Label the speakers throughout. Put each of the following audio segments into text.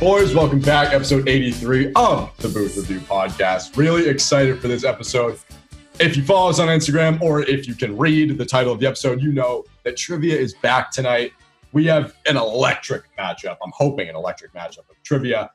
Speaker 1: Boys, welcome back. Episode 83 of the Booth Review Podcast. Really excited for this episode. If you follow us on Instagram or if you can read the title of the episode, you know that trivia is back tonight. We have an electric matchup. I'm hoping an electric matchup of trivia.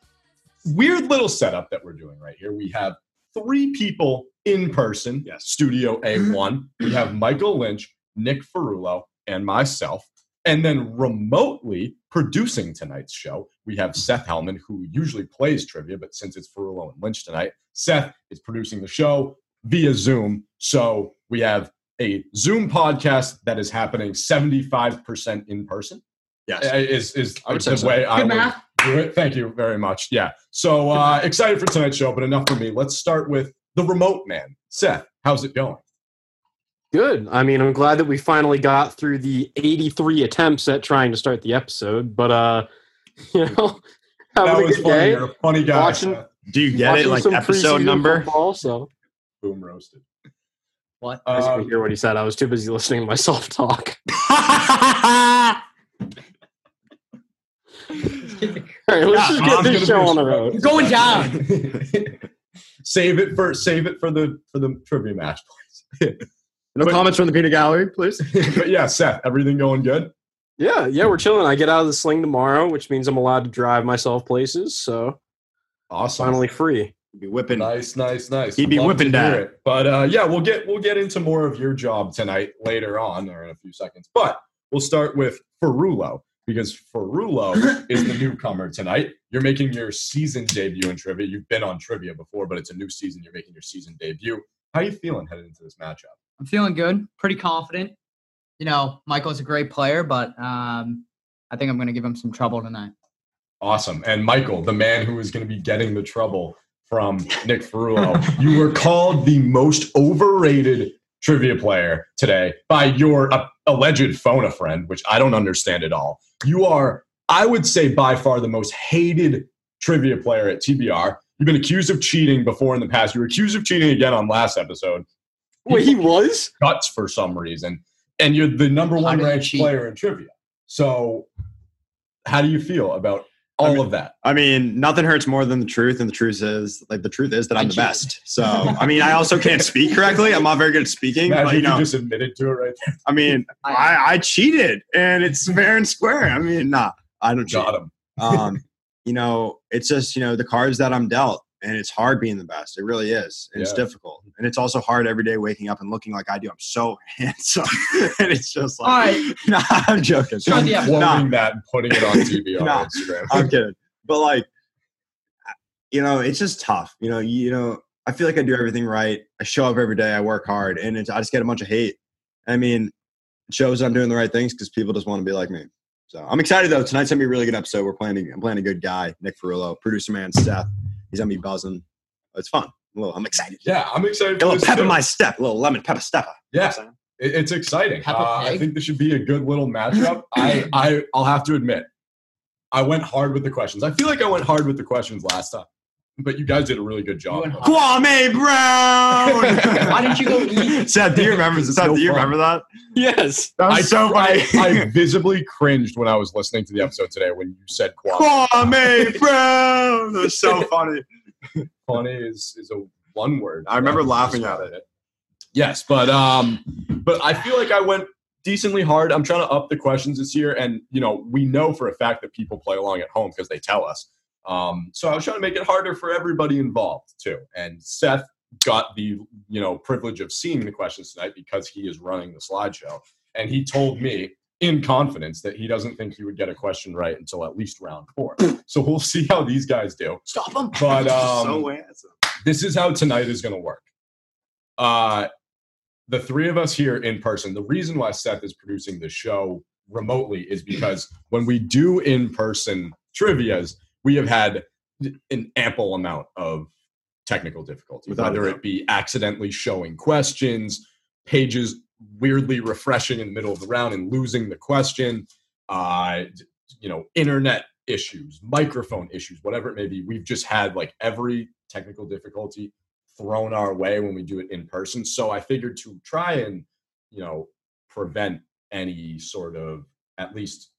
Speaker 1: Weird little setup that we're doing right here. We have three people in person, yes. Studio A1. we have Michael Lynch, Nick Ferrullo, and myself. And then remotely producing tonight's show, we
Speaker 2: Mm-hmm.
Speaker 1: have Seth Hellman, who usually plays trivia, but since it's Ferrullo and Lynch tonight, Seth is producing the show via Zoom. So we have a Zoom podcast that is happening 75% in person.
Speaker 2: Yes.
Speaker 1: I- Is, is
Speaker 2: I would
Speaker 1: the
Speaker 2: say
Speaker 1: way
Speaker 2: so.
Speaker 1: I
Speaker 3: Good
Speaker 1: would
Speaker 3: math.
Speaker 1: do it. Thank you very much. Yeah. So uh, excited for tonight's show, but enough for me. Let's start with the remote man. Seth, how's it going?
Speaker 2: Good. I mean, I'm glad that we finally got through the 83 attempts at trying to start the episode, but uh, you know, having
Speaker 1: that
Speaker 2: a
Speaker 1: was
Speaker 2: good
Speaker 1: funny.
Speaker 2: day.
Speaker 1: You're a funny guy.
Speaker 2: Watching-
Speaker 1: Seth.
Speaker 4: Do you get it?
Speaker 2: watching
Speaker 4: Like
Speaker 2: some
Speaker 4: episode
Speaker 2: preseason
Speaker 4: number?
Speaker 2: Football, so.
Speaker 1: Boom roasted.
Speaker 3: What?
Speaker 2: I just
Speaker 1: Um,
Speaker 2: couldn't hear what he said. I was too busy listening to myself talk. All right, let's
Speaker 4: Yeah,
Speaker 2: just get
Speaker 1: I'm
Speaker 2: this
Speaker 1: gonna
Speaker 2: show
Speaker 1: be-
Speaker 2: on the road.
Speaker 3: You're going down.
Speaker 1: save it for save it for the for the trivia match,
Speaker 4: No
Speaker 1: But-
Speaker 4: comments from the peanut gallery, please.
Speaker 1: please. but yeah, Seth, everything going good?
Speaker 2: Yeah, yeah, we're chilling. I get out of the sling tomorrow, which means I'm allowed to drive myself places, so
Speaker 1: Awesome.
Speaker 2: finally free.
Speaker 4: Be whipping.
Speaker 1: Nice, nice, nice.
Speaker 4: He'd be
Speaker 1: Love to
Speaker 4: whipping
Speaker 1: hear
Speaker 4: that.
Speaker 1: it. But uh, yeah, we'll get we'll get into more of your job tonight later on or in a few seconds. But we'll start with Ferrulo because Ferrulo is the newcomer tonight. You're making your season debut in trivia. You've been on trivia before, but it's a new season. You're making your season debut. How you feeling headed into this matchup?
Speaker 3: I'm feeling good, pretty confident. You know, Michael's a great player, but um, I think I'm going to give him some trouble tonight.
Speaker 1: Awesome. And Michael, the man who is going to be getting the trouble from Nick Ferrullo, you were called the most overrated trivia player today by your uh, alleged phone a friend, which I don't understand at all. You are, I would say, by far the most hated trivia player at TBR. You've been accused of cheating before in the past. You were accused of cheating again on last episode,
Speaker 2: Wait, he was?
Speaker 1: guts for some reason, and you're the number
Speaker 3: How
Speaker 1: one
Speaker 3: did I
Speaker 1: ranked
Speaker 3: cheat?
Speaker 1: player in trivia. So, how do you feel about
Speaker 4: I
Speaker 1: all
Speaker 4: mean-
Speaker 1: of that?
Speaker 4: I mean, nothing hurts more than the truth, and the truth is like the truth is that I'm
Speaker 3: I
Speaker 4: the
Speaker 3: cheated.
Speaker 4: best. So I mean, I also can't speak correctly. I'm not very good at speaking.
Speaker 1: Imagine
Speaker 4: But, you
Speaker 1: you
Speaker 4: know,
Speaker 1: just admitted to it right there.
Speaker 4: I mean, I, I cheated, and it's fair and square. I mean, nah, I don't cheat.
Speaker 1: Got him.
Speaker 4: um, you know, it's just you know the cards that I'm dealt, and it's hard being the best. It really is. And It's
Speaker 1: Yeah.
Speaker 4: difficult, and it's also hard every day waking up and looking like I do. I'm so handsome, and it's just
Speaker 3: All
Speaker 4: like,
Speaker 3: right,
Speaker 4: nah, I'm joking.
Speaker 3: Shut the
Speaker 1: I'm
Speaker 3: Yeah.
Speaker 1: quoting
Speaker 4: Nah.
Speaker 1: that and putting it on TV on
Speaker 4: Nah.
Speaker 1: Instagram.
Speaker 4: I'm kidding, but like, you know, it's just tough. You know, you know, I feel like I do everything right. I show up every day. I work hard, and it's, I just get a bunch of hate. I mean, it shows I'm doing the right things because people just want to be like me. So I'm excited though. Tonight's gonna be a really good episode. We're planning. I'm playing a good guy, Nick Ferrillo, producer man Seth. He's gonna be buzzing. It's fun. I'm, a little- I'm excited.
Speaker 1: Yeah, I'm excited. for
Speaker 4: Got a little
Speaker 1: this
Speaker 4: pep in
Speaker 1: too.
Speaker 4: my step. A little lemon pepper stepper.
Speaker 1: Yeah, it- it's exciting.
Speaker 3: Peppa
Speaker 1: Uh, I
Speaker 3: Pig.
Speaker 1: think this should be a good little matchup. I, I, I'll have to admit, I went hard with the questions. I feel like I went hard with the questions last time, but you guys did a really good
Speaker 3: You
Speaker 1: job.
Speaker 3: went hard.
Speaker 4: Kwame Brown.
Speaker 3: Why didn't you go eat?
Speaker 4: Seth, do you remember? Seth,
Speaker 1: No
Speaker 4: do you
Speaker 1: problem.
Speaker 4: remember that?
Speaker 2: Yes.
Speaker 4: That
Speaker 1: I, I,
Speaker 4: funny.
Speaker 1: I visibly cringed when I was listening to the episode today when you said quad.
Speaker 4: Kwame Brown. That was so funny.
Speaker 1: funny is is a one word.
Speaker 4: I remember
Speaker 1: Yeah,
Speaker 4: laughing
Speaker 1: just-
Speaker 4: at
Speaker 1: Yes, but um, but I feel like I went decently hard. I'm trying to up the questions this year, and you know we know for a fact that people play along at home because they tell us. Um, so I was trying to make it harder for everybody involved too. And Seth got the you know privilege of seeing the questions tonight because he is running the slideshow, and he told me in confidence that he doesn't think he would get a question right until at least round four. so we'll see how these guys do.
Speaker 3: Stop him.
Speaker 1: But um,
Speaker 4: so handsome.
Speaker 1: this is how tonight is going to work. Uh, the three of us here in person. The reason why Seth is producing the show remotely is because when we do in person trivia's, we have had an ample amount of technical difficulty,
Speaker 4: Without a
Speaker 1: whether
Speaker 4: doubt.
Speaker 1: it be accidentally showing questions, pages weirdly refreshing in the middle of the round and losing the question, uh, you know, internet issues, microphone issues, whatever it may be. We've just had like every technical difficulty thrown our way when we do it in person. So I figured to try and, you know, prevent any sort of at least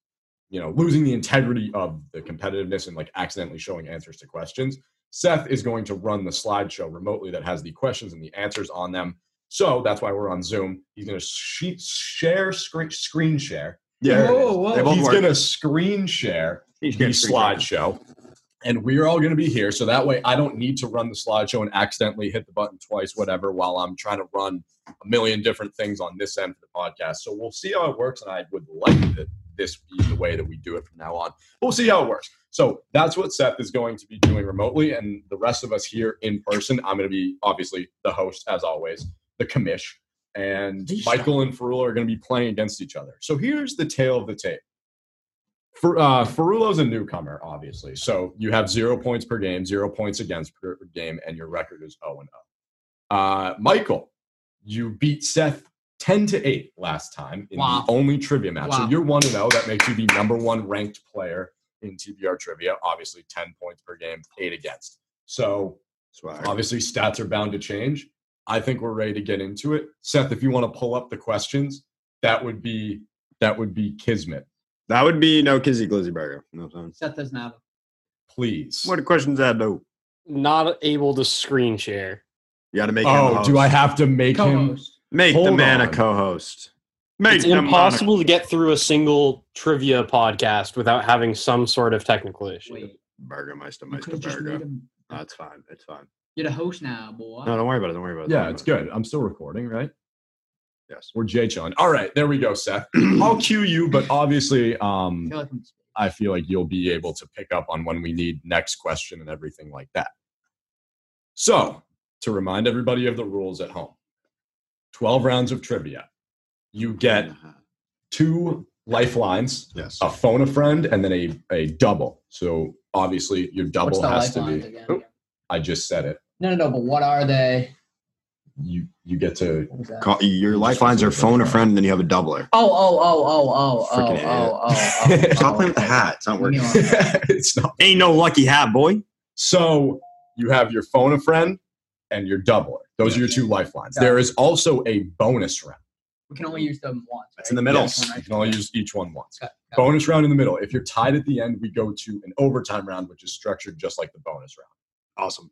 Speaker 1: you know, losing the integrity of the competitiveness and like accidentally showing answers to questions. Seth is going to run the slideshow remotely that has the questions and the answers on them. So that's why we're on Zoom. He's going to sh- share screen screen share.
Speaker 4: Yeah.
Speaker 3: Whoa, whoa.
Speaker 4: They both
Speaker 1: He's
Speaker 4: work.
Speaker 1: going to screen share
Speaker 4: He's
Speaker 1: the
Speaker 4: getting screen share.
Speaker 1: slideshow. And we're all going to be here. So that way I don't need to run the slideshow and accidentally hit the button twice, whatever, while I'm trying to run a million different things on this end for the podcast. So we'll see how it works. And I would like that this be the way that we do it from now on. We'll see how it works. So that's what Seth is going to be doing remotely. And the rest of us here in person, I'm going to be obviously the host, as always, the commish. And
Speaker 3: Commish.
Speaker 1: Michael and Ferula are going to be playing against each other. So here's the tale of the tape. For, uh, Ferullo's a newcomer, obviously. So you have zero points per game, zero points against per game, and your record is 0 and 0. Uh, Michael, you beat Seth 10 to 8 last time in
Speaker 3: Wow.
Speaker 1: the only trivia match. So
Speaker 3: Wow.
Speaker 1: you're 1 0. That makes you the number one ranked player in TBR trivia. Obviously, 10 points per game, 8 against. So
Speaker 4: Swag.
Speaker 1: obviously, stats are bound to change. I think we're ready to get into it. Seth, if you want to pull up the questions, that would be that would be kismet.
Speaker 4: That would be no Kizzy Glizzy Burger. No offense.
Speaker 3: Seth doesn't have.
Speaker 1: Please.
Speaker 4: What questions that though?
Speaker 2: Not able to screen share.
Speaker 4: You got to make. him the
Speaker 1: oh,
Speaker 4: host.
Speaker 1: do I have to make him?
Speaker 3: Co-host.
Speaker 4: make the
Speaker 1: Hold
Speaker 4: man a
Speaker 1: on.
Speaker 4: co-host? Make
Speaker 2: it's
Speaker 4: the man a-
Speaker 2: impossible to get through a single trivia podcast without having some sort of technical issue.
Speaker 3: Wait,
Speaker 4: Burgermeister,
Speaker 3: you
Speaker 4: Meister
Speaker 3: could just made
Speaker 4: Burger.
Speaker 3: him.
Speaker 4: No, it's fine. It's fine.
Speaker 3: You're the host now, boy.
Speaker 4: No, don't worry about it. Don't worry about it.
Speaker 1: Yeah, it's good. I'm still recording, right?
Speaker 4: Yes.
Speaker 1: We're Jay Chilling. All right, there we go, Seth. I'll cue you, but obviously,
Speaker 3: I
Speaker 1: um,
Speaker 3: feel like I'm-
Speaker 1: I feel like you'll be able to pick up on when we need next question and everything like that. So, to remind everybody of the rules at home 12 rounds of trivia. You get two lifelines,
Speaker 4: Yes.
Speaker 1: a phone a friend, and then a, a double. So, obviously, your
Speaker 3: What's
Speaker 1: double
Speaker 3: the
Speaker 1: has to
Speaker 3: lifelines
Speaker 1: be.
Speaker 3: again?
Speaker 2: Oh.
Speaker 1: I just said it.
Speaker 3: No, no, no. But what are they?
Speaker 1: You, you get to.
Speaker 3: What was that?
Speaker 4: Call, your lifelines are phone a friend, and then you have a doubler.
Speaker 3: Oh, oh, oh, oh, oh, oh,
Speaker 4: Freaking
Speaker 3: oh, oh, oh, oh.
Speaker 4: Stop playing with the hat. It's not working.
Speaker 3: Yeah.
Speaker 1: it's not.
Speaker 4: Ain't no lucky hat, boy.
Speaker 1: So you have your phone a friend and your doubler. Those are your two lifelines. There is also a bonus round.
Speaker 3: We can only use them once.
Speaker 4: It's in
Speaker 3: right?
Speaker 4: the middle.
Speaker 3: Yes.
Speaker 1: You can only use each one once.
Speaker 3: Got- got it.
Speaker 1: Bonus round in the middle. If you're tied at the end, we go to an overtime round, which is structured just like the bonus round.
Speaker 4: Awesome.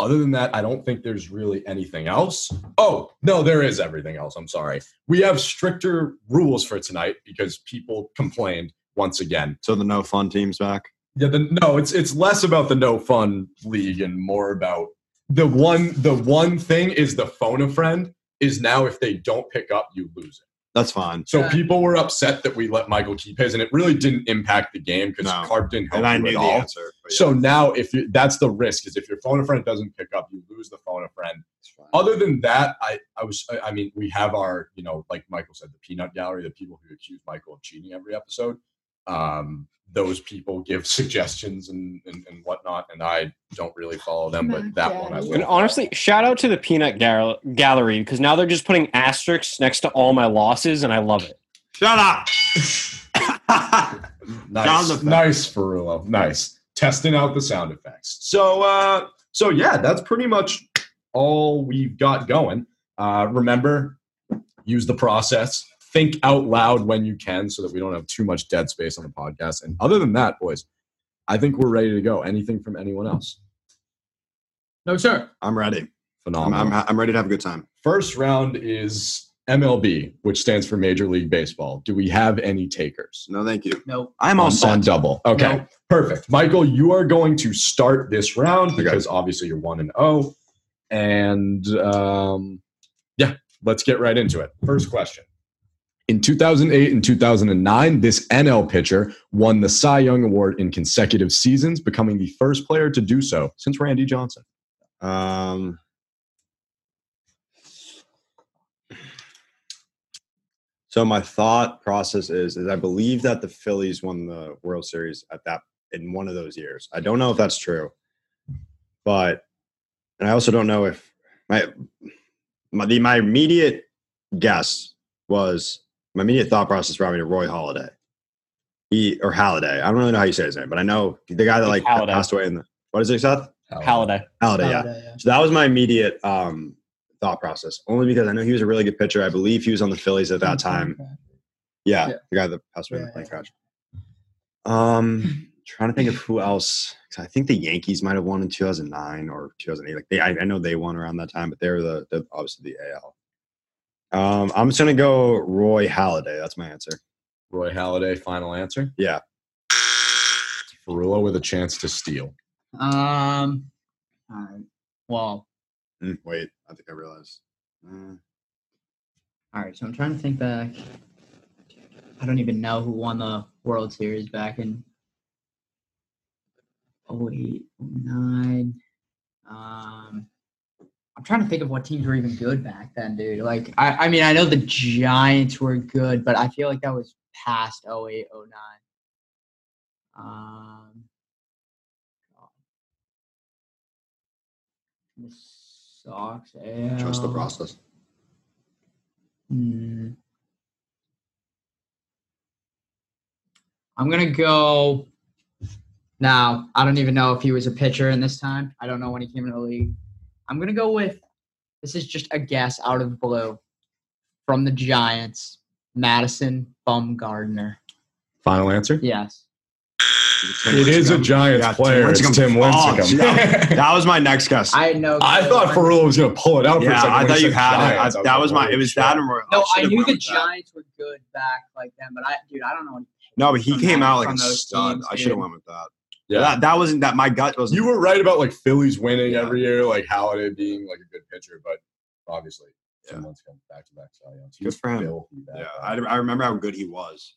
Speaker 1: Other than that, I don't think there's really anything else. Oh, no, there is everything else. I'm sorry. We have stricter rules for tonight because people complained once again.
Speaker 4: So the no fun team's back.
Speaker 1: Yeah, the, no, it's it's less about the no fun league and more about the one the one thing is the phone a friend is now if they don't pick up you lose it.
Speaker 4: That's fine.
Speaker 1: So
Speaker 3: Yeah.
Speaker 1: people were upset that we let Michael keep his and it really didn't impact the game because
Speaker 4: No.
Speaker 1: Carp didn't help
Speaker 4: And I
Speaker 1: you
Speaker 4: knew
Speaker 1: at
Speaker 4: the
Speaker 1: all.
Speaker 4: answer. but yeah,
Speaker 1: So now if you that's the risk is if your phone a friend doesn't pick up you lose the phone a friend.
Speaker 4: it's fine.
Speaker 1: Other than that, I I was I I mean we have our you know like Michael said the peanut gallery the people who accuse Michael of cheating every episode. Um, those people give suggestions and, and and whatnot, and I don't really follow them, but that one I
Speaker 2: And
Speaker 1: will.
Speaker 2: honestly, shout out to the Peanut Gal- Gallery because now they're just putting asterisks next to all my losses, and I love it.
Speaker 4: shut up. Sound
Speaker 1: Nice,
Speaker 4: effects.
Speaker 1: nice, Ferrullo. Nice. Testing out the sound effects. So, uh, so yeah, that's pretty much all we've got going. Uh, remember, use the process. Think out loud when you can, so that we don't have too much dead space on the podcast. And other than that, boys, I think we're ready to go. Anything from anyone else?
Speaker 3: No, sir.
Speaker 4: I'm ready. I'm,
Speaker 1: Phenomenal.
Speaker 4: I'm, I'm ready to have a good time.
Speaker 1: First round is MLB, which stands for Major League Baseball. Do we have any takers?
Speaker 4: No, thank you.
Speaker 3: No.
Speaker 4: I'm all
Speaker 1: on, on
Speaker 4: set.
Speaker 1: double. Okay,
Speaker 3: No.
Speaker 1: perfect. Michael, you are going to start this round
Speaker 4: Okay.
Speaker 1: because obviously you're one and zero, and um, yeah, let's get right into it. First question. In 2008 and 2009, this NL pitcher won the Cy Young Award in consecutive seasons, becoming the first player to do so since Randy Johnson.
Speaker 4: Um, so my thought process is is I believe that the Phillies won the World Series at that in one of those years. I don't know if that's true, but and I also don't know if my my the, my immediate guess was my immediate thought process brought me to Roy Holiday. He or Halliday. I don't really know how you say his name, but I know the guy that like
Speaker 2: Like Halladay.
Speaker 4: passed away in the what is it, Seth?
Speaker 2: Halliday.
Speaker 4: Halliday, yeah.
Speaker 3: Holiday, yeah.
Speaker 4: So that was my immediate um, thought process, only because I know he was a really good pitcher. I believe he was on the Phillies at that time. Yeah,
Speaker 3: Mm-hmm. Yeah.
Speaker 4: the guy that passed away in
Speaker 3: Yeah,
Speaker 4: the plane
Speaker 3: yeah,
Speaker 4: crash. Um, trying to think of who else. 'Cause I think the Yankees might have won in 2009 or 2008. Like they, I, I know they won around that time, but they were the, the obviously the AL. Um, I'm just gonna go Roy Halladay. That's my answer.
Speaker 1: Roy Halladay, final answer.
Speaker 4: Yeah.
Speaker 1: Rullo with a chance to steal.
Speaker 3: Um, all right. Well,
Speaker 4: Mm, wait, I think I realized. Mm,
Speaker 3: all right. So I'm trying to think back. I don't even know who won the World Series back in 08, 09. Um, I'm trying to think of what teams were even good back then, dude. Like, I, I mean, I know the Giants were good, but I feel like that was past 08, 09. Um, the Sox.
Speaker 4: trust the
Speaker 3: AL.
Speaker 4: process.
Speaker 3: Hmm. I'm gonna go. Now I don't even know if he was a pitcher in this time. I don't know when he came into the league. I'm gonna go with. This is just a guess out of the blue, from the Giants, Madison Bumgardner.
Speaker 1: Final answer?
Speaker 3: Yes.
Speaker 1: It is a Giants
Speaker 4: Yeah, Tim
Speaker 1: player. It's
Speaker 4: Lincecum.
Speaker 1: Tim
Speaker 4: Oh,
Speaker 1: Lincecum.
Speaker 4: yeah. That was my next guess.
Speaker 3: I had no.
Speaker 1: I
Speaker 3: clue.
Speaker 1: thought Ferrullo was going to pull it out for a
Speaker 4: yeah,
Speaker 1: second.
Speaker 4: I
Speaker 1: when
Speaker 4: thought
Speaker 1: he
Speaker 4: you
Speaker 1: said
Speaker 4: had it. I-
Speaker 1: Giants. I was
Speaker 4: that
Speaker 1: like,
Speaker 4: was my.
Speaker 1: holy
Speaker 4: It was
Speaker 1: shit.
Speaker 4: that and Roy.
Speaker 3: No, I
Speaker 4: should've
Speaker 3: knew
Speaker 4: went
Speaker 3: the
Speaker 4: with that.
Speaker 3: Giants were good back like then, but I, dude, I don't know. What,
Speaker 4: No, but he
Speaker 3: from
Speaker 4: came
Speaker 3: that-
Speaker 4: out like
Speaker 3: from
Speaker 4: a
Speaker 3: those
Speaker 4: stud.
Speaker 3: teams,
Speaker 4: I
Speaker 3: dude.
Speaker 4: should have went with that.
Speaker 1: Yeah.
Speaker 4: that, that wasn't that. My gut wasn't.
Speaker 1: You were right about like Phillies winning
Speaker 4: Yeah.
Speaker 1: every year, like Halladay being like a good pitcher, but obviously Tim
Speaker 4: Yeah.
Speaker 1: Lincecum back to back Cy Youngs.
Speaker 4: Good for him.
Speaker 1: filthy back
Speaker 4: Yeah,
Speaker 1: then.
Speaker 4: I, I remember how good he was.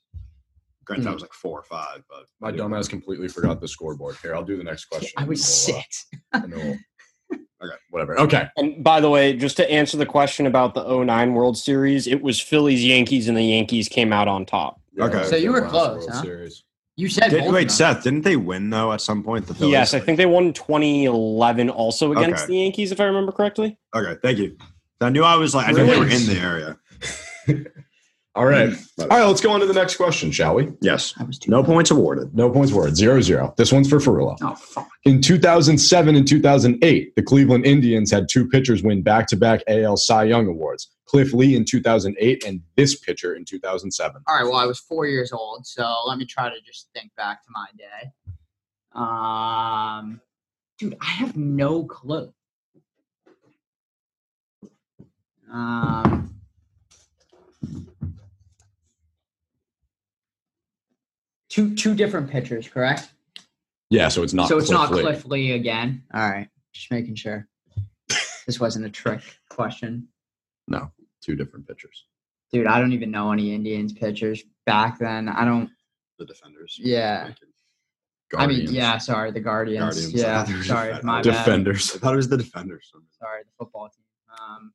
Speaker 4: Granted,
Speaker 1: Mhm.
Speaker 4: that was like four or five, but
Speaker 1: My dumbass completely forgot the scoreboard. Here, I'll do the next question.
Speaker 3: I was
Speaker 1: and we'll, uh,
Speaker 3: six.
Speaker 1: and then we'll- okay, whatever. Okay,
Speaker 2: And by the way, just to answer the question about the 09 World Series, it was Phillies Yankees, and the Yankees came out on top.
Speaker 4: Okay.
Speaker 3: So you were
Speaker 1: last
Speaker 3: close,
Speaker 1: World
Speaker 3: huh?
Speaker 1: Series.
Speaker 3: You said
Speaker 4: Did-
Speaker 3: both of
Speaker 4: wait,
Speaker 3: them.
Speaker 4: Seth, didn't they win though at some point? The Phillies.
Speaker 2: yes, I think they won 2011 also against
Speaker 4: Okay.
Speaker 2: the Yankees, if I remember correctly.
Speaker 4: Okay, thank you. I knew I was like I knew they were in
Speaker 3: Bruins.
Speaker 4: the area.
Speaker 1: All right, all right. Let's go on to the next question, shall we?
Speaker 4: Yes.
Speaker 3: I was too.
Speaker 4: No points awarded.
Speaker 1: No points were zero zero. This one's for Ferrullo.
Speaker 3: Oh fuck.
Speaker 1: In 2007 and 2008, the Cleveland Indians had two pitchers win back to back AL Cy Young awards Cliff Lee in 2008 and this pitcher in 2007.
Speaker 3: all right, well, I was four years old, so let me try to just think back to my day. Um, dude, I have no clue. Um, two two different pitchers, correct?
Speaker 1: Yeah, so it's not
Speaker 3: so it's
Speaker 1: Cliff
Speaker 3: not
Speaker 1: Lee.
Speaker 3: Cliff Lee again. All right, just making sure. this wasn't a trick question,
Speaker 1: No, two different pitchers.
Speaker 3: dude. I don't even know any Indians pitchers back then. I don't.
Speaker 4: The defenders.
Speaker 3: Yeah. I mean,
Speaker 1: Guardians.
Speaker 3: yeah, sorry, the Guardians.
Speaker 4: Guardians.
Speaker 3: Yeah,
Speaker 4: They were
Speaker 3: sorry,
Speaker 4: defend-
Speaker 3: my bad.
Speaker 1: Defenders.
Speaker 4: I thought it was the defenders.
Speaker 3: Sorry, the football team. Um,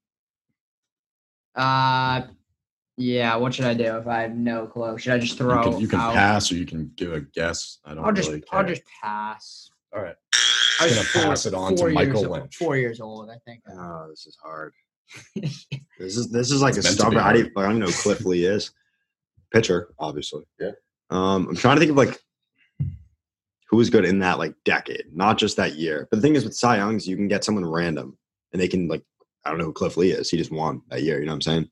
Speaker 3: uh, yeah, what should I do if I have no clue? Should I just
Speaker 1: You
Speaker 3: throw
Speaker 1: can, you can
Speaker 3: out?
Speaker 1: pass or you can give a guess. I don't
Speaker 3: I'll just,
Speaker 1: really care.
Speaker 3: I'll just pass.
Speaker 1: All right.
Speaker 3: I was
Speaker 1: Gonna pass it on to
Speaker 3: four years
Speaker 1: Michael
Speaker 3: old-
Speaker 1: Lynch.
Speaker 3: Four years old, I think.
Speaker 4: Oh, this is hard. This is this is like
Speaker 1: It's
Speaker 4: a
Speaker 1: meant to be
Speaker 4: stubborn. I
Speaker 1: hard.
Speaker 4: don't, I don't know who Cliff Lee is. Pitcher, obviously.
Speaker 1: Yeah.
Speaker 4: Um, I'm trying to think of like who was good in that like decade, not just that year. But the thing is with Cy Youngs, you can get someone random and they can like I don't know who Cliff Lee is. He just won that year. You know what I'm saying?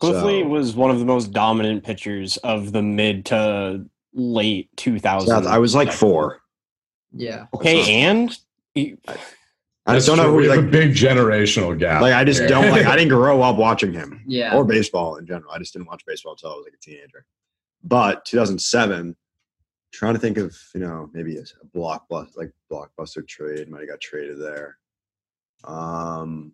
Speaker 2: Cliff
Speaker 4: So-
Speaker 2: Lee was one of the most dominant pitchers of the mid to late 2000s.
Speaker 4: So I was like four.
Speaker 3: Yeah.
Speaker 2: okay, and he-
Speaker 4: I just
Speaker 1: That's
Speaker 4: don't know
Speaker 1: true.
Speaker 4: who
Speaker 1: We have
Speaker 4: like
Speaker 1: a big generational gap.
Speaker 4: like I just
Speaker 1: there.
Speaker 4: don't like I didn't grow up watching him
Speaker 3: Yeah.
Speaker 4: or baseball in general. I just didn't watch baseball until I was like a teenager. But 2007, trying to think of you know maybe a blockbuster like blockbuster trade might have got traded there. Um,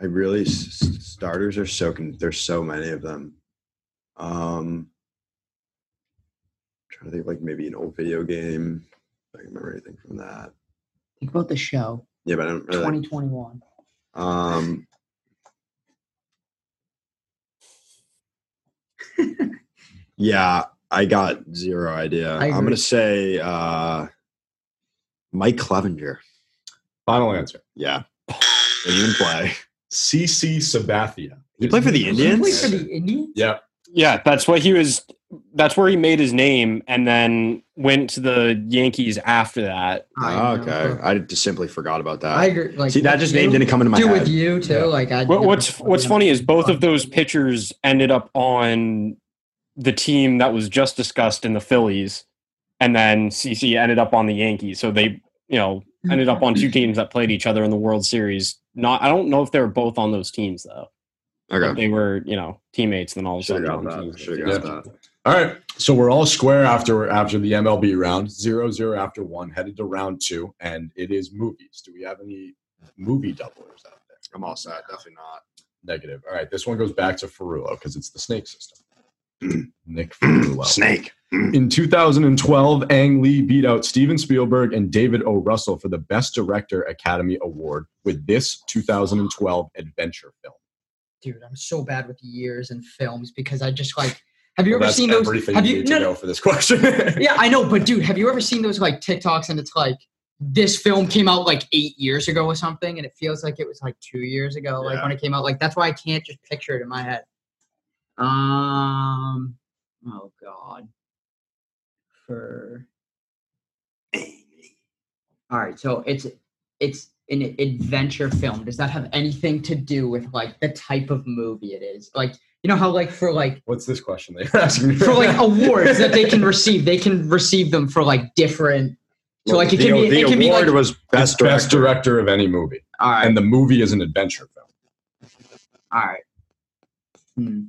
Speaker 4: I really s- s- starters are so con- there's so many of them. Um, trying to think of like maybe an old video game. If I can remember anything from that.
Speaker 3: Think about the show.
Speaker 4: Yeah, but I don't really.
Speaker 3: 2021.
Speaker 4: Um, yeah, I got zero idea.
Speaker 3: I
Speaker 4: I'm
Speaker 3: agree.
Speaker 4: gonna say uh, Mike Clevenger.
Speaker 1: Final answer.
Speaker 4: Yeah, didn't even play.
Speaker 1: CC Sabathia.
Speaker 4: He played for the
Speaker 3: Did he play
Speaker 4: Indians?
Speaker 3: for the Indians?
Speaker 1: Yeah.
Speaker 2: yeah, that's what he was. That's where he made his name, and then went to the Yankees after that.
Speaker 3: I have no
Speaker 4: Oh, okay,
Speaker 3: clue.
Speaker 4: I just simply forgot about that.
Speaker 3: I agree. Like,
Speaker 4: See, that
Speaker 3: with
Speaker 4: just name
Speaker 3: you-
Speaker 4: didn't come into my
Speaker 3: Do
Speaker 4: head.
Speaker 3: with you too.
Speaker 1: Yeah.
Speaker 3: Like I.
Speaker 2: What,
Speaker 3: never
Speaker 2: what's
Speaker 3: fucking
Speaker 2: What's funny is both of those
Speaker 3: understood.
Speaker 2: pitchers ended up on the team that was just discussed in the Phillies, and then CC ended up on the Yankees. So they, you know, ended up on two teams that played each other in the World Series. Not, I don't know if they were both on those teams though. If
Speaker 4: Okay.
Speaker 2: They were, you know, teammates. Then all of a
Speaker 4: Should
Speaker 2: sudden,
Speaker 4: have
Speaker 2: on
Speaker 4: got that.
Speaker 2: teams.
Speaker 4: Should
Speaker 1: Yeah.
Speaker 4: have got that.
Speaker 1: All right, so we're all square after after the MLB round, zero zero after one, headed to round two, and it is movies. Do we have any movie doublers out there?
Speaker 4: I'm all set. Uh, Definitely not.
Speaker 1: Negative. All right, this one goes back to Ferrullo because it's the snake system. Nick Ferrullo.
Speaker 4: Snake.
Speaker 1: In 2012, Ang Lee beat out Steven Spielberg and David O. Russell for the Best Director Academy Award with this 2012 adventure film.
Speaker 3: dude, I'm so bad with years and films because I just like. Have you
Speaker 1: Well,
Speaker 3: ever
Speaker 1: that's
Speaker 3: seen those?
Speaker 1: everything
Speaker 3: Have
Speaker 1: you,
Speaker 3: you?
Speaker 1: need
Speaker 3: No,
Speaker 1: to
Speaker 3: no,
Speaker 1: know for this question.
Speaker 3: yeah, I know, but dude, have you ever seen those like TikToks and it's like this film came out like eight years ago or something, and it feels like it was like two years ago, like
Speaker 4: Yeah.
Speaker 3: when it came out. Like that's why I can't just picture it in my head. Um. Oh God. For. All right, so it's it's an adventure film. Does that have anything to do with like the type of movie it is? Like you know how like for like
Speaker 1: What's this question that you're asking me?
Speaker 3: for like awards that they can receive. They can receive them for like different. So like it
Speaker 4: the,
Speaker 3: can be
Speaker 4: the
Speaker 3: it can be
Speaker 4: award
Speaker 3: like
Speaker 4: was
Speaker 1: Best
Speaker 4: best
Speaker 1: director.
Speaker 4: director.
Speaker 1: Best director of any movie.
Speaker 3: all right,
Speaker 1: And the movie is an adventure film.
Speaker 3: all right. Hmm.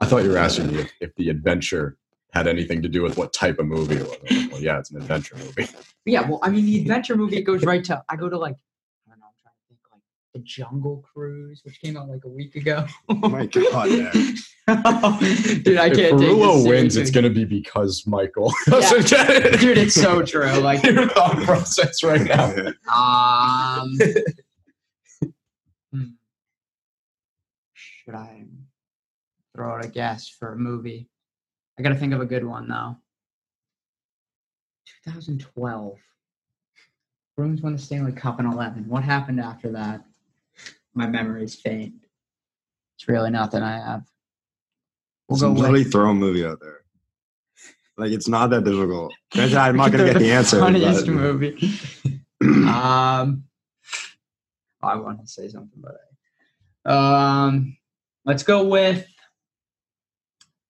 Speaker 1: I thought you were asking me if, if the adventure had anything to do with what type of movie it was. I'm like, Well, yeah, it's an adventure movie.
Speaker 3: But yeah, well, I mean, the adventure movie goes right to. I go to like I don't know. I'm trying to think like the Jungle Cruise, which came out like a week ago.
Speaker 4: Oh my god, man.
Speaker 3: dude,
Speaker 1: if
Speaker 3: I can't. take
Speaker 1: Ferrullo
Speaker 3: this
Speaker 1: wins, it's
Speaker 3: seriously.
Speaker 1: going to be because Michael doesn't get it.
Speaker 3: Dude, it's so true. Like,
Speaker 1: Your thought process right now.
Speaker 3: um, hmm. should I throw out a guess for a movie? I gotta think of a good one though. 2012. Bruins won the Stanley Cup in 11. What happened after that? My memory's faint. It's really nothing I uh, have. We'll go with-
Speaker 4: Literally throw a movie out there. Like it's not that difficult. Granted, I'm not gonna
Speaker 3: They're
Speaker 4: get the answer.
Speaker 3: Funniest
Speaker 4: but-
Speaker 3: movie. um, I want to say something, but I, um, let's go with.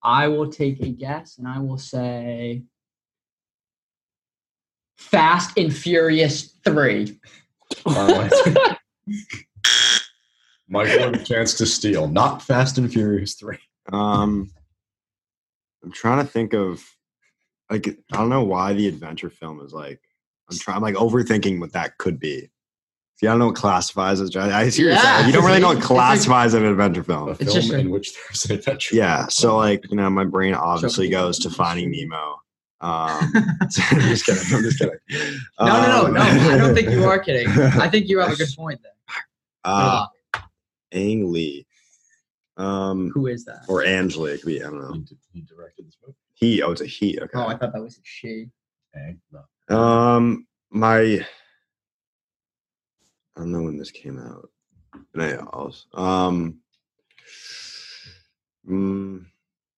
Speaker 3: I will take a guess, and I will say. Fast and Furious Three.
Speaker 1: Alright. Michael had a chance to steal, not Fast and Furious 3.
Speaker 4: Um, I'm trying to think of like I don't know why the adventure film is like I'm trying I'm like overthinking what that could be. See, I don't know what classifies as I I seriously
Speaker 3: Yeah.
Speaker 4: you don't really know what
Speaker 3: It's like- Oh.
Speaker 4: classifies an adventure
Speaker 1: A
Speaker 4: film.
Speaker 1: film
Speaker 3: just a-
Speaker 1: in which there's an adventure.
Speaker 4: Yeah,
Speaker 3: Oh.
Speaker 4: so like you know, my brain obviously
Speaker 3: Chuck-
Speaker 4: goes to Finding Nemo. Um, I'm just kidding. I'm just kidding.
Speaker 3: No, no, no,
Speaker 4: Um,
Speaker 3: no. I don't think you are kidding. I think you have a good point there.
Speaker 4: Uh, Ang Lee, um,
Speaker 3: Who is that?
Speaker 4: or Angela. It could be I don't know.
Speaker 1: He, he directed this movie.
Speaker 4: He. Oh, it's a he. Okay.
Speaker 3: Oh, I thought that was a she.
Speaker 1: Okay, no.
Speaker 4: Um, my, I don't know when this came out. And I also, um, mm,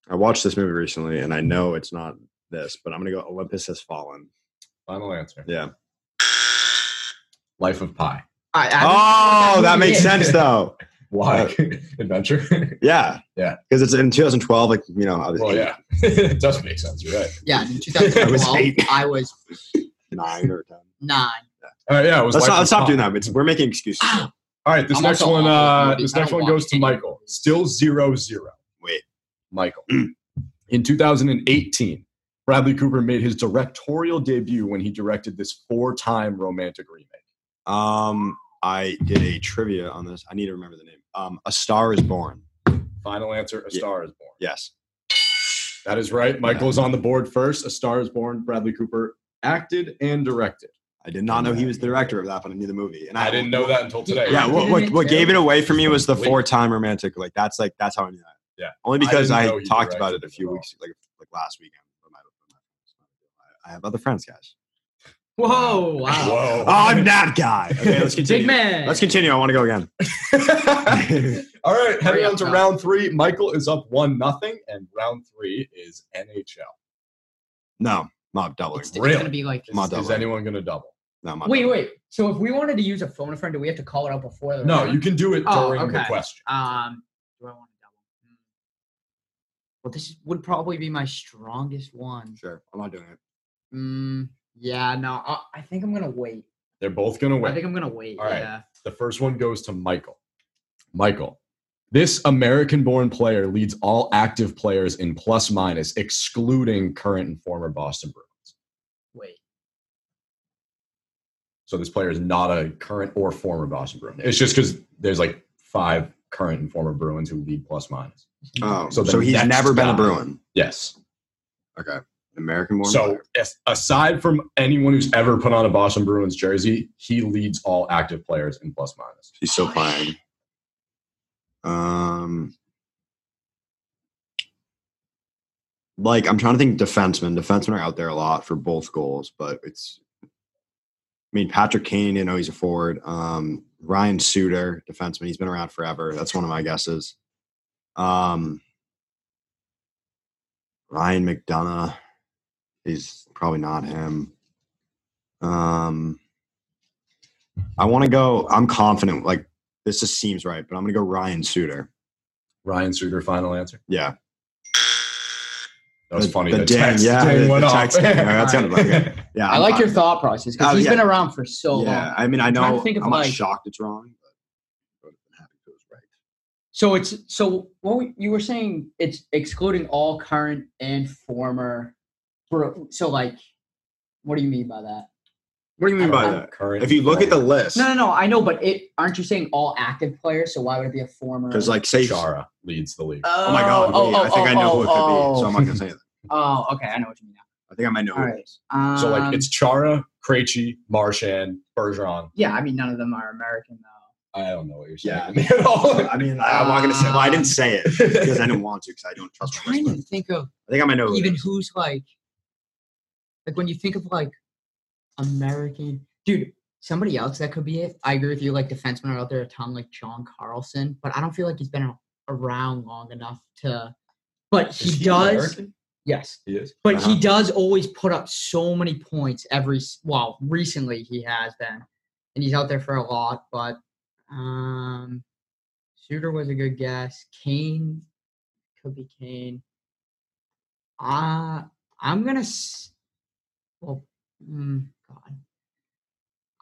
Speaker 4: I watched this movie recently, and I know it's not this, but I'm gonna go. Olympus Has Fallen.
Speaker 1: Final answer.
Speaker 4: Yeah.
Speaker 1: Life of Pi.
Speaker 3: I, I,
Speaker 4: Oh,
Speaker 3: that
Speaker 4: that makes
Speaker 3: movie
Speaker 1: is.
Speaker 4: sense though.
Speaker 1: Why?
Speaker 4: Uh,
Speaker 1: adventure?
Speaker 4: Yeah.
Speaker 1: Yeah.
Speaker 4: Because it's in 2012. Like you know, I was
Speaker 1: well,
Speaker 4: eight,
Speaker 1: yeah. it does make sense. You're right.
Speaker 3: yeah, in
Speaker 4: I was
Speaker 3: 2012,
Speaker 4: eight.
Speaker 3: I was
Speaker 4: nine or ten.
Speaker 3: nine.
Speaker 1: All right, yeah. It was
Speaker 4: Let's
Speaker 1: Life
Speaker 4: not,
Speaker 1: of
Speaker 4: let's stop
Speaker 1: Pi.
Speaker 4: doing that. It's, we're making excuses.
Speaker 1: All right, this
Speaker 3: I'm
Speaker 1: next
Speaker 3: also
Speaker 1: one.
Speaker 3: awful
Speaker 1: Uh,
Speaker 3: at movies.
Speaker 1: this
Speaker 3: I
Speaker 1: next
Speaker 3: don't
Speaker 1: one goes
Speaker 3: watch
Speaker 1: to
Speaker 3: any
Speaker 1: Michael.
Speaker 3: movies.
Speaker 1: Still zero zero.
Speaker 4: Wait.
Speaker 1: Michael.
Speaker 4: Hmm.
Speaker 1: In 2018, Bradley Cooper made his directorial debut when he directed this four-time romantic remake.
Speaker 4: Um, I did a trivia on this. I need to remember the name. Um, A Star Is Born.
Speaker 1: Final answer: A
Speaker 4: Yeah.
Speaker 1: Star Is Born.
Speaker 4: Yes.
Speaker 1: That is right. Michael's on the board first. A Star Is Born. Bradley Cooper acted and directed.
Speaker 4: I did not know he was the director of that, but I knew the movie, and I,
Speaker 1: I didn't know that until today.
Speaker 4: Yeah,
Speaker 3: I
Speaker 4: what
Speaker 3: didn't
Speaker 4: what, what gave
Speaker 3: too.
Speaker 4: it away for me was the
Speaker 1: Wait.
Speaker 4: four-time romantic. Like that's like that's how I knew that.
Speaker 1: Yeah.
Speaker 4: only because
Speaker 1: didn't
Speaker 4: I,
Speaker 1: know he
Speaker 4: talked about it
Speaker 1: directed
Speaker 4: a
Speaker 1: it
Speaker 4: few
Speaker 1: at all.
Speaker 4: weeks, like like last weekend. with my- with my- I have other friends, guys.
Speaker 3: Whoa! Wow.
Speaker 1: Whoa.
Speaker 4: Oh, I'm that guy. Okay, let's
Speaker 3: Big
Speaker 4: continue.
Speaker 3: man.
Speaker 4: Let's continue. I want to go again.
Speaker 1: All right, heading
Speaker 3: Hurry up,
Speaker 1: on to
Speaker 3: Kyle.
Speaker 1: round three. Michael is up one nothing, and round three is NHL.
Speaker 4: No, mob doubling.
Speaker 3: It's, it's
Speaker 1: Really?
Speaker 3: gonna be like.
Speaker 4: My
Speaker 1: Is, is
Speaker 4: double.
Speaker 1: anyone going to double?
Speaker 4: No, mob
Speaker 3: Wait,
Speaker 4: doubling.
Speaker 3: wait. So if we wanted to use a phone a friend, do we have to call it out before? The
Speaker 1: No,
Speaker 3: round?
Speaker 1: you can do it
Speaker 3: Oh,
Speaker 1: during the
Speaker 3: okay.
Speaker 1: question.
Speaker 3: Um. Do I want to double? Hmm. Well, this would probably be my strongest one.
Speaker 4: Sure, I'm not doing it.
Speaker 3: Mm, yeah, no, I, I think I'm gonna wait.
Speaker 1: They're both going to
Speaker 3: I
Speaker 1: win.
Speaker 3: think I'm gonna wait.
Speaker 1: All right.
Speaker 3: yeah.
Speaker 1: The first one goes to Michael. Michael, this American born player leads all active players in plus minus, excluding current and former Boston Bruins.
Speaker 3: Wait.
Speaker 1: So this player is not a current or former Boston Bruin. It's just because there's like five current and former Bruins who lead plus minus.
Speaker 4: Oh,
Speaker 1: So
Speaker 4: so,
Speaker 1: the
Speaker 4: he's
Speaker 1: next
Speaker 4: never been
Speaker 1: guy-
Speaker 4: a Bruin.
Speaker 1: Yes.
Speaker 4: Okay, American born.
Speaker 1: So as- aside from anyone who's ever put on a Boston Bruins jersey, he leads all active players in plus minus.
Speaker 4: he's still playing. Um, like I'm trying to think defensemen. Defensemen are out there a lot for both goals, but it's. I mean, Patrick Kane. You know, he's a forward. Um, Ryan Suter, defenseman. He's been around forever. That's one of my guesses. Um, Ryan McDonough. He's probably not him. Um, I want to go. I'm confident. Like this just seems right, but I'm gonna go Ryan Suter.
Speaker 1: Ryan Suter, final answer.
Speaker 4: Yeah,
Speaker 1: That was
Speaker 4: The-
Speaker 1: funny.
Speaker 4: the ding,
Speaker 1: text
Speaker 4: yeah,
Speaker 1: ding
Speaker 4: the-
Speaker 1: went
Speaker 4: the
Speaker 1: off.
Speaker 4: text ding. That's
Speaker 1: All
Speaker 4: gotta be okay. yeah.
Speaker 3: i
Speaker 4: I'm
Speaker 3: like your
Speaker 4: confident.
Speaker 3: thought process because
Speaker 4: Oh,
Speaker 3: he's
Speaker 4: yeah.
Speaker 3: been around for so
Speaker 4: Yeah,
Speaker 3: long.
Speaker 4: I mean, I know.
Speaker 3: trying
Speaker 4: I'm,
Speaker 3: to think of,
Speaker 4: not
Speaker 3: like-
Speaker 4: shocked it's wrong. But I would have been happy if it was right.
Speaker 3: So it's so what we- you were saying. It's excluding all current and former. Bru- So like, what do you mean by that?
Speaker 4: What do you
Speaker 1: mean
Speaker 4: mean
Speaker 1: by
Speaker 4: by
Speaker 1: I'm
Speaker 4: that?
Speaker 1: that? current
Speaker 4: If you look at the list,
Speaker 3: No, no, no. I know, but it aren't you saying all active players? So why would it be a former?
Speaker 4: because like say, oh,
Speaker 1: Chara leads the league.
Speaker 4: my god,
Speaker 3: Oh,
Speaker 4: wait, I think
Speaker 3: oh,
Speaker 4: I know who it could
Speaker 3: oh,
Speaker 4: be, so I'm not gonna say it.
Speaker 3: Oh, okay. I know what you mean.
Speaker 4: I think I might know.
Speaker 3: Now. All
Speaker 4: who it
Speaker 3: right.
Speaker 4: is.
Speaker 3: Um,
Speaker 1: So like it's Chara, Krejci, Marchand, Bergeron.
Speaker 3: yeah. I mean, none of them are American though.
Speaker 1: I don't know what you're saying
Speaker 4: Yeah.
Speaker 1: at all.
Speaker 4: I mean, I, am not gonna say. Well, I didn't say it because I
Speaker 1: I
Speaker 4: didn't want to because I don't trust. my
Speaker 3: trying to
Speaker 4: husband.
Speaker 3: think of
Speaker 4: I think I might know. Who it
Speaker 3: even
Speaker 4: is.
Speaker 3: who's like, like when you think of like American dude, somebody else that could be it. I agree with you. Like defensemen are out there a ton, like John Carlson, but I don't feel like he's been a- around long enough to. But he,
Speaker 1: Is he
Speaker 3: does.
Speaker 1: American?
Speaker 3: Yes,
Speaker 1: He is.
Speaker 3: but he
Speaker 4: Uh-huh.
Speaker 3: does always put up so many points every. s- Well, recently he has been, and he's out there for a lot. But um Suter was a good guess. Kane could be Kane. Uh, I'm gonna. s- Well, mm, God,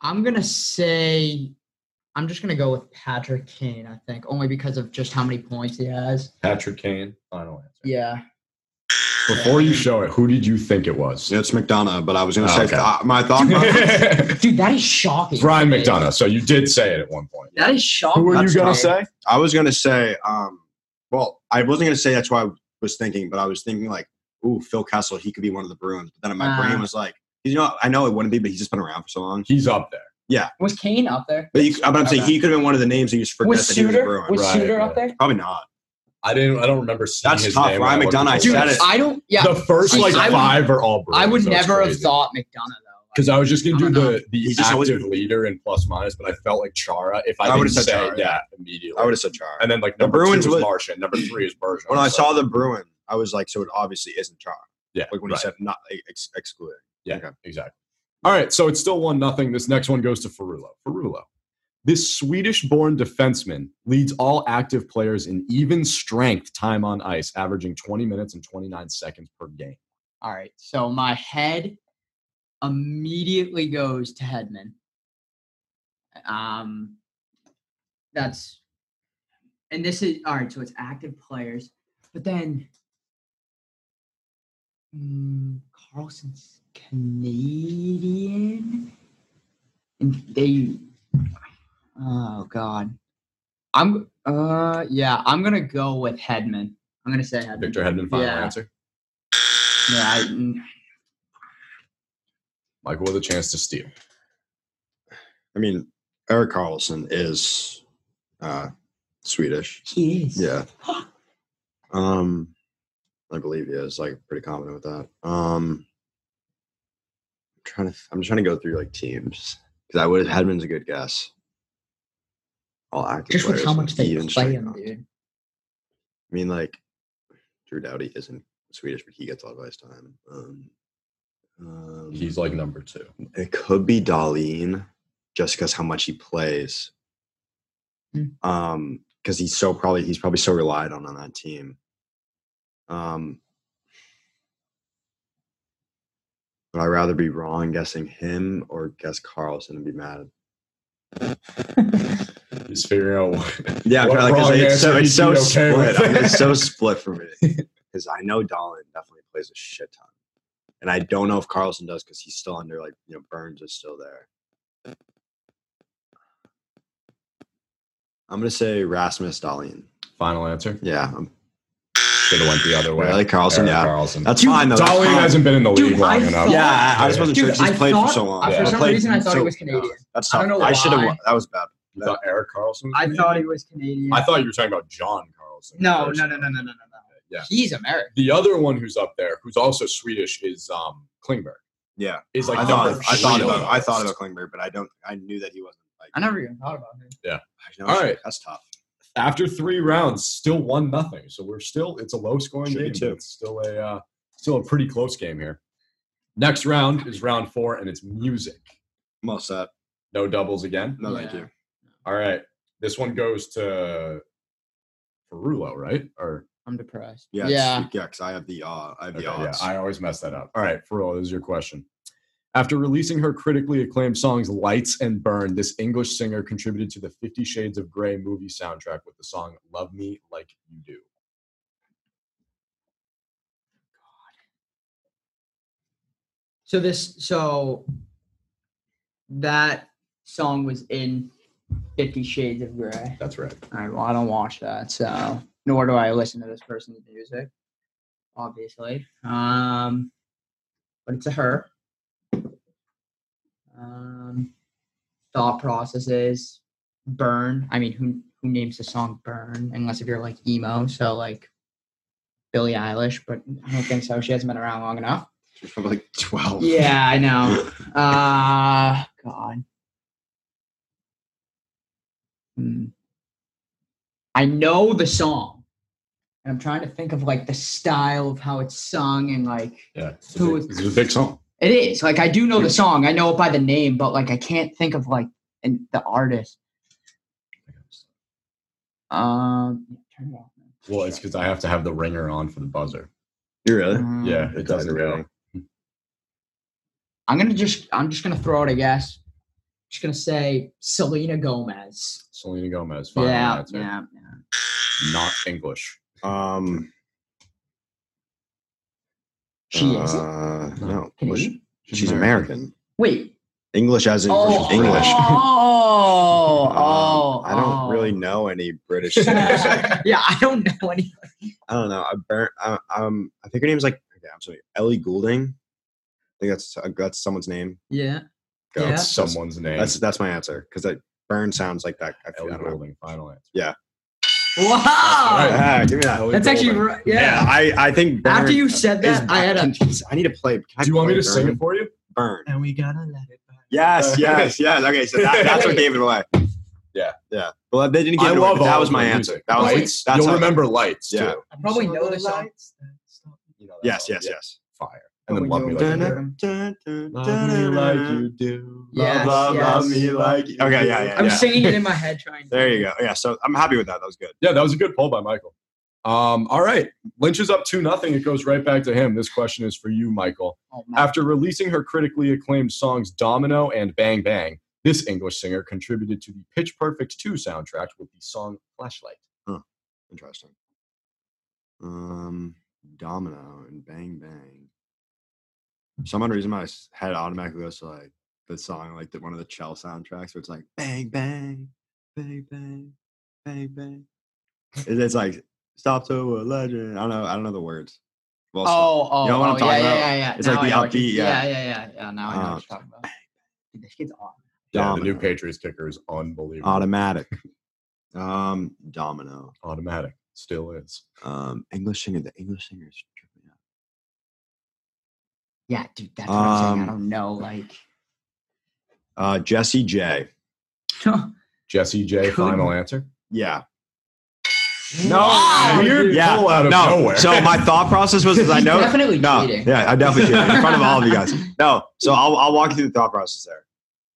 Speaker 3: I'm gonna say. I'm just gonna go with Patrick Kane. I think only because of just how many points he has.
Speaker 1: Patrick Kane, final answer.
Speaker 3: Yeah.
Speaker 1: Before you show it, who did you think it was?
Speaker 4: It's McDonough, but I was gonna
Speaker 1: Oh,
Speaker 4: say
Speaker 1: okay.
Speaker 4: uh, my thought. process-
Speaker 1: it's
Speaker 3: Dude, that is shocking.
Speaker 1: Ryan
Speaker 3: Okay.
Speaker 1: McDonough. So you did say it at one point.
Speaker 3: That is shocking.
Speaker 1: Who were you
Speaker 4: That's
Speaker 1: gonna say?
Speaker 4: right. I was gonna say, um, well, I wasn't gonna say that's what I was thinking, but I was thinking like, ooh, Phil Kessel, he could be one of the Bruins. But then my
Speaker 3: Ah.
Speaker 4: brain was like, you know, I know it wouldn't be, but he's just been around for so long.
Speaker 1: He's up there.
Speaker 3: Was Kane up there?
Speaker 4: But, you, but I'm saying
Speaker 1: Okay.
Speaker 4: he could have been one of the names that you just forget
Speaker 3: Was
Speaker 4: that he was a
Speaker 3: Suter?
Speaker 4: Bruin.
Speaker 3: Was
Speaker 1: Right,
Speaker 3: Suter up
Speaker 1: yeah.
Speaker 3: there?
Speaker 4: Probably not.
Speaker 1: I didn't. I don't remember seeing
Speaker 4: That's
Speaker 1: his
Speaker 4: tough.
Speaker 1: name.
Speaker 4: Ryan
Speaker 1: when I looked
Speaker 4: McDonough, I
Speaker 1: at the
Speaker 3: Dude,
Speaker 4: said it.
Speaker 1: list.
Speaker 3: I don't. Yeah,
Speaker 1: The first
Speaker 3: Jeez,
Speaker 1: like
Speaker 3: I would-
Speaker 1: five are all. Bruins,
Speaker 3: I would
Speaker 1: so it's
Speaker 3: never have
Speaker 1: crazy.
Speaker 3: thought McDonough though.
Speaker 1: Because I was just gonna
Speaker 3: I
Speaker 1: do
Speaker 3: don't know.
Speaker 1: the the
Speaker 4: He's just always
Speaker 1: active
Speaker 4: been-
Speaker 1: leader in plus minus, but I felt like Chara. If I,
Speaker 4: I
Speaker 1: didn't
Speaker 4: would've
Speaker 1: say
Speaker 4: said Chara,
Speaker 1: yeah,
Speaker 4: yeah.
Speaker 1: immediately.
Speaker 4: I would have said Char.
Speaker 1: And then like
Speaker 4: The
Speaker 1: number
Speaker 4: Bruins
Speaker 1: two was
Speaker 4: was-
Speaker 1: Martian, number three is Bergeron.
Speaker 4: When I
Speaker 1: So,
Speaker 4: saw the Bruin, I was like, so it obviously isn't Char.
Speaker 1: yeah,
Speaker 4: Like
Speaker 1: right.
Speaker 4: when you said not e, ex- excluded.
Speaker 1: Yeah,
Speaker 4: Okay.
Speaker 1: exactly. All right, so it's still one nothing. This next one goes to Ferrulo. Ferrulo, this Swedish-born defenseman leads all active players in even strength time on ice, averaging 20 minutes and 29 seconds per game.
Speaker 3: All right, so my head immediately goes to Headman. Um, that's and this is all right. So it's active players, but then mm, Carlson's Canadian, and they. Oh God, I'm uh yeah. I'm gonna go with Headman. I'm gonna say Headman.
Speaker 1: Victor Hedman, final
Speaker 3: Mm, Yeah.
Speaker 1: answer.
Speaker 3: Yeah, I, mm,
Speaker 1: Michael with a chance to steal.
Speaker 4: I mean, Eric Carlson is uh, Swedish.
Speaker 3: he is.
Speaker 4: Yeah. Um, I believe he is like pretty confident with that. Um, I'm trying to, I'm trying to go through like teams because I would have Hedman's a good guess. All active
Speaker 3: Just with
Speaker 4: players
Speaker 3: how
Speaker 4: and
Speaker 3: much they
Speaker 4: even
Speaker 3: play
Speaker 4: straight
Speaker 3: him,
Speaker 4: up.
Speaker 3: dude.
Speaker 4: I mean, like Drew Doughty isn't Swedish, but he gets a lot of ice time. Um, um,
Speaker 1: He's like number two.
Speaker 4: it could be Darlene, just because how much he plays.
Speaker 3: Mm.
Speaker 4: Um, because he's so probably he's probably so relied on on that team. Um, but I'd rather be wrong guessing him or guess Carlson and be mad.
Speaker 1: Just figuring out.
Speaker 4: Yeah,
Speaker 1: What
Speaker 4: probably, 'cause
Speaker 1: wrong
Speaker 4: it's so,
Speaker 1: answer
Speaker 4: it's
Speaker 1: you'd
Speaker 4: so
Speaker 1: be okay
Speaker 4: split.
Speaker 1: with.
Speaker 4: I mean, it's so split for me because I know Dolan definitely plays a shit ton, and I don't know if Carlson does because he's still under like you know Burns is still there. I'm gonna say Rasmus Dahlin.
Speaker 1: Final answer.
Speaker 4: Yeah, I'm
Speaker 1: Should have went the other way.
Speaker 4: really Carlson.
Speaker 1: Eric
Speaker 4: Yeah,
Speaker 1: Carlson.
Speaker 4: that's
Speaker 3: Dude,
Speaker 4: fine though. That's
Speaker 1: Darwin
Speaker 4: fine.
Speaker 1: hasn't been in the
Speaker 3: Dude,
Speaker 1: league long
Speaker 3: I
Speaker 1: enough.
Speaker 3: thought-
Speaker 4: yeah, I, I just wasn't sure.
Speaker 3: Dude,
Speaker 4: She's
Speaker 3: I
Speaker 4: played
Speaker 3: thought-
Speaker 4: for so long.
Speaker 1: for
Speaker 4: Yeah.
Speaker 1: some
Speaker 4: Played
Speaker 3: reason, I thought he
Speaker 4: so-
Speaker 3: was Canadian.
Speaker 4: Yeah, that's
Speaker 3: I
Speaker 4: tough.
Speaker 3: don't
Speaker 4: I,
Speaker 3: know
Speaker 4: should
Speaker 3: why.
Speaker 4: have. That was bad.
Speaker 1: You thought Eric Carlson?
Speaker 3: I thought he was Canadian.
Speaker 1: I thought you were talking about John Carlson.
Speaker 3: no,
Speaker 1: first.
Speaker 3: no, no, no, no, no, no.
Speaker 1: Yeah.
Speaker 3: He's American.
Speaker 1: The other one who's up there, who's also Swedish, is um Klingberg.
Speaker 4: Yeah,
Speaker 1: Is like
Speaker 4: I thought.
Speaker 1: number
Speaker 4: I thought
Speaker 1: three on
Speaker 4: about.
Speaker 1: the
Speaker 4: I thought
Speaker 1: list.
Speaker 4: about Klingberg, but I don't. I knew that he wasn't like.
Speaker 3: I never even thought about him.
Speaker 4: No,
Speaker 1: All right.
Speaker 4: that's tough.
Speaker 1: after three rounds, still one nothing. So we're still it's a low scoring
Speaker 4: Should be
Speaker 1: game.
Speaker 4: two.
Speaker 1: but It's still a uh, still a pretty close game here. Next round is round four, and it's music.
Speaker 4: I'm all set.
Speaker 1: No doubles again.
Speaker 4: No, thank
Speaker 3: Yeah.
Speaker 4: you.
Speaker 1: All right, this one goes to Perulo, right? Or
Speaker 3: I'm depressed.
Speaker 4: Yeah,
Speaker 3: Yeah.
Speaker 4: yeah, yeah. Because I have the uh, I have
Speaker 1: okay,
Speaker 4: the
Speaker 1: yeah,
Speaker 4: odds.
Speaker 1: I always mess that up. All right, Perulo, this is your question. After releasing her critically acclaimed songs "Lights" and "Burn," this English singer contributed to the Fifty Shades of Grey movie soundtrack with the song "Love Me Like You Do."
Speaker 3: So this, so that song was in Fifty Shades of Grey.
Speaker 1: That's right.
Speaker 3: All right. Well, I don't watch that, so nor do I listen to this person's music, obviously. Um, but it's a her. Um, thought processes, burn. I mean, who who names the song "Burn" unless if you're like emo, so like Billie Eilish. But I don't think so. She hasn't been around long enough.
Speaker 4: I'm like twelve.
Speaker 3: Yeah, I know. Uh God. Hmm. I know the song. And I'm trying to think of like the style of how it's sung and like
Speaker 1: Yeah, it's a
Speaker 3: Who
Speaker 1: big-
Speaker 3: is-
Speaker 1: this is a big song.
Speaker 3: it is. Like I do know the song. I know it by the name, but like I can't think of like an, the artist. Um turn it off. man.
Speaker 1: Well, it's because I have to have the ringer on for the buzzer.
Speaker 4: You really?
Speaker 3: Um,
Speaker 1: Mm-hmm. Yeah, it doesn't go.
Speaker 3: I'm gonna just I'm just gonna throw it a guess. just gonna say Selena Gomez.
Speaker 1: Selena Gomez. Final
Speaker 3: yeah,
Speaker 1: answer.
Speaker 3: yeah, yeah.
Speaker 1: Not English.
Speaker 4: Um.
Speaker 3: She
Speaker 4: uh,
Speaker 3: is
Speaker 4: No,
Speaker 3: Canadian?
Speaker 4: well, she- she's American.
Speaker 3: Wait.
Speaker 4: English as in British English.
Speaker 3: Oh,
Speaker 4: Um,
Speaker 3: oh.
Speaker 4: I don't
Speaker 3: oh.
Speaker 4: really know any British singers. I
Speaker 3: yeah, I don't know any.
Speaker 4: don't know. I burnt. I, um, I think her name's like. Okay, I'm sorry. Ellie Goulding. I think that's uh, that's someone's name.
Speaker 3: Yeah.
Speaker 1: That's
Speaker 3: Yeah.
Speaker 1: someone's name.
Speaker 4: That's that's my answer because that burn sounds like that. I, feel,
Speaker 1: Ellie
Speaker 4: I don't know.
Speaker 1: Goulding. Final answer.
Speaker 3: Wow.
Speaker 1: Alright.
Speaker 4: Ah, give me that.
Speaker 1: Ellie
Speaker 3: That's actually
Speaker 1: Goulding.
Speaker 3: right. Yeah.
Speaker 4: I I think burn
Speaker 3: After you said
Speaker 4: is-
Speaker 3: that, I had a.
Speaker 4: can- I need to play. Can I
Speaker 1: Do you want me
Speaker 4: play
Speaker 1: to sing
Speaker 4: burn?
Speaker 1: it for you?
Speaker 4: burn?
Speaker 3: And we gotta let it burn.
Speaker 4: Yes, yes, yes. Okay, so that, that's what gave it away.
Speaker 1: Yeah.
Speaker 4: yeah. Well, they didn't give it away. but That
Speaker 1: all
Speaker 4: was
Speaker 1: of
Speaker 4: my
Speaker 1: her
Speaker 4: answer.
Speaker 1: music.
Speaker 4: That was
Speaker 1: lights.
Speaker 4: That's
Speaker 1: You'll
Speaker 4: how-
Speaker 1: remember lights
Speaker 4: Yeah.
Speaker 1: too.
Speaker 3: I probably know the song.
Speaker 1: You know that
Speaker 4: Yes,
Speaker 1: song.
Speaker 4: yes,
Speaker 1: Yeah.
Speaker 4: yes.
Speaker 1: Fire. And
Speaker 3: But
Speaker 1: then
Speaker 3: we
Speaker 1: love
Speaker 3: do
Speaker 1: me
Speaker 3: it
Speaker 1: like
Speaker 3: better.
Speaker 1: you do. Love me like you do.
Speaker 3: Yes,
Speaker 4: love, love
Speaker 3: yes.
Speaker 4: me like. you- Okay, yeah, yeah.
Speaker 3: I'm
Speaker 4: yeah.
Speaker 3: singing it in my head trying to.
Speaker 4: There you go. Yeah, so I'm happy with that. That was good.
Speaker 1: Yeah, that was a good poll by Michael. Um, all right. Lynch is up two nothing. It goes right back to him. This question is for you, Michael.
Speaker 3: Oh, my-
Speaker 1: After releasing her critically acclaimed songs Domino and Bang Bang, this English singer contributed to the Pitch Perfect 2 soundtrack with the song Flashlight.
Speaker 4: Interesting. Um, Domino and Bang Bang. For some odd reason, my s- head automatically goes to like the song, like the, one of the Chell soundtracks, where it's like Bang Bang, Bang Bang, Bang Bang. It's, it's like Stop to a Legend. I don't know. I don't know the words. Well, stop.
Speaker 3: Oh, oh,
Speaker 4: You know what I'm
Speaker 3: oh, yeah,
Speaker 4: talking
Speaker 3: yeah,
Speaker 4: about?
Speaker 3: yeah, yeah.
Speaker 4: It's like
Speaker 3: Now I
Speaker 4: the
Speaker 3: know what you-
Speaker 4: upbeat, yeah.
Speaker 3: Yeah, yeah, yeah, yeah. Now I know
Speaker 4: Uh,
Speaker 3: what you're talking about. Dude, This kid's awesome.
Speaker 1: Yeah, the new
Speaker 4: Domino.
Speaker 1: Patriots kicker is unbelievable.
Speaker 4: automatic. um, Domino.
Speaker 1: Automatic. Still is.
Speaker 4: Um, English singer. The English singer is tripping out.
Speaker 3: Yeah, dude, that's what I'm saying. I
Speaker 4: Um,
Speaker 3: don't know, like.
Speaker 4: Uh, Jesse J.
Speaker 1: Jesse J,
Speaker 3: Couldn't-
Speaker 1: final answer.
Speaker 4: Yeah.
Speaker 1: No,
Speaker 3: Wow,
Speaker 1: weird
Speaker 4: dude. Yeah.
Speaker 1: pull out of
Speaker 4: no.
Speaker 1: nowhere.
Speaker 4: So my thought process was, is I
Speaker 3: He's
Speaker 4: know,
Speaker 3: definitely
Speaker 4: no,
Speaker 3: cheating.
Speaker 4: yeah, I definitely cheated in front of all of you guys. No, so I'll, I'll walk you through the thought process there.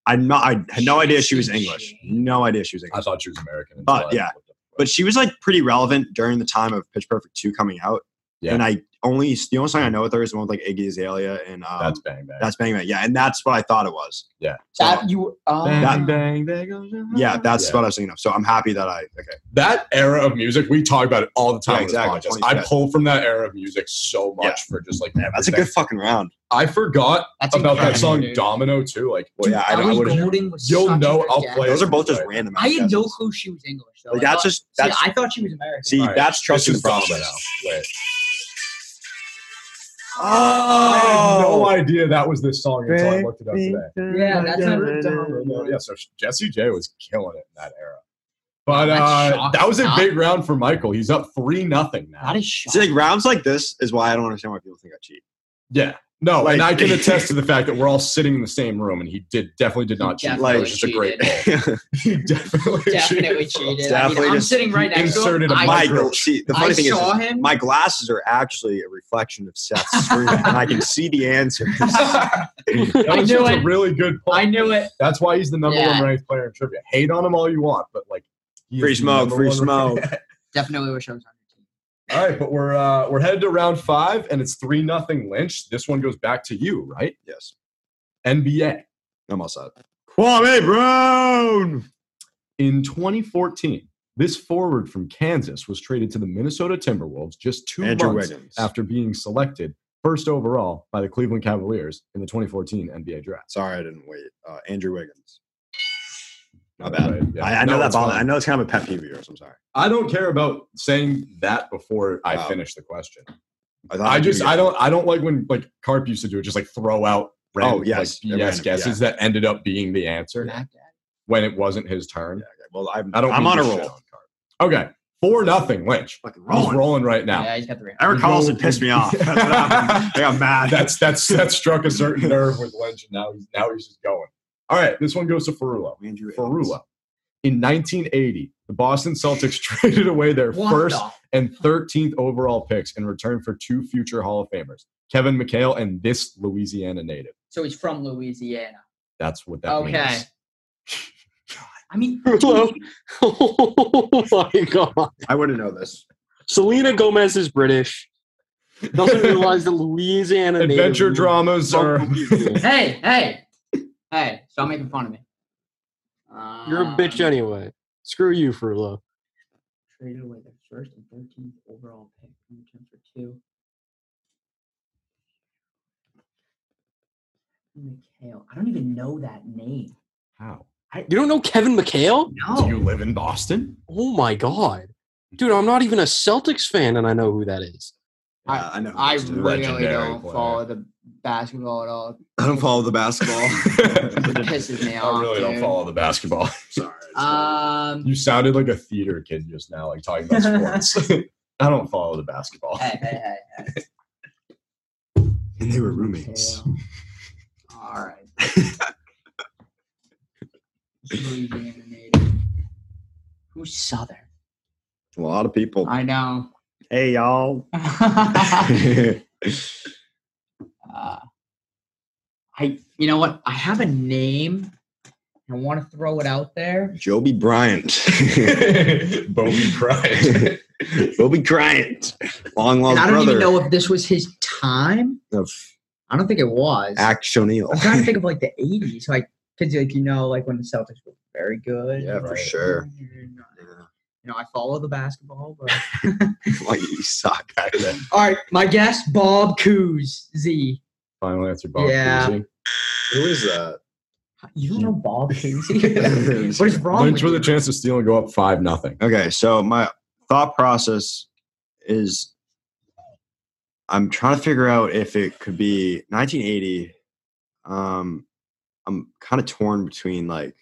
Speaker 4: I no, I had no idea she was English. No idea she was
Speaker 1: I
Speaker 4: English,
Speaker 1: thought she was American.
Speaker 4: But, yeah. but she was like pretty relevant during the time of Pitch Perfect two coming out.
Speaker 1: Yeah.
Speaker 4: And I only the only song I know with her is the one with like Iggy Azalea and um,
Speaker 1: That's
Speaker 4: that's
Speaker 1: bang bang.
Speaker 4: that's Bang Bang. Yeah, and that's what I thought it was.
Speaker 1: Yeah.
Speaker 4: So,
Speaker 3: That you. Um,
Speaker 1: bang,
Speaker 4: That-
Speaker 1: bang, bang, goes your heart.
Speaker 3: Oh.
Speaker 4: yeah, that's
Speaker 1: Yeah.
Speaker 4: what I was thinking of. So I'm happy that I okay.
Speaker 1: that era of music, we talk about it all the time.
Speaker 4: Yeah,
Speaker 1: on this
Speaker 4: exactly.
Speaker 1: podcast. I
Speaker 4: 2010.
Speaker 1: pull from that era of music so much
Speaker 4: Yeah.
Speaker 1: for just like
Speaker 4: Man, that's a good
Speaker 1: everything.
Speaker 4: fucking round.
Speaker 1: I forgot
Speaker 3: that's
Speaker 1: about that
Speaker 3: incredible,
Speaker 1: song
Speaker 3: dude.
Speaker 1: Domino too. Like,
Speaker 4: Well, yeah, I,
Speaker 3: Ellie
Speaker 4: I would.
Speaker 1: would've-
Speaker 3: Goulding was
Speaker 1: You'll
Speaker 3: such a
Speaker 1: know
Speaker 3: good
Speaker 1: I'll
Speaker 3: guess.
Speaker 1: play
Speaker 4: Those are both just
Speaker 1: Right.
Speaker 4: random.
Speaker 3: I had no
Speaker 4: guesses.
Speaker 3: clue she was English. Though.
Speaker 4: Like
Speaker 3: I
Speaker 4: that's
Speaker 3: thought-
Speaker 4: just that's
Speaker 3: see, I thought she was American.
Speaker 4: see
Speaker 1: All right.
Speaker 4: that's
Speaker 1: this
Speaker 4: trusting the
Speaker 1: is
Speaker 4: problem.
Speaker 1: Domino. Wait, I had no
Speaker 4: Oh,
Speaker 1: idea that was this song until I looked it up today.
Speaker 3: Yeah, that's not
Speaker 1: Domino. Yeah, so Jesse J was killing it in that era. But
Speaker 3: That's
Speaker 1: uh,
Speaker 3: shocking.
Speaker 1: that was a
Speaker 3: Not-
Speaker 1: big round for Michael. He's up three nothing now.
Speaker 3: That is
Speaker 4: See,
Speaker 3: shocking.
Speaker 4: like rounds like this is why I don't understand why people think I cheat.
Speaker 1: Yeah. No,
Speaker 4: Like-
Speaker 1: and I can attest to the fact that we're all sitting in the same room, and he did definitely did not
Speaker 3: He
Speaker 1: cheat.
Speaker 4: definitely
Speaker 1: it was just a great
Speaker 3: cheated.
Speaker 1: ball. He definitely,
Speaker 3: Definitely
Speaker 1: cheated.
Speaker 3: cheated. I
Speaker 4: Definitely
Speaker 3: mean, I'm
Speaker 4: just
Speaker 3: sitting right next to him.
Speaker 1: inserted a
Speaker 3: I-
Speaker 1: mic.
Speaker 4: Michael, see, the funny
Speaker 3: I
Speaker 4: thing is,
Speaker 3: saw
Speaker 4: is
Speaker 3: him.
Speaker 4: my glasses are actually a reflection of Seth's screen, and I can see the answers.
Speaker 1: that
Speaker 3: I
Speaker 1: was
Speaker 3: knew
Speaker 1: just a
Speaker 3: it.
Speaker 1: really good point.
Speaker 3: I knew it.
Speaker 1: That's why he's the number
Speaker 3: Yeah.
Speaker 1: one ranked player in trivia. Hate on him all you want, but like he is
Speaker 4: Free
Speaker 1: the
Speaker 4: smoke,
Speaker 1: number
Speaker 4: free
Speaker 1: one
Speaker 4: smoke.
Speaker 1: ranked-
Speaker 3: Definitely wish I was on your team.
Speaker 1: all right, but we're uh, we're headed to round five, and it's three nothing Lynch. This one goes back to you, right?
Speaker 4: Yes,
Speaker 1: NBA
Speaker 4: I'm all set. Kwame Brown.
Speaker 1: in 2014. This forward from Kansas was traded to the Minnesota Timberwolves just two
Speaker 4: Andrew
Speaker 1: months
Speaker 4: Wiggins.
Speaker 1: after being selected first overall by the Cleveland Cavaliers in the 2014 NBA draft.
Speaker 4: Sorry, I didn't wait. Uh, Andrew Wiggins. Not
Speaker 1: That's
Speaker 4: bad.
Speaker 1: right, yeah.
Speaker 4: I, I know
Speaker 1: No,
Speaker 4: that
Speaker 1: it's
Speaker 4: ball.
Speaker 1: fine.
Speaker 4: I know it's kind of a pet peeve of yours. I'm sorry.
Speaker 1: I don't care about saying that before I
Speaker 4: Wow.
Speaker 1: finish the question.
Speaker 4: I, thought
Speaker 1: I
Speaker 4: I'd
Speaker 1: just
Speaker 4: give you-
Speaker 1: I don't I don't like when like Carp used to do it, just like throw out random,
Speaker 4: Oh, yes,
Speaker 1: like BS
Speaker 4: random,
Speaker 1: guesses that ended up being the answer
Speaker 3: Mac Daddy.
Speaker 1: when it wasn't his turn.
Speaker 4: Yeah, okay. Well, I'm,
Speaker 1: I don't.
Speaker 4: I'm
Speaker 1: mean
Speaker 4: on a
Speaker 1: to shit
Speaker 4: roll.
Speaker 1: Carp. Okay, four nothing Lynch.
Speaker 4: Fucking
Speaker 1: He's
Speaker 4: rolling.
Speaker 1: rolling right now.
Speaker 3: Yeah, he's got the ring.
Speaker 4: Eric Carlson pissed me off. That's what happened. I got mad.
Speaker 1: That's that's that struck a certain nerve with Lynch, and now he's now he's just going. All right, this one goes to Ferrulo.
Speaker 4: Andrew Wiggins.
Speaker 1: Ferrulo. In 1980, the Boston Celtics traded away their
Speaker 3: What
Speaker 1: first
Speaker 3: the-
Speaker 1: and 13th overall picks in return for two future Hall of Famers, Kevin McHale and this Louisiana native.
Speaker 3: So he's from Louisiana.
Speaker 1: That's what that
Speaker 3: okay.
Speaker 1: means.
Speaker 3: I mean,
Speaker 2: Hello. oh my god.
Speaker 4: I wouldn't know this.
Speaker 2: Selena Gomez is British. Doesn't realize that Louisiana native-
Speaker 1: Adventure dramas are.
Speaker 3: hey, hey, hey! Stop making fun of me.
Speaker 2: You're a bitch
Speaker 3: Um,
Speaker 2: anyway. Screw you, Frullo.
Speaker 3: traded away their first and 13th overall pick in return for two. McHale. I don't even know that name.
Speaker 1: How?
Speaker 2: You don't know Kevin McHale?
Speaker 1: Do you
Speaker 3: No.
Speaker 1: live in Boston?
Speaker 2: Oh my god. Dude, I'm not even a Celtics fan and I know who that is.
Speaker 3: I-
Speaker 4: Yeah, Uh, I know. who
Speaker 3: I
Speaker 4: this is.
Speaker 3: really
Speaker 1: legendary
Speaker 3: don't
Speaker 1: player.
Speaker 3: follow the basketball at all.
Speaker 4: I don't follow the basketball.
Speaker 3: It pisses me off.
Speaker 1: I really don't
Speaker 3: dude.
Speaker 1: follow the basketball.
Speaker 4: Sorry.
Speaker 3: Um,
Speaker 1: You sounded like a theater kid just now, like talking about sports. I don't follow the basketball.
Speaker 3: hey, hey, hey.
Speaker 4: and they were
Speaker 3: McHale. All right. Louisiana native. Who's Southern?
Speaker 4: A lot of people.
Speaker 3: I know.
Speaker 4: Hey, y'all.
Speaker 3: uh,
Speaker 4: Wait,
Speaker 3: I you know what? I have a name. I want to throw it out there.
Speaker 4: Joby Bryant.
Speaker 1: Bobby cried.
Speaker 4: Joby Bryant. Long
Speaker 3: And
Speaker 4: lost
Speaker 3: I don't
Speaker 4: brother
Speaker 3: even know if this was his time.
Speaker 4: of
Speaker 3: I don't think it was.
Speaker 4: Axe O'Neal.
Speaker 3: I'm trying to think of like the '80s, like because like you know, like when the Celtics were very good.
Speaker 4: Yeah, for
Speaker 1: Right.
Speaker 4: sure.
Speaker 3: You
Speaker 4: Yeah.
Speaker 3: know, I follow the basketball, but
Speaker 4: Like, you suck.
Speaker 3: all right, my guess: Bob Coos Z.
Speaker 1: Final answer, Bob.
Speaker 3: Yeah.
Speaker 1: Cousy.
Speaker 4: Who is uh, that?
Speaker 3: You don't know Bob Cousy? what is wrong
Speaker 1: Lynch with
Speaker 3: with you?
Speaker 1: a chance to steal and go up five nothing.
Speaker 4: Okay, so my thought process is I'm trying to figure out if it could be 1980. Um, I'm kind of torn between like,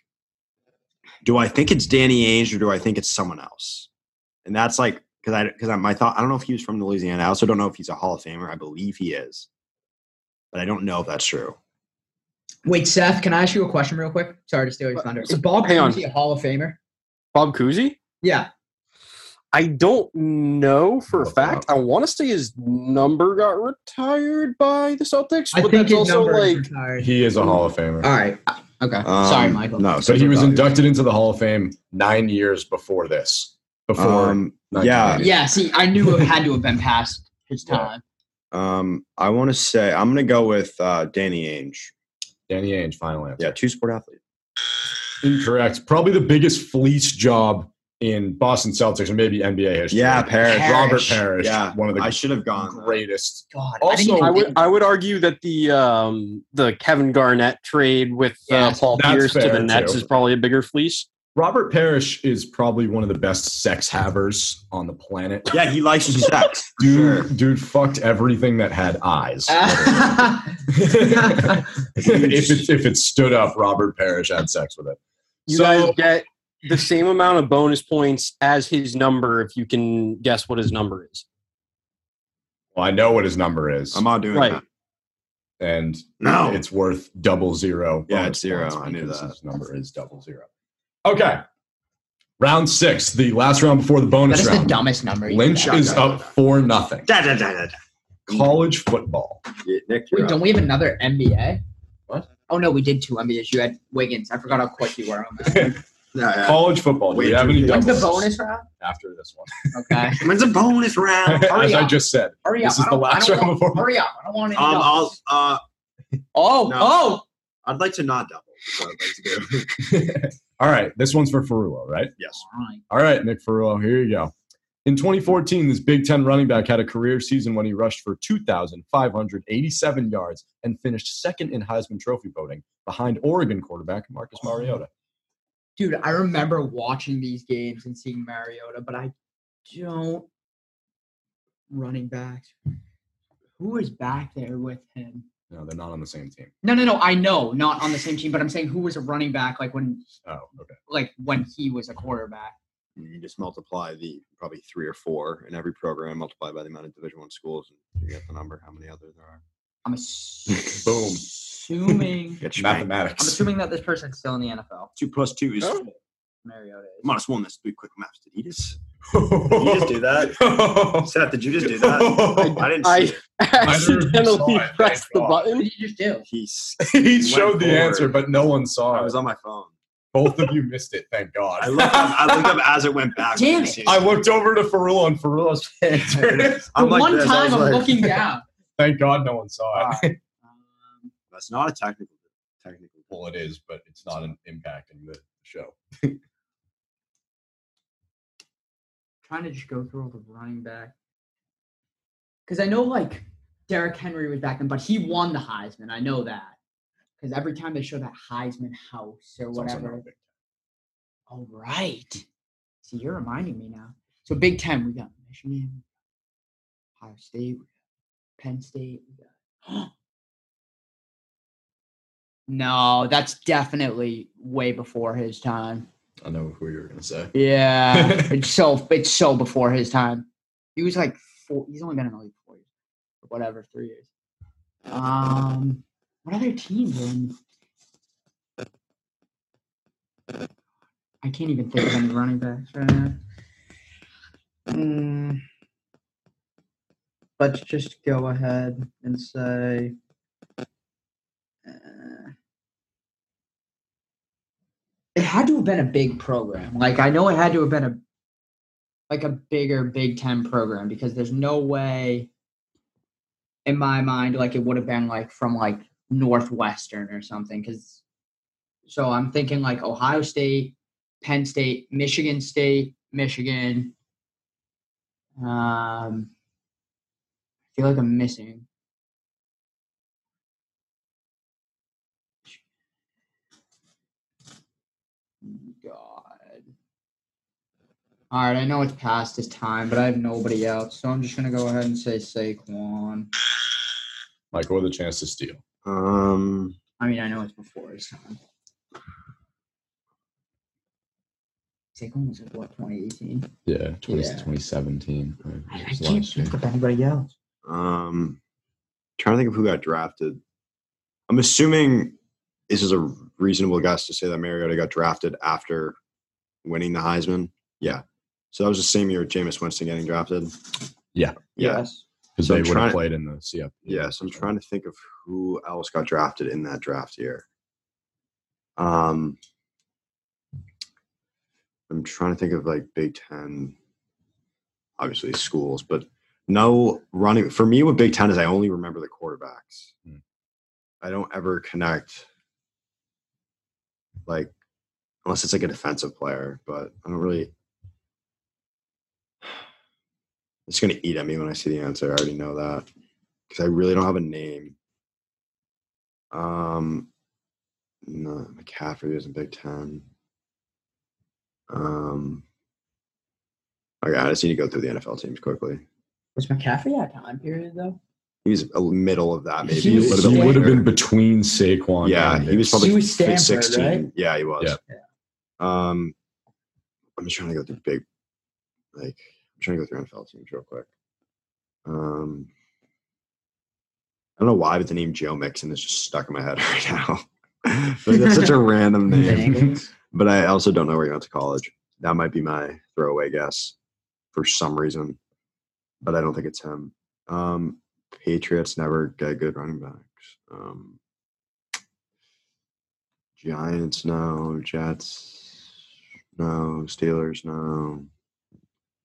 Speaker 4: do I think it's Danny Ainge or do I think it's someone else? And that's like because I because my thought I don't know if he was from Louisiana. I also don't know if he's a Hall of Famer. I believe he is, but I don't know if that's true.
Speaker 3: Wait, Seth, can I ask you a question real quick? Sorry to steal
Speaker 4: Uh,
Speaker 3: your thunder. Is Bob
Speaker 2: hang on.
Speaker 3: Cousy a Hall of Famer?
Speaker 2: Bob Cousy?
Speaker 3: Yeah.
Speaker 2: I don't know for a
Speaker 1: Look
Speaker 2: fact. I want to say his number got retired by the Celtics,
Speaker 3: I
Speaker 2: but
Speaker 3: think
Speaker 2: that's
Speaker 3: his
Speaker 2: also
Speaker 3: number is
Speaker 2: like
Speaker 3: retired.
Speaker 1: He is a Hall of Famer.
Speaker 3: All right. Uh, Okay. Sorry,
Speaker 4: Um,
Speaker 3: Michael.
Speaker 4: No,
Speaker 1: So he was
Speaker 4: inducted.
Speaker 1: inducted into the Hall of Fame nine years before this. Before
Speaker 4: Um, yeah,
Speaker 1: 1980.
Speaker 3: Yeah, see, I knew it had to have been past his
Speaker 1: Yeah.
Speaker 3: time.
Speaker 4: Um, I want to say I'm gonna go with uh, Danny Ainge.
Speaker 1: Danny Ainge, final answer.
Speaker 4: Yeah, two sport athlete.
Speaker 1: Incorrect. Probably the biggest fleece job in Boston Celtics or maybe NBA history.
Speaker 4: Yeah, Parrish.
Speaker 1: Robert
Speaker 3: Parrish.
Speaker 1: Parrish.
Speaker 4: Yeah,
Speaker 1: one of the
Speaker 4: I should have gone. uh, there.
Speaker 1: greatest.
Speaker 3: God, I didn't
Speaker 2: Also,
Speaker 3: even
Speaker 2: I
Speaker 3: think
Speaker 2: would I would argue that the um, the Kevin Garnett trade with uh,
Speaker 3: Yes,
Speaker 2: Paul
Speaker 1: that's
Speaker 2: Pierce to
Speaker 1: fair,
Speaker 2: the Nets
Speaker 1: too.
Speaker 2: is probably a bigger fleece.
Speaker 1: Robert Parrish is probably one of the best sex havers on the planet.
Speaker 4: Yeah, he likes his sex.
Speaker 1: Dude,
Speaker 4: Sure.
Speaker 1: dude fucked everything that had eyes.
Speaker 3: Ah.
Speaker 1: if, it, if it stood up, Robert Parrish had sex with it.
Speaker 2: You
Speaker 1: So-
Speaker 2: guys get the same amount of bonus points as his number if you can guess what his number is.
Speaker 1: Well, I know what his number is,
Speaker 4: I'm not doing
Speaker 2: Right.
Speaker 4: that.
Speaker 1: and
Speaker 4: No.
Speaker 1: it's worth double zero.
Speaker 4: Yeah,
Speaker 1: bonus
Speaker 4: it's zero.
Speaker 1: points
Speaker 4: I knew
Speaker 1: because
Speaker 4: that.
Speaker 1: His number is double zero. Okay. Round six, the last round before the
Speaker 3: that
Speaker 1: bonus
Speaker 3: is the
Speaker 1: round.
Speaker 3: dumbest number. you
Speaker 1: Lynch
Speaker 3: could have.
Speaker 1: is
Speaker 4: Yeah, yeah,
Speaker 1: up four nothing.
Speaker 4: Da, da, da, da, da.
Speaker 1: College football.
Speaker 4: Yeah, Nick, you're
Speaker 3: Wait, don't
Speaker 4: up.
Speaker 3: we have another NBA?
Speaker 1: What?
Speaker 3: Oh no, we did two NBAs. You had Wiggins. I forgot how quick you were on that.
Speaker 4: Yeah, yeah.
Speaker 1: College football. Do we
Speaker 4: Wait,
Speaker 1: have
Speaker 4: dude,
Speaker 1: any
Speaker 3: When's the
Speaker 1: doubles?
Speaker 3: bonus round?
Speaker 1: after this one?
Speaker 3: Okay.
Speaker 4: When's a bonus round? um,
Speaker 3: Hurry
Speaker 1: As I
Speaker 3: up.
Speaker 1: just said,
Speaker 3: Hurry up.
Speaker 1: This is the
Speaker 3: I don't- I
Speaker 1: last
Speaker 3: don't
Speaker 1: round
Speaker 3: want-
Speaker 1: before-
Speaker 3: Hurry up. I don't want any
Speaker 4: I'll.
Speaker 3: doubles.
Speaker 4: Uh,
Speaker 3: Oh,
Speaker 4: no.
Speaker 3: oh.
Speaker 4: I'd like to not double. so I'd like to do-
Speaker 1: all right, this one's for Ferrulo, right?
Speaker 4: yes.
Speaker 3: Fine.
Speaker 1: All right, Nick Ferrulo, here you go. In 2014, this Big Ten running back had a career season when he rushed for 2,587 yards and finished second in Heisman Trophy voting behind Oregon quarterback Marcus Mariota.
Speaker 3: Dude, I remember watching these games and seeing Mariota, but I don't running backs. Who is back there with him?
Speaker 1: No, they're not on the same team.
Speaker 3: No, no, no. I know, not on the same team, but I'm saying who was a running back like when
Speaker 1: Oh, okay.
Speaker 3: like when he was a quarterback.
Speaker 4: You just multiply the probably three or four in every program, multiply by the amount of Division One schools, and you get the number how many other there are.
Speaker 3: I'm
Speaker 1: Boom.
Speaker 3: assuming
Speaker 4: Get
Speaker 3: I'm
Speaker 1: Mathematics.
Speaker 3: assuming that this person's still in the NFL.
Speaker 4: Two plus two is.
Speaker 2: Oh.
Speaker 3: Mariota is.
Speaker 4: Must won this three quick maps. Did he just? Did he just
Speaker 1: I
Speaker 4: do that? Seth, did you just do that? I didn't see
Speaker 2: I-
Speaker 4: it.
Speaker 2: Accidentally
Speaker 1: saw it,
Speaker 2: pressed
Speaker 1: thank
Speaker 2: the
Speaker 1: God.
Speaker 3: What
Speaker 2: button.
Speaker 3: did you just do?
Speaker 4: He's.
Speaker 1: he showed the
Speaker 4: forward.
Speaker 1: answer, but no one
Speaker 4: I
Speaker 1: saw it.
Speaker 4: was on my phone.
Speaker 1: Both of you missed it, thank God.
Speaker 4: I looked up, I looked up as it went back.
Speaker 3: Damn it.
Speaker 1: I looked over to Ferrulo and Ferrulo's answer.
Speaker 4: I'm
Speaker 3: The
Speaker 4: like
Speaker 3: one
Speaker 4: this, I was
Speaker 3: time I'm
Speaker 4: like,
Speaker 3: looking down.
Speaker 1: Thank God no one saw it.
Speaker 3: Um,
Speaker 4: That's not a technical. Technical.
Speaker 1: Well, it is, but it's not an impacting the show.
Speaker 3: trying to just go through all the running back. Because I know like Derrick Henry was back then, but he won the Heisman. I know that. Because every time they show that Heisman house or
Speaker 1: It's also not
Speaker 3: whatever.
Speaker 1: big.
Speaker 3: All right. See, you're reminding me now. So Big Ten, we got Michigan, Ohio State, we got Penn State, we got No, that's definitely way before his time.
Speaker 1: I know who you were going to say.
Speaker 3: Yeah, it's so it's so before his time. He was like four. He's only been in the league four years, or whatever, three years. Um, what other teams? Are in? I can't even think of any running backs right now. Mm, let's just go ahead and say. uh, it had to have been a big program. Like I know it had to have been a like a bigger Big Ten program because there's no way in my mind like it would have been like from like Northwestern or something. Because so I'm thinking like Ohio State, Penn State, Michigan State, Michigan. Um, I feel like I'm missing. God. All right, I know it's past his time, but I have nobody else, so I'm just gonna go ahead and say Saquon.
Speaker 1: Michael with a chance to steal.
Speaker 4: Um,
Speaker 3: I mean, I know it's before his time. Saquon was in what 2018.
Speaker 1: Yeah,
Speaker 3: 20 Yeah.
Speaker 1: 2017.
Speaker 3: I, I can't think of anybody else.
Speaker 4: um, trying to think of who got drafted. I'm assuming this is a reasonable guess to say that Mariota got drafted after winning the Heisman. Yeah. So that was the same year Jameis Winston getting drafted.
Speaker 1: Yeah.
Speaker 4: Yeah.
Speaker 3: Yes.
Speaker 1: Because
Speaker 4: So
Speaker 1: they
Speaker 4: I'm
Speaker 1: would
Speaker 4: trying-
Speaker 1: have played in the CFP.
Speaker 4: Yeah, so I'm trying to think of who else got drafted in that draft year. Um, I'm trying to think of like Big Ten, obviously schools, but no running for me with Big Ten is I only remember the quarterbacks.
Speaker 1: Hmm.
Speaker 4: I don't ever connect like unless it's like a defensive player, but I don't really it's gonna eat at me when I see the answer. I already know that. Because I really don't have a name. Um no McCaffrey is in Big Ten. Um Okay, I just need to go through the NFL teams quickly.
Speaker 3: Was McCaffrey that time period though?
Speaker 4: He was a middle of that, maybe.
Speaker 3: He
Speaker 4: a
Speaker 3: was-
Speaker 4: little
Speaker 1: he
Speaker 4: bit
Speaker 1: would have
Speaker 4: later.
Speaker 1: been between Saquon.
Speaker 4: Yeah,
Speaker 1: and
Speaker 4: he was
Speaker 1: Diggs.
Speaker 4: probably
Speaker 3: He was
Speaker 4: mid-
Speaker 3: Stanford,
Speaker 4: 16.
Speaker 3: right?
Speaker 4: Yeah, he was.
Speaker 1: Yeah.
Speaker 4: Um, I'm just trying to go through big, like I'm trying to go through NFL teams real quick. Um, I don't know why, but the name Joe Mixon is just stuck in my head right now. like, that's such a random name.
Speaker 3: Bengals.
Speaker 4: But I also don't know where he went to college. That might be my throwaway guess for some reason, but I don't think it's him. Um, Patriots never get good running backs. Um, Giants, no. Jets, no. Steelers, no.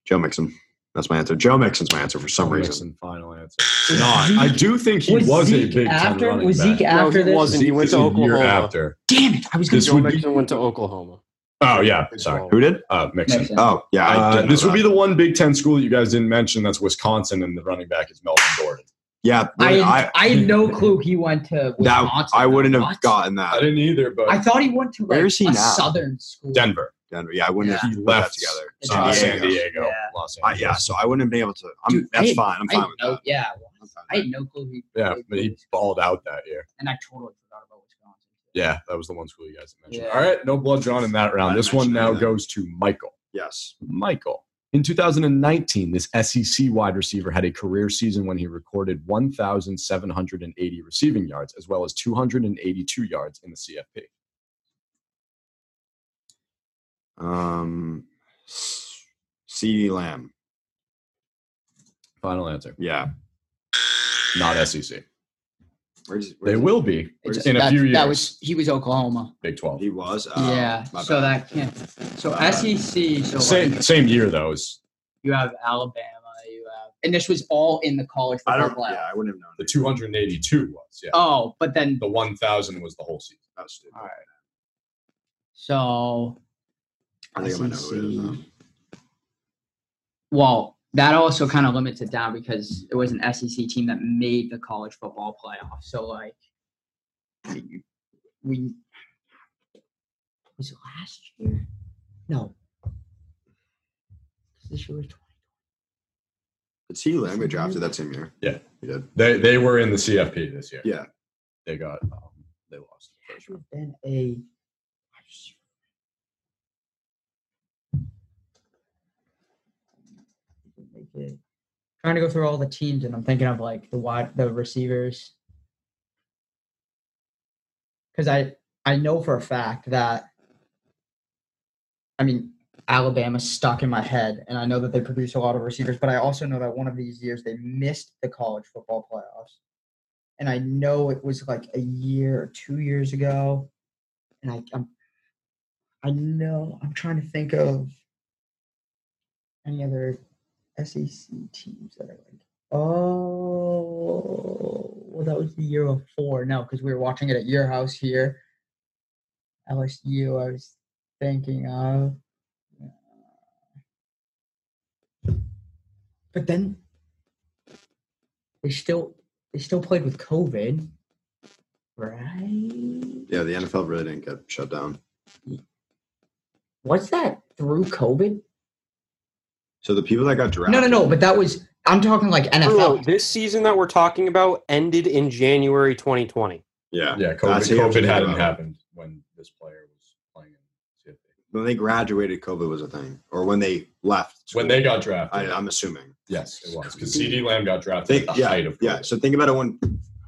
Speaker 4: Joe Mixon. That's my answer. Joe Mixon's my answer for some reason.
Speaker 1: Mixon, Final answer. Not. I do think he was, a
Speaker 3: Zeke
Speaker 1: Big Ten
Speaker 3: after
Speaker 1: running
Speaker 3: was Zeke
Speaker 1: back.
Speaker 3: after
Speaker 2: he
Speaker 3: this?
Speaker 2: wasn't. He
Speaker 1: This
Speaker 2: went to
Speaker 1: is a year
Speaker 2: Oklahoma.
Speaker 1: after.
Speaker 3: Damn it! I was gonna.
Speaker 1: This
Speaker 2: Joe
Speaker 1: would be-
Speaker 2: Mixon went to Oklahoma.
Speaker 1: Oh yeah, sorry.
Speaker 2: As well.
Speaker 4: Who did?
Speaker 1: Uh, Mixon.
Speaker 3: Mixon.
Speaker 4: Oh, yeah. I
Speaker 1: Uh,
Speaker 4: didn't know
Speaker 1: this would
Speaker 4: that.
Speaker 1: be the one Big Ten school that you guys didn't mention. That's Wisconsin, and the running back is Melvin Gordon.
Speaker 4: Yeah.
Speaker 3: I
Speaker 4: really,
Speaker 3: had,
Speaker 4: I,
Speaker 3: I, had no clue he went to
Speaker 4: that,
Speaker 3: Wisconsin.
Speaker 4: I wouldn't have
Speaker 3: What?
Speaker 4: gotten
Speaker 1: I
Speaker 4: that.
Speaker 1: didn't either, but
Speaker 3: I thought he went to like,
Speaker 4: Where is he
Speaker 3: a
Speaker 4: now?
Speaker 3: Southern school.
Speaker 1: Denver.
Speaker 4: Denver. Yeah, I wouldn't
Speaker 3: Yeah.
Speaker 4: have
Speaker 1: He
Speaker 4: put
Speaker 1: left
Speaker 4: that together.
Speaker 1: Uh,
Speaker 3: Yeah.
Speaker 1: San Diego,
Speaker 3: Yeah.
Speaker 1: Los
Speaker 4: Uh,
Speaker 1: Angeles.
Speaker 4: yeah, so I wouldn't have been able to. I'm,
Speaker 3: Dude,
Speaker 4: that's
Speaker 3: I-
Speaker 4: fine. I'm
Speaker 3: I
Speaker 4: fine
Speaker 3: had
Speaker 4: with
Speaker 3: no,
Speaker 4: that.
Speaker 3: yeah,
Speaker 4: I'm fine
Speaker 3: I
Speaker 4: with
Speaker 3: had no clue he.
Speaker 1: Yeah,
Speaker 3: played
Speaker 1: but he
Speaker 3: for-
Speaker 1: balled out that year.
Speaker 3: and I totally forgot about Wisconsin.
Speaker 1: Yeah, that was the one school you guys mentioned.
Speaker 3: Yeah.
Speaker 1: All right, no blood drawn in that round.
Speaker 4: I
Speaker 1: This one
Speaker 4: mentioned
Speaker 1: now
Speaker 4: that.
Speaker 1: goes to Michael.
Speaker 4: that. Yes.
Speaker 1: Michael. In 2019, this SEC wide receiver had a career season when he recorded 1,780 receiving yards, as well as 282 yards in the CFP.
Speaker 4: Um, CeeDee Lamb.
Speaker 1: Final answer.
Speaker 4: Yeah.
Speaker 1: Not SEC.
Speaker 4: Where's,
Speaker 1: They will be
Speaker 3: It's-
Speaker 1: in a
Speaker 3: that-
Speaker 1: few years.
Speaker 3: That was he was Oklahoma.
Speaker 1: Big 12.
Speaker 4: He was. Uh,
Speaker 3: yeah,
Speaker 4: my
Speaker 3: so
Speaker 4: bad.
Speaker 3: that can't. So
Speaker 4: My bad.
Speaker 3: SEC. So
Speaker 1: Same,
Speaker 3: like,
Speaker 1: same year, though. Is
Speaker 3: you have Alabama. You have, and this was all in the college
Speaker 4: I
Speaker 3: football
Speaker 4: don't.
Speaker 3: playoff.
Speaker 4: Yeah, I wouldn't have known.
Speaker 1: the 282 was. Yeah.
Speaker 3: Oh, but then
Speaker 1: The 1,000 was the whole season.
Speaker 4: That was stupid.
Speaker 3: Alright. so
Speaker 4: I think I might know who it is. Now.
Speaker 3: well that also kind of limits it down because it was an SEC team that made the college football playoff. So like we was it last year? No. This year was twenty.
Speaker 4: Did CeeDee Lamb get drafted that same year?
Speaker 1: Yeah.
Speaker 4: he did.
Speaker 1: They, they were in the CFP this year.
Speaker 4: Yeah.
Speaker 1: They got, um, they lost. the
Speaker 3: That
Speaker 1: first
Speaker 3: should
Speaker 1: round.
Speaker 3: have been a. Trying to go through all the teams, and I'm thinking of like the wide, the receivers, because I I know for a fact that. I mean, Alabama's stuck in my head, and I know that they produce a lot of receivers, but I also know that one of these years they missed the college football playoffs and I know it was like a year or two years ago, and I I'm, I know I'm trying to think of any other SEC teams that are like oh well that was the year before no because we were watching it at your house here LSU I was thinking of but then they still they still played with COVID, right?
Speaker 4: Yeah, the NFL really didn't get shut down.
Speaker 3: Was that through COVID?
Speaker 4: So the people that got drafted.
Speaker 3: No, no, no. But that was I'm talking like
Speaker 2: No,
Speaker 3: NFL.
Speaker 2: this season that we're talking about ended in January 2020.
Speaker 4: Yeah.
Speaker 1: Yeah, COVID,
Speaker 4: That's Uh, what you have to
Speaker 1: COVID
Speaker 4: think
Speaker 1: hadn't
Speaker 4: about.
Speaker 1: happened when this player was playing in CFP.
Speaker 4: When they graduated, COVID was a thing, or when they left.
Speaker 1: When they got
Speaker 4: I,
Speaker 1: drafted.
Speaker 4: I'm assuming.
Speaker 1: yes, it was. Because CD Lamb got drafted
Speaker 4: Think-
Speaker 1: at the
Speaker 4: yeah,
Speaker 1: height of
Speaker 4: yeah.
Speaker 1: COVID.
Speaker 4: So think about it when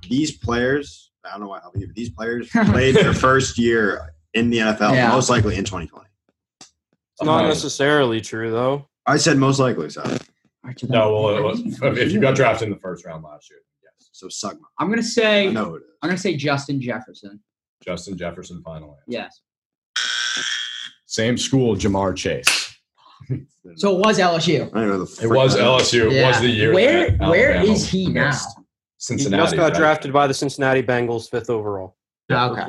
Speaker 4: these players, I don't know why helping you, but these players played their first year in the NFL,
Speaker 3: Yeah.
Speaker 4: most likely in 2020.
Speaker 2: It's not
Speaker 1: Um,
Speaker 2: necessarily true though.
Speaker 4: I said most likely, so
Speaker 3: Aren't you
Speaker 1: No,
Speaker 3: done?
Speaker 1: well, it was- if you got drafted in the first round last year, yes.
Speaker 4: so Sugma.
Speaker 3: I'm gonna say
Speaker 4: I
Speaker 3: I'm
Speaker 4: know who it is.
Speaker 3: gonna say Justin Jefferson.
Speaker 1: Justin Jefferson, final answer.
Speaker 3: Yes.
Speaker 1: Same school, Jamar Chase.
Speaker 3: So it was LSU.
Speaker 4: I don't know the
Speaker 1: It
Speaker 4: frick
Speaker 1: was
Speaker 4: that
Speaker 1: LSU. It was
Speaker 3: Yeah.
Speaker 1: the year.
Speaker 3: Where-
Speaker 1: that
Speaker 3: where
Speaker 1: Alabama
Speaker 3: is he now?
Speaker 1: missed
Speaker 2: He
Speaker 1: Cincinnati.
Speaker 2: just got
Speaker 1: right?
Speaker 2: drafted by the Cincinnati Bengals, fifth overall.
Speaker 3: Okay.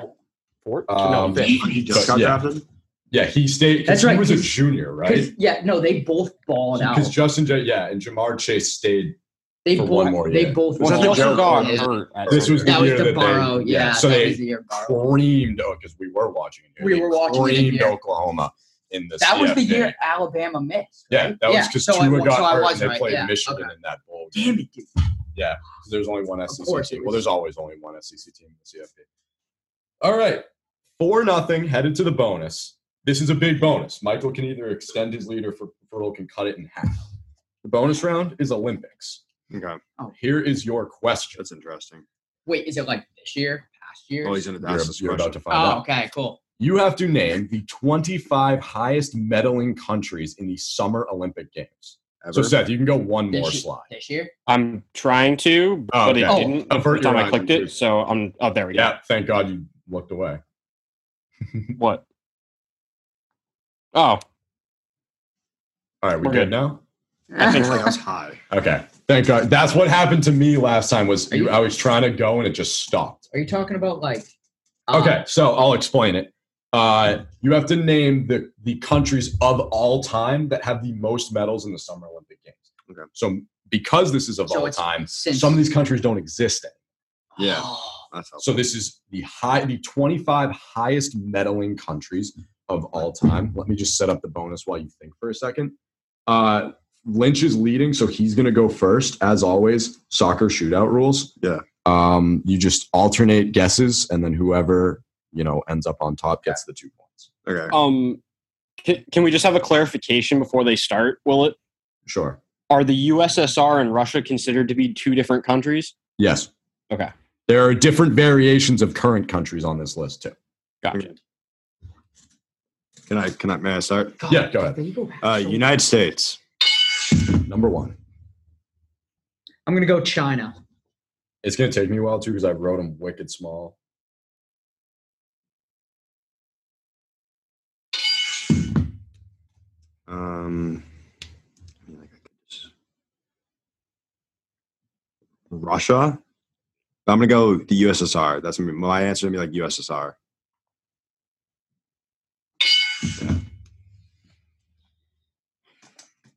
Speaker 2: Fourth?
Speaker 1: Um,
Speaker 2: no, fifth.
Speaker 4: He just
Speaker 1: But,
Speaker 4: got
Speaker 1: yeah.
Speaker 4: drafted.
Speaker 1: Yeah, he stayed. 'cause
Speaker 3: That's right,
Speaker 1: He was a
Speaker 3: 'cause-
Speaker 1: junior,
Speaker 3: 'Cause-
Speaker 1: right?
Speaker 3: Yeah, no, they both balled out.
Speaker 1: Because Justin, J- yeah, and Jamar Chase stayed.
Speaker 3: They
Speaker 1: for
Speaker 3: both.
Speaker 1: one more
Speaker 3: they
Speaker 1: year.
Speaker 3: both.
Speaker 4: Was that
Speaker 2: Well,
Speaker 4: the
Speaker 2: he
Speaker 3: balled
Speaker 2: also
Speaker 3: out.
Speaker 2: got
Speaker 3: Yeah.
Speaker 2: hurt at
Speaker 1: This
Speaker 2: some
Speaker 1: was the
Speaker 2: point.
Speaker 3: That was
Speaker 1: year that
Speaker 3: the
Speaker 1: they-
Speaker 3: borrow. Yeah,
Speaker 1: yeah, so
Speaker 3: that
Speaker 1: they-
Speaker 3: was the year borrow.
Speaker 1: Creamed because we were watching. It here.
Speaker 3: We
Speaker 1: They
Speaker 3: were watching it
Speaker 1: creamed
Speaker 3: here.
Speaker 1: Oklahoma in this.
Speaker 3: That was the year Alabama missed.
Speaker 1: Yeah, that was because
Speaker 3: so I
Speaker 1: Tua
Speaker 3: wa-
Speaker 1: got
Speaker 3: so I
Speaker 1: hurt
Speaker 3: was
Speaker 1: and they
Speaker 3: right,
Speaker 1: played
Speaker 3: yeah,
Speaker 1: Michigan in that bowl. game.
Speaker 3: Damn it, dude.
Speaker 1: There's only one SEC
Speaker 3: course it
Speaker 1: team.
Speaker 3: was-
Speaker 1: Well, there's always only one SEC team in the CFP. All right. Four nothing headed to the bonus. This is a big bonus. Michael can either extend his lead or Fer- Ferrell can cut it in half. The bonus round is Olympics.
Speaker 4: Okay,
Speaker 1: Here is your question.
Speaker 4: that's interesting.
Speaker 3: Wait, is it like this year, past year?
Speaker 4: Oh, he's gonna
Speaker 1: You're,
Speaker 4: ask this
Speaker 1: you're about
Speaker 4: question.
Speaker 1: to find
Speaker 3: Oh,
Speaker 1: out.
Speaker 3: okay, cool.
Speaker 1: You have to name the 25 highest medaling countries in the Summer Olympic Games. So,
Speaker 4: Ever?
Speaker 1: Seth, you can go one more
Speaker 3: This year-
Speaker 1: slide.
Speaker 3: This year?
Speaker 2: I'm trying to,
Speaker 1: Oh,
Speaker 2: but it
Speaker 1: okay.
Speaker 2: didn't.
Speaker 1: Oh,
Speaker 2: the first
Speaker 1: avert your
Speaker 2: time I
Speaker 1: eyes,
Speaker 2: clicked
Speaker 1: please.
Speaker 2: it, so I'm. Oh, there we go.
Speaker 1: Yeah, thank God you looked away.
Speaker 2: What? Oh,
Speaker 1: All right, we
Speaker 2: We're
Speaker 1: good
Speaker 2: good.
Speaker 1: now?
Speaker 4: I think like I was high.
Speaker 1: Okay. Thank God. That's what happened to me last time was
Speaker 3: Are you-
Speaker 1: I was trying to go and it just stopped.
Speaker 3: Are you talking about like? um,
Speaker 1: Okay, so I'll explain it. Uh, you have to name the, the countries of all time that have the most medals in the Summer Olympic Games.
Speaker 4: Okay.
Speaker 1: So because this is of
Speaker 3: So
Speaker 1: all
Speaker 3: it's
Speaker 1: time,
Speaker 3: since-
Speaker 1: some of these countries don't exist. Anymore.
Speaker 4: Yeah,
Speaker 3: Oh,
Speaker 4: that's helpful.
Speaker 1: So this is the high the 25 highest medaling countries of all time. Let me just set up the bonus while you think for a second. Uh, Lynch is leading, so he's gonna go first, as always. Soccer shootout rules.
Speaker 4: Yeah.
Speaker 1: Um, you just alternate guesses, and then whoever you know ends up on top gets the two points.
Speaker 4: Okay.
Speaker 2: um, can, can we just have a clarification before they start? Will it?
Speaker 1: Sure.
Speaker 2: Are the USSR and Russia considered to be two different countries?
Speaker 1: Yes.
Speaker 2: Okay.
Speaker 1: There are different variations of current countries on this list too.
Speaker 2: Gotcha.
Speaker 4: Can I? Can I? May I start?
Speaker 3: God,
Speaker 1: Yeah, go ahead.
Speaker 3: they go back
Speaker 4: Uh,
Speaker 3: so-
Speaker 4: United States.
Speaker 1: Number one.
Speaker 3: I'm gonna go China.
Speaker 1: It's gonna take me a while too because I wrote them wicked small.
Speaker 4: Um, I mean, like I could just- Russia. I'm gonna go the USSR. That's gonna be- my answer. Gonna be like USSR.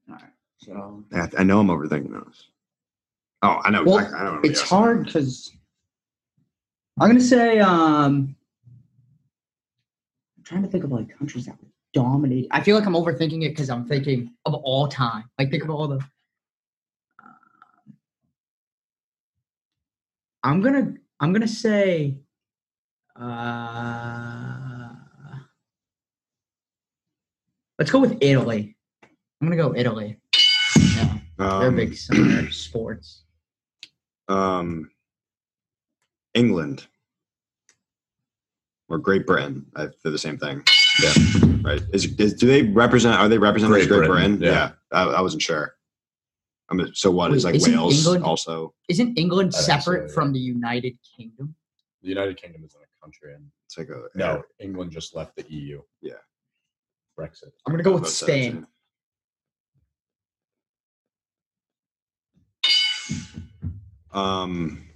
Speaker 3: All right. So
Speaker 4: I, I know I'm overthinking those. Oh, I know.
Speaker 3: Well,
Speaker 4: I, I know
Speaker 3: it's hard because I'm gonna say um, I'm trying to think of like countries that would dominate. I feel like I'm overthinking it because I'm thinking of all time. Like think of all the. Um, I'm gonna I'm gonna say. Uh, let's go with Italy. I'm gonna go Italy. Yeah, they're
Speaker 4: Um,
Speaker 3: big summer sports.
Speaker 4: um, England or Great Britain. I, they're the same thing.
Speaker 1: Yeah.
Speaker 4: Right. Is, is do they represent? Are they represented
Speaker 1: Great
Speaker 4: as Great
Speaker 1: Britain,
Speaker 4: Britain?
Speaker 1: yeah.
Speaker 4: I, I wasn't sure. I mean, so what is
Speaker 3: Wait,
Speaker 4: like
Speaker 3: isn't
Speaker 4: Wales
Speaker 3: England-
Speaker 4: also?
Speaker 3: Isn't England
Speaker 1: I think so,
Speaker 3: separate
Speaker 1: yeah.
Speaker 3: from the United Kingdom?
Speaker 1: The United Kingdom is in a country and
Speaker 4: It's like a
Speaker 1: No, England just left the EU.
Speaker 4: Yeah.
Speaker 1: Brexit.
Speaker 3: I'm gonna go with
Speaker 4: That's it,
Speaker 3: Spain.
Speaker 4: yeah. Um,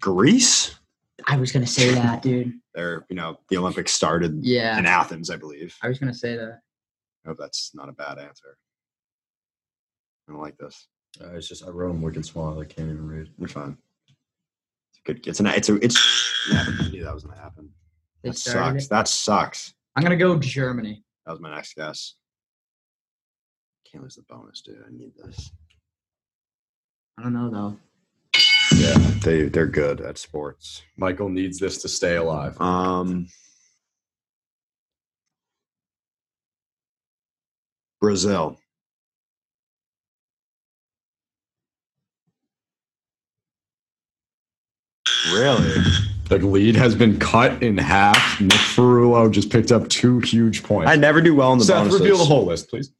Speaker 4: Greece.
Speaker 3: I was gonna say that, dude.
Speaker 4: There, you know, the Olympics started
Speaker 3: Yeah,
Speaker 4: in Athens, I believe.
Speaker 3: I was gonna say that.
Speaker 4: I hope that's not a bad answer. I don't like this.
Speaker 1: Uh, it's just I wrote them wicked small. I can't even read.
Speaker 4: You're fine. It's good. It's an. It's a. It's. Yeah, I knew that was gonna happen.
Speaker 3: They
Speaker 4: That
Speaker 3: started
Speaker 4: sucks.
Speaker 3: it.
Speaker 4: That sucks.
Speaker 3: I'm gonna go Germany.
Speaker 4: That was my next guess. Can't lose the bonus, dude. I need this.
Speaker 3: I don't know though.
Speaker 1: Yeah.
Speaker 4: They they're good at sports.
Speaker 1: Michael needs this to stay alive.
Speaker 4: Um, Brazil. Really?
Speaker 1: The lead has been cut in half. Nick Ferrullo just picked up two huge points.
Speaker 4: I never do well in the
Speaker 1: Seth,
Speaker 4: bonuses.
Speaker 1: reveal the whole list, please.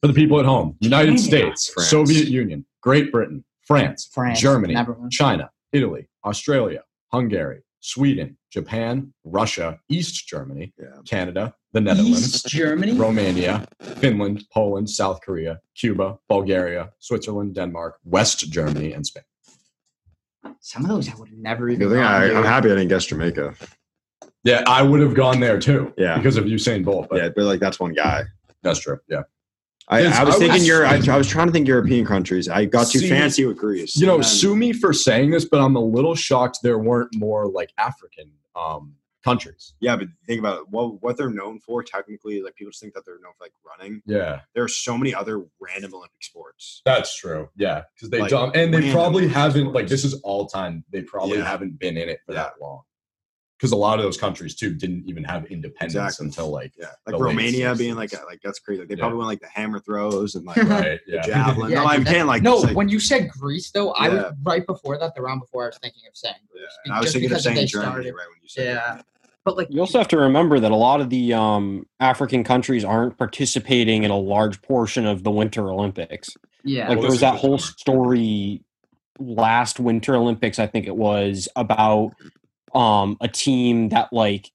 Speaker 1: For the people at home United
Speaker 3: Canada.
Speaker 1: States,
Speaker 4: France.
Speaker 1: Soviet Union, Great Britain, France,
Speaker 3: France,
Speaker 1: Germany,
Speaker 3: never mind.
Speaker 1: China, Italy, Australia, Hungary, Sweden, Japan, Russia, East Germany,
Speaker 4: Yeah.
Speaker 1: Canada, the Netherlands,
Speaker 3: East Germany.
Speaker 1: Romania, Finland, Poland, South Korea, Cuba, Bulgaria, Switzerland, Denmark, West Germany, and Spain.
Speaker 3: Some of those I would have never even.
Speaker 4: Good thing
Speaker 3: gone,
Speaker 4: I,
Speaker 3: dude.
Speaker 4: I'm happy I didn't guess Jamaica.
Speaker 1: Yeah, I would have gone there too.
Speaker 4: Yeah.
Speaker 1: Because of Usain Bolt, but
Speaker 4: yeah, but like that's one guy.
Speaker 1: that's true. Yeah.
Speaker 4: I,
Speaker 1: Yes,
Speaker 4: I was
Speaker 1: I
Speaker 4: thinking
Speaker 1: was-
Speaker 4: Europe. I, I was trying to think European countries. I got too
Speaker 1: See,
Speaker 4: fancy with Greece.
Speaker 1: You know,
Speaker 4: And
Speaker 1: sue me for saying this, but I'm a little shocked there weren't more like African um, countries.
Speaker 4: yeah, but think about it. What what they're known for technically, like people just think that they're known for like running.
Speaker 1: Yeah,
Speaker 4: There are so many other random Olympic sports.
Speaker 1: that's true. Yeah, because they
Speaker 4: Like,
Speaker 1: dom- and they
Speaker 4: random
Speaker 1: probably haven't
Speaker 4: sports.
Speaker 1: like this is all time. They probably
Speaker 4: Yeah.
Speaker 1: haven't been in it for
Speaker 4: Yeah.
Speaker 1: that long. Because a lot of those countries too didn't even have independence
Speaker 4: Exactly.
Speaker 1: until like
Speaker 4: Yeah, like
Speaker 1: The late
Speaker 4: Romania being
Speaker 1: 60s.
Speaker 4: like a- like that's crazy. They
Speaker 1: Yeah.
Speaker 4: probably went like the hammer throws and like the
Speaker 1: right. Yeah,
Speaker 4: javelin.
Speaker 3: Yeah,
Speaker 4: no, I'm
Speaker 3: dude,
Speaker 4: saying like
Speaker 3: no,
Speaker 4: it's, like-
Speaker 3: when you said Greece, though, I
Speaker 4: Yeah.
Speaker 3: was right before that. The round before, I was thinking of saying
Speaker 4: yeah,
Speaker 3: Greece.
Speaker 4: and I was
Speaker 3: just
Speaker 4: thinking of
Speaker 3: because they
Speaker 4: saying Germany
Speaker 3: started-
Speaker 4: right when you said
Speaker 3: Yeah, but like
Speaker 2: You also have to remember that a lot of the um, African countries aren't participating in a large portion of the Winter Olympics. like
Speaker 3: yeah,
Speaker 1: Well,
Speaker 2: there was
Speaker 1: that's
Speaker 2: that whole
Speaker 1: interesting.
Speaker 2: story last winter olympics i think it was about um a team that like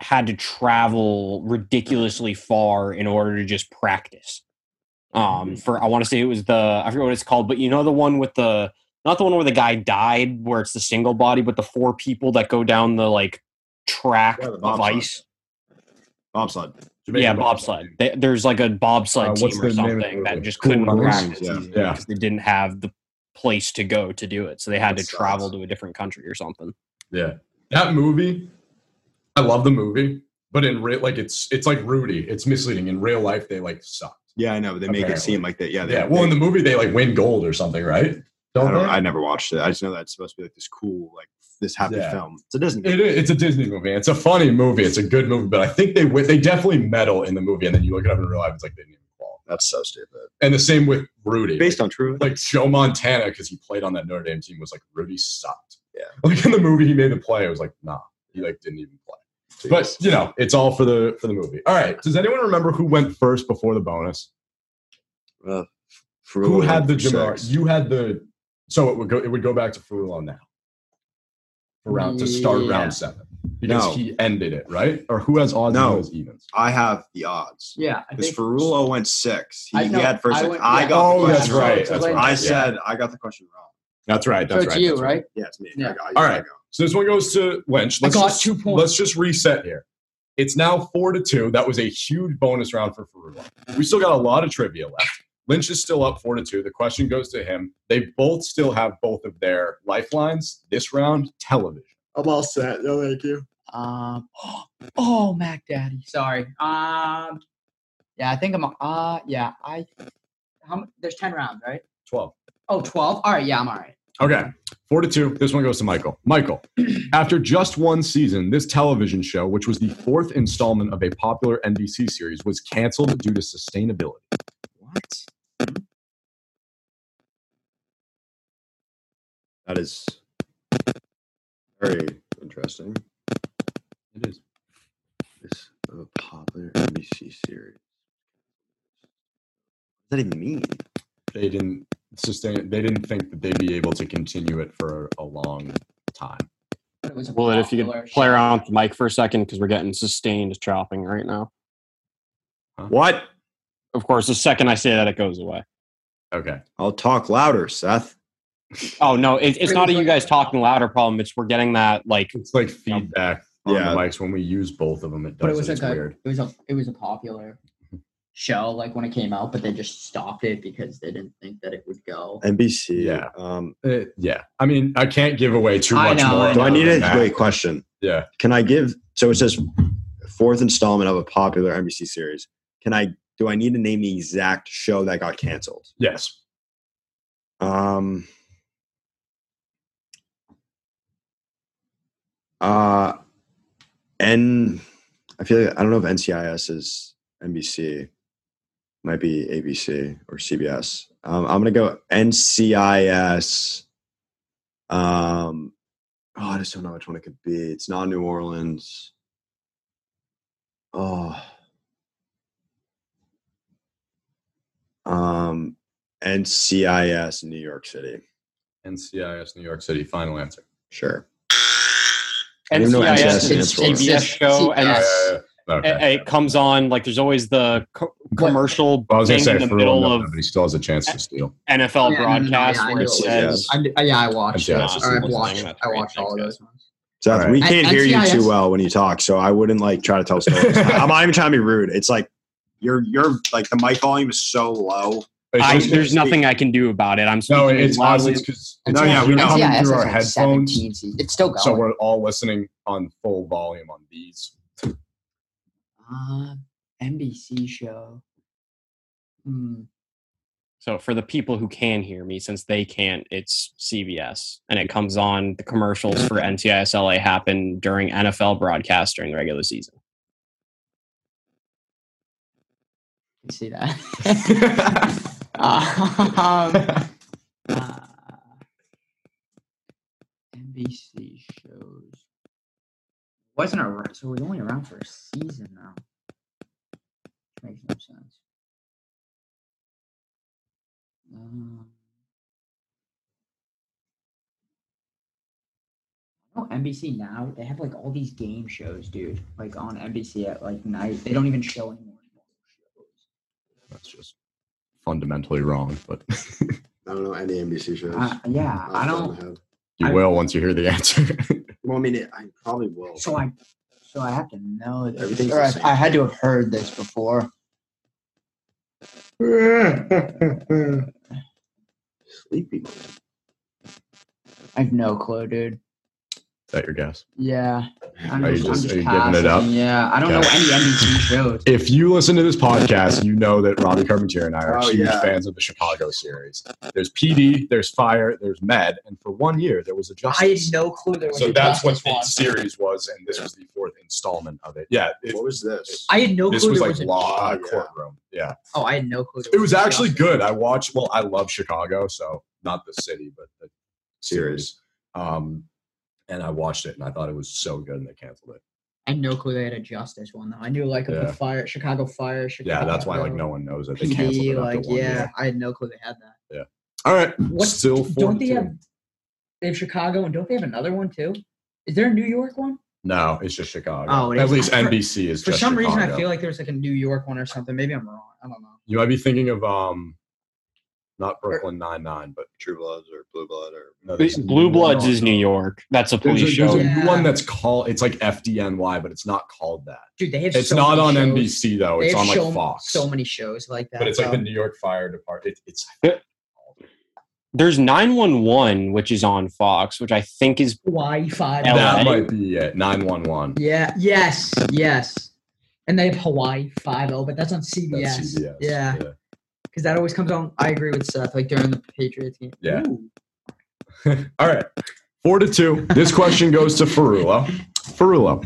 Speaker 2: had to travel ridiculously far in order to just practice
Speaker 4: Mm-hmm.
Speaker 2: um for i want to say it was the i forget what it's called but you know the one with the not the one where the guy died where it's the single body but the four people that go down the like track
Speaker 4: Yeah, the
Speaker 2: of
Speaker 4: bobsled.
Speaker 2: ice
Speaker 4: bobsled.
Speaker 1: Jamaican
Speaker 2: yeah bobsled They- there's like a bobsled
Speaker 1: Uh, what's
Speaker 2: team or
Speaker 1: the name of
Speaker 2: something
Speaker 1: the-
Speaker 2: that
Speaker 1: the
Speaker 2: just
Speaker 1: cool
Speaker 2: couldn't
Speaker 1: rules?
Speaker 2: practice
Speaker 4: Yeah.
Speaker 2: easily
Speaker 1: Yeah.
Speaker 2: because they didn't have the place to go to do it so they had
Speaker 4: That
Speaker 2: to travel
Speaker 4: sucks.
Speaker 2: to a different country or something
Speaker 1: Yeah, that movie. I love the movie, but in real, like it's it's like Rudy. It's misleading. In real life, they like suck.
Speaker 4: Yeah, I know. They make it
Speaker 1: Apparently.
Speaker 4: seem like that. Yeah, they,
Speaker 1: Yeah. Well,
Speaker 4: they-
Speaker 1: in the movie, they like win gold or something, right? Don't
Speaker 4: I, don't,
Speaker 1: they?
Speaker 4: I never watched it. I just know that's supposed to be like this cool, like this happy
Speaker 1: Yeah.
Speaker 4: film. It's a Disney.
Speaker 1: It is, it's a Disney movie. It's a funny movie. It's a good movie, but I think they win- they definitely medal in the movie, and then you look it up and realize it's like they didn't even qualify.
Speaker 4: That's so stupid.
Speaker 1: And the same with Rudy.
Speaker 4: Based on true.
Speaker 1: like Joe Montana, because he played on that Notre Dame team, was like Rudy sucked.
Speaker 4: Yeah.
Speaker 1: Like in the movie, he made the play. It was like nah, he like didn't even play. But you know, it's all for the for the movie. All right. Does anyone remember who went first before the bonus?
Speaker 4: uh,
Speaker 1: Who had the Jamar? You had the. So it would go. It would go back to Fulo now. For round to start
Speaker 3: Yeah.
Speaker 1: round seven because
Speaker 4: No.
Speaker 1: he ended it right. Or who has odds?
Speaker 4: No.
Speaker 1: and who has evens.
Speaker 4: I have the odds.
Speaker 3: yeah. I
Speaker 4: Because
Speaker 3: think-
Speaker 4: Ferrulo went six. He,
Speaker 3: I
Speaker 4: he
Speaker 3: know,
Speaker 4: had first.
Speaker 3: I
Speaker 4: I,
Speaker 3: went-
Speaker 4: I
Speaker 3: yeah.
Speaker 4: got.
Speaker 1: Oh,
Speaker 4: the
Speaker 1: that's
Speaker 4: question wrong.
Speaker 1: right.
Speaker 3: So
Speaker 1: That's
Speaker 3: it's
Speaker 1: right.
Speaker 3: like-
Speaker 4: I
Speaker 1: yeah.
Speaker 4: said I got the question wrong.
Speaker 1: that's right.
Speaker 3: so
Speaker 1: That's
Speaker 3: it's
Speaker 1: right.
Speaker 3: you,
Speaker 1: that's
Speaker 3: right?
Speaker 4: Yeah, it's me. I
Speaker 3: Yeah.
Speaker 4: got- I
Speaker 1: All
Speaker 4: got-
Speaker 1: right. So this one goes to Lynch.
Speaker 3: I got
Speaker 1: just,
Speaker 3: two points.
Speaker 1: Let's just reset here. It's now four to two. That was a huge bonus round for Ferrula. We still got a lot of trivia left. Lynch is still up four to two. The question goes to him. They both still have both of their lifelines this round. Television.
Speaker 4: I'm all set. No, thank you.
Speaker 3: Um. Oh, Mac Daddy. Sorry. Um. Yeah, I think I'm. Uh. Yeah. I. How? mu- There's ten rounds, right?
Speaker 1: Twelve.
Speaker 3: Oh, 12? All right. Yeah, I'm all right.
Speaker 1: Okay. Four to two. This one goes to Michael. Michael, after just one season, this television show, which was the fourth installment of a popular NBC series, was canceled due to sustainability.
Speaker 4: What? That is very interesting.
Speaker 1: It is.
Speaker 4: This is a popular NBC series. What does that even mean?
Speaker 1: They didn't sustain. They didn't think that they'd be able to continue it for a long time.
Speaker 3: But it was a
Speaker 2: well if you
Speaker 3: popular
Speaker 2: could play
Speaker 3: show.
Speaker 2: around with the mic for a second because we're getting sustained chopping right now
Speaker 4: What?
Speaker 2: of course the second i say that it goes away
Speaker 1: Okay.
Speaker 4: I'll talk louder, Seth.
Speaker 2: oh no it, it's not a you guys talking louder problem it's we're getting that like
Speaker 1: It's like feedback on
Speaker 4: Yeah.
Speaker 1: the mics when we use both of them. It
Speaker 3: But it
Speaker 1: does.
Speaker 3: was
Speaker 1: It it's
Speaker 3: like a,
Speaker 1: weird.
Speaker 3: it was a, it was a popular show, like when it came out, but they just stopped it because they didn't think that it would go.
Speaker 4: NBC.
Speaker 1: Yeah.
Speaker 4: Um,
Speaker 1: Uh, yeah. I mean, I can't give away too
Speaker 3: I
Speaker 1: much
Speaker 3: know,
Speaker 1: more.
Speaker 3: I
Speaker 4: do I
Speaker 1: than
Speaker 4: need a
Speaker 1: that.
Speaker 4: wait question?
Speaker 1: Yeah.
Speaker 4: Can I give? So it says fourth installment of a popular NBC series. Can I? Do I need to name the exact show that got canceled?
Speaker 1: Yes.
Speaker 4: Um. Uh, N. I feel like I don't know if NCIS is NBC, might be ABC or CBS. Um, I'm gonna go NCIS. Um, oh, I just don't know which one it could be. It's not New Orleans. Oh. Um, NCIS New York City.
Speaker 1: NCIS New York City. Final answer.
Speaker 4: Sure. I didn't know NCIS
Speaker 2: NCIS
Speaker 4: stands
Speaker 2: is
Speaker 4: for.
Speaker 2: CBS show, and
Speaker 1: Yeah,
Speaker 2: it's-
Speaker 1: yeah, yeah. Uh, Okay.
Speaker 2: it, it comes on like there's always the co-
Speaker 3: What?
Speaker 2: commercial
Speaker 1: Well, I was
Speaker 2: thing
Speaker 1: gonna say
Speaker 2: in the
Speaker 1: for
Speaker 2: middle
Speaker 1: real,
Speaker 2: of
Speaker 1: but he still has a chance to steal.
Speaker 2: NFL
Speaker 3: Yeah, no, no,
Speaker 2: broadcast
Speaker 3: no, yeah, I
Speaker 2: where
Speaker 3: know
Speaker 2: it
Speaker 3: what it
Speaker 2: says
Speaker 4: is.
Speaker 3: I, d- yeah, I watched.
Speaker 1: Yeah,
Speaker 2: Nah,
Speaker 1: it's
Speaker 2: it's
Speaker 1: just
Speaker 3: All right, I
Speaker 2: the most
Speaker 3: watched.
Speaker 2: thing about
Speaker 3: I watched
Speaker 2: trade
Speaker 3: all of
Speaker 2: things,
Speaker 3: those ones.
Speaker 4: Seth, we
Speaker 3: Alright.
Speaker 4: can't
Speaker 3: N-
Speaker 4: hear you
Speaker 3: NCIS.
Speaker 4: too well when you talk, so I wouldn't like try to tell stories. I'm not even trying to be rude. It's like you're you're like the mic volume is so low.
Speaker 2: guys. I,
Speaker 1: It's just-
Speaker 2: there's nothing I can do about it. I'm
Speaker 1: no,
Speaker 2: speaking
Speaker 1: it's
Speaker 2: loudly.
Speaker 1: honestly because
Speaker 4: No, yeah, we know.
Speaker 1: coming
Speaker 3: NCIS
Speaker 1: through
Speaker 3: has
Speaker 1: our
Speaker 3: like
Speaker 1: headphones,
Speaker 3: 17 seasons. It's still going.
Speaker 1: so we're all listening on full volume on these.
Speaker 3: Uh, NBC show. Hmm.
Speaker 2: So for the people who can hear me, since they can't, it's CBS, and it comes on. The commercials for NCIS LA happen during NFL broadcast during the regular season.
Speaker 3: You see that? um, uh, NBC shows wasn't around, so it was only around for a season now. Which makes no sense. Um, oh, NBC now they have like all these game shows, dude. Like on NBC at like night, they don't even show anymore.
Speaker 1: That's just fundamentally wrong, but
Speaker 4: I don't know any NBC shows.
Speaker 3: Uh, yeah, I don't.
Speaker 1: you
Speaker 3: I-
Speaker 1: will once you hear the answer.
Speaker 4: Well, I mean, it, I probably will.
Speaker 3: So I, so I have to know this.
Speaker 4: Everything's
Speaker 3: Or
Speaker 4: the
Speaker 3: I,
Speaker 4: same.
Speaker 3: I had to have heard this before.
Speaker 4: sleepy. man.
Speaker 3: I have no clue, dude.
Speaker 1: Is that your guess?
Speaker 3: Yeah, I'm
Speaker 1: Are you just- are you
Speaker 3: just, I'm just
Speaker 1: giving it
Speaker 3: passing.
Speaker 1: up?
Speaker 3: Yeah, I don't know
Speaker 1: Okay.
Speaker 3: any NBC shows.
Speaker 1: If you listen to this podcast, you know that Robbie Carpentier and I are
Speaker 4: Oh,
Speaker 1: huge
Speaker 4: yeah.
Speaker 1: fans of the Chicago series. There's PD, there's Fire, there's Med, and for one year there was a Justice.
Speaker 3: I had no clue there was
Speaker 1: so
Speaker 3: a
Speaker 1: that's what
Speaker 3: Justice
Speaker 1: the
Speaker 3: one.
Speaker 1: series was, and this was the fourth installment of it. Yeah, it,
Speaker 4: What was this?
Speaker 3: I had no
Speaker 1: this
Speaker 3: clue
Speaker 1: was
Speaker 3: there
Speaker 1: like
Speaker 3: was a-
Speaker 1: law
Speaker 4: yeah.
Speaker 1: courtroom. Yeah,
Speaker 3: Oh, I had no clue. there
Speaker 1: it was
Speaker 3: a
Speaker 1: actually
Speaker 3: Justice.
Speaker 1: good. I watched. Well, I love Chicago, so not the city, but the series. Um, and I watched it, and I thought it was so good, and they canceled it.
Speaker 3: I had no clue they had a Justice one though. I knew like of
Speaker 1: Yeah.
Speaker 3: the fire, Chicago Fire, Chicago.
Speaker 1: Yeah, that's why like no one knows it. They canceled
Speaker 3: PD,
Speaker 1: it.
Speaker 3: like
Speaker 1: after one
Speaker 3: yeah,
Speaker 1: year.
Speaker 3: I had no clue they had that.
Speaker 1: All right.
Speaker 3: What-
Speaker 1: Still 4
Speaker 3: don't
Speaker 1: to
Speaker 3: they
Speaker 1: two.
Speaker 3: have? They have Chicago, and don't they have another one too? Is there a New York one?
Speaker 1: No, it's just Chicago.
Speaker 3: Oh, it
Speaker 1: At
Speaker 3: is.
Speaker 1: least
Speaker 3: For-
Speaker 1: NBC is
Speaker 3: For
Speaker 1: just
Speaker 3: some reason, I
Speaker 1: Chicago.
Speaker 3: feel like there's like a New York one or something. Maybe I'm wrong. I don't know.
Speaker 1: you might be thinking of um,
Speaker 3: Er
Speaker 1: not Brooklyn Nine Nine, but
Speaker 4: True Bloods or Blue Blood or
Speaker 1: no, there's
Speaker 2: Blue
Speaker 1: one
Speaker 2: Bloods
Speaker 1: on-
Speaker 2: is New York. That's a
Speaker 1: There's,
Speaker 2: police
Speaker 1: a, there's
Speaker 2: show.
Speaker 1: a
Speaker 3: Yeah.
Speaker 1: one that's called. It's like FDNY, but it's not called that.
Speaker 3: Dude, they have.
Speaker 1: It's
Speaker 3: so
Speaker 1: not on
Speaker 3: many shows.
Speaker 1: NBC though.
Speaker 3: They
Speaker 1: It's
Speaker 3: have
Speaker 1: on like
Speaker 3: so,
Speaker 1: Fox.
Speaker 3: So many shows like that.
Speaker 1: but it's like
Speaker 3: bro.
Speaker 1: the New York Fire Department. It, it's
Speaker 2: There's 911, which is on Fox, which I think is
Speaker 3: Wi-Fi.
Speaker 2: LA.
Speaker 1: that might be it. Nine one one.
Speaker 3: oh. Yeah. Yes. Yes. And they have Hawaii Five O, but that's on CBS.
Speaker 1: That's CBS.
Speaker 3: Yeah, because that always comes on. I agree with Seth. Like during the Patriots game.
Speaker 1: Yeah.
Speaker 3: Ooh.
Speaker 1: yeah. All right. Four to two. This question goes to Ferrula. Ferrula.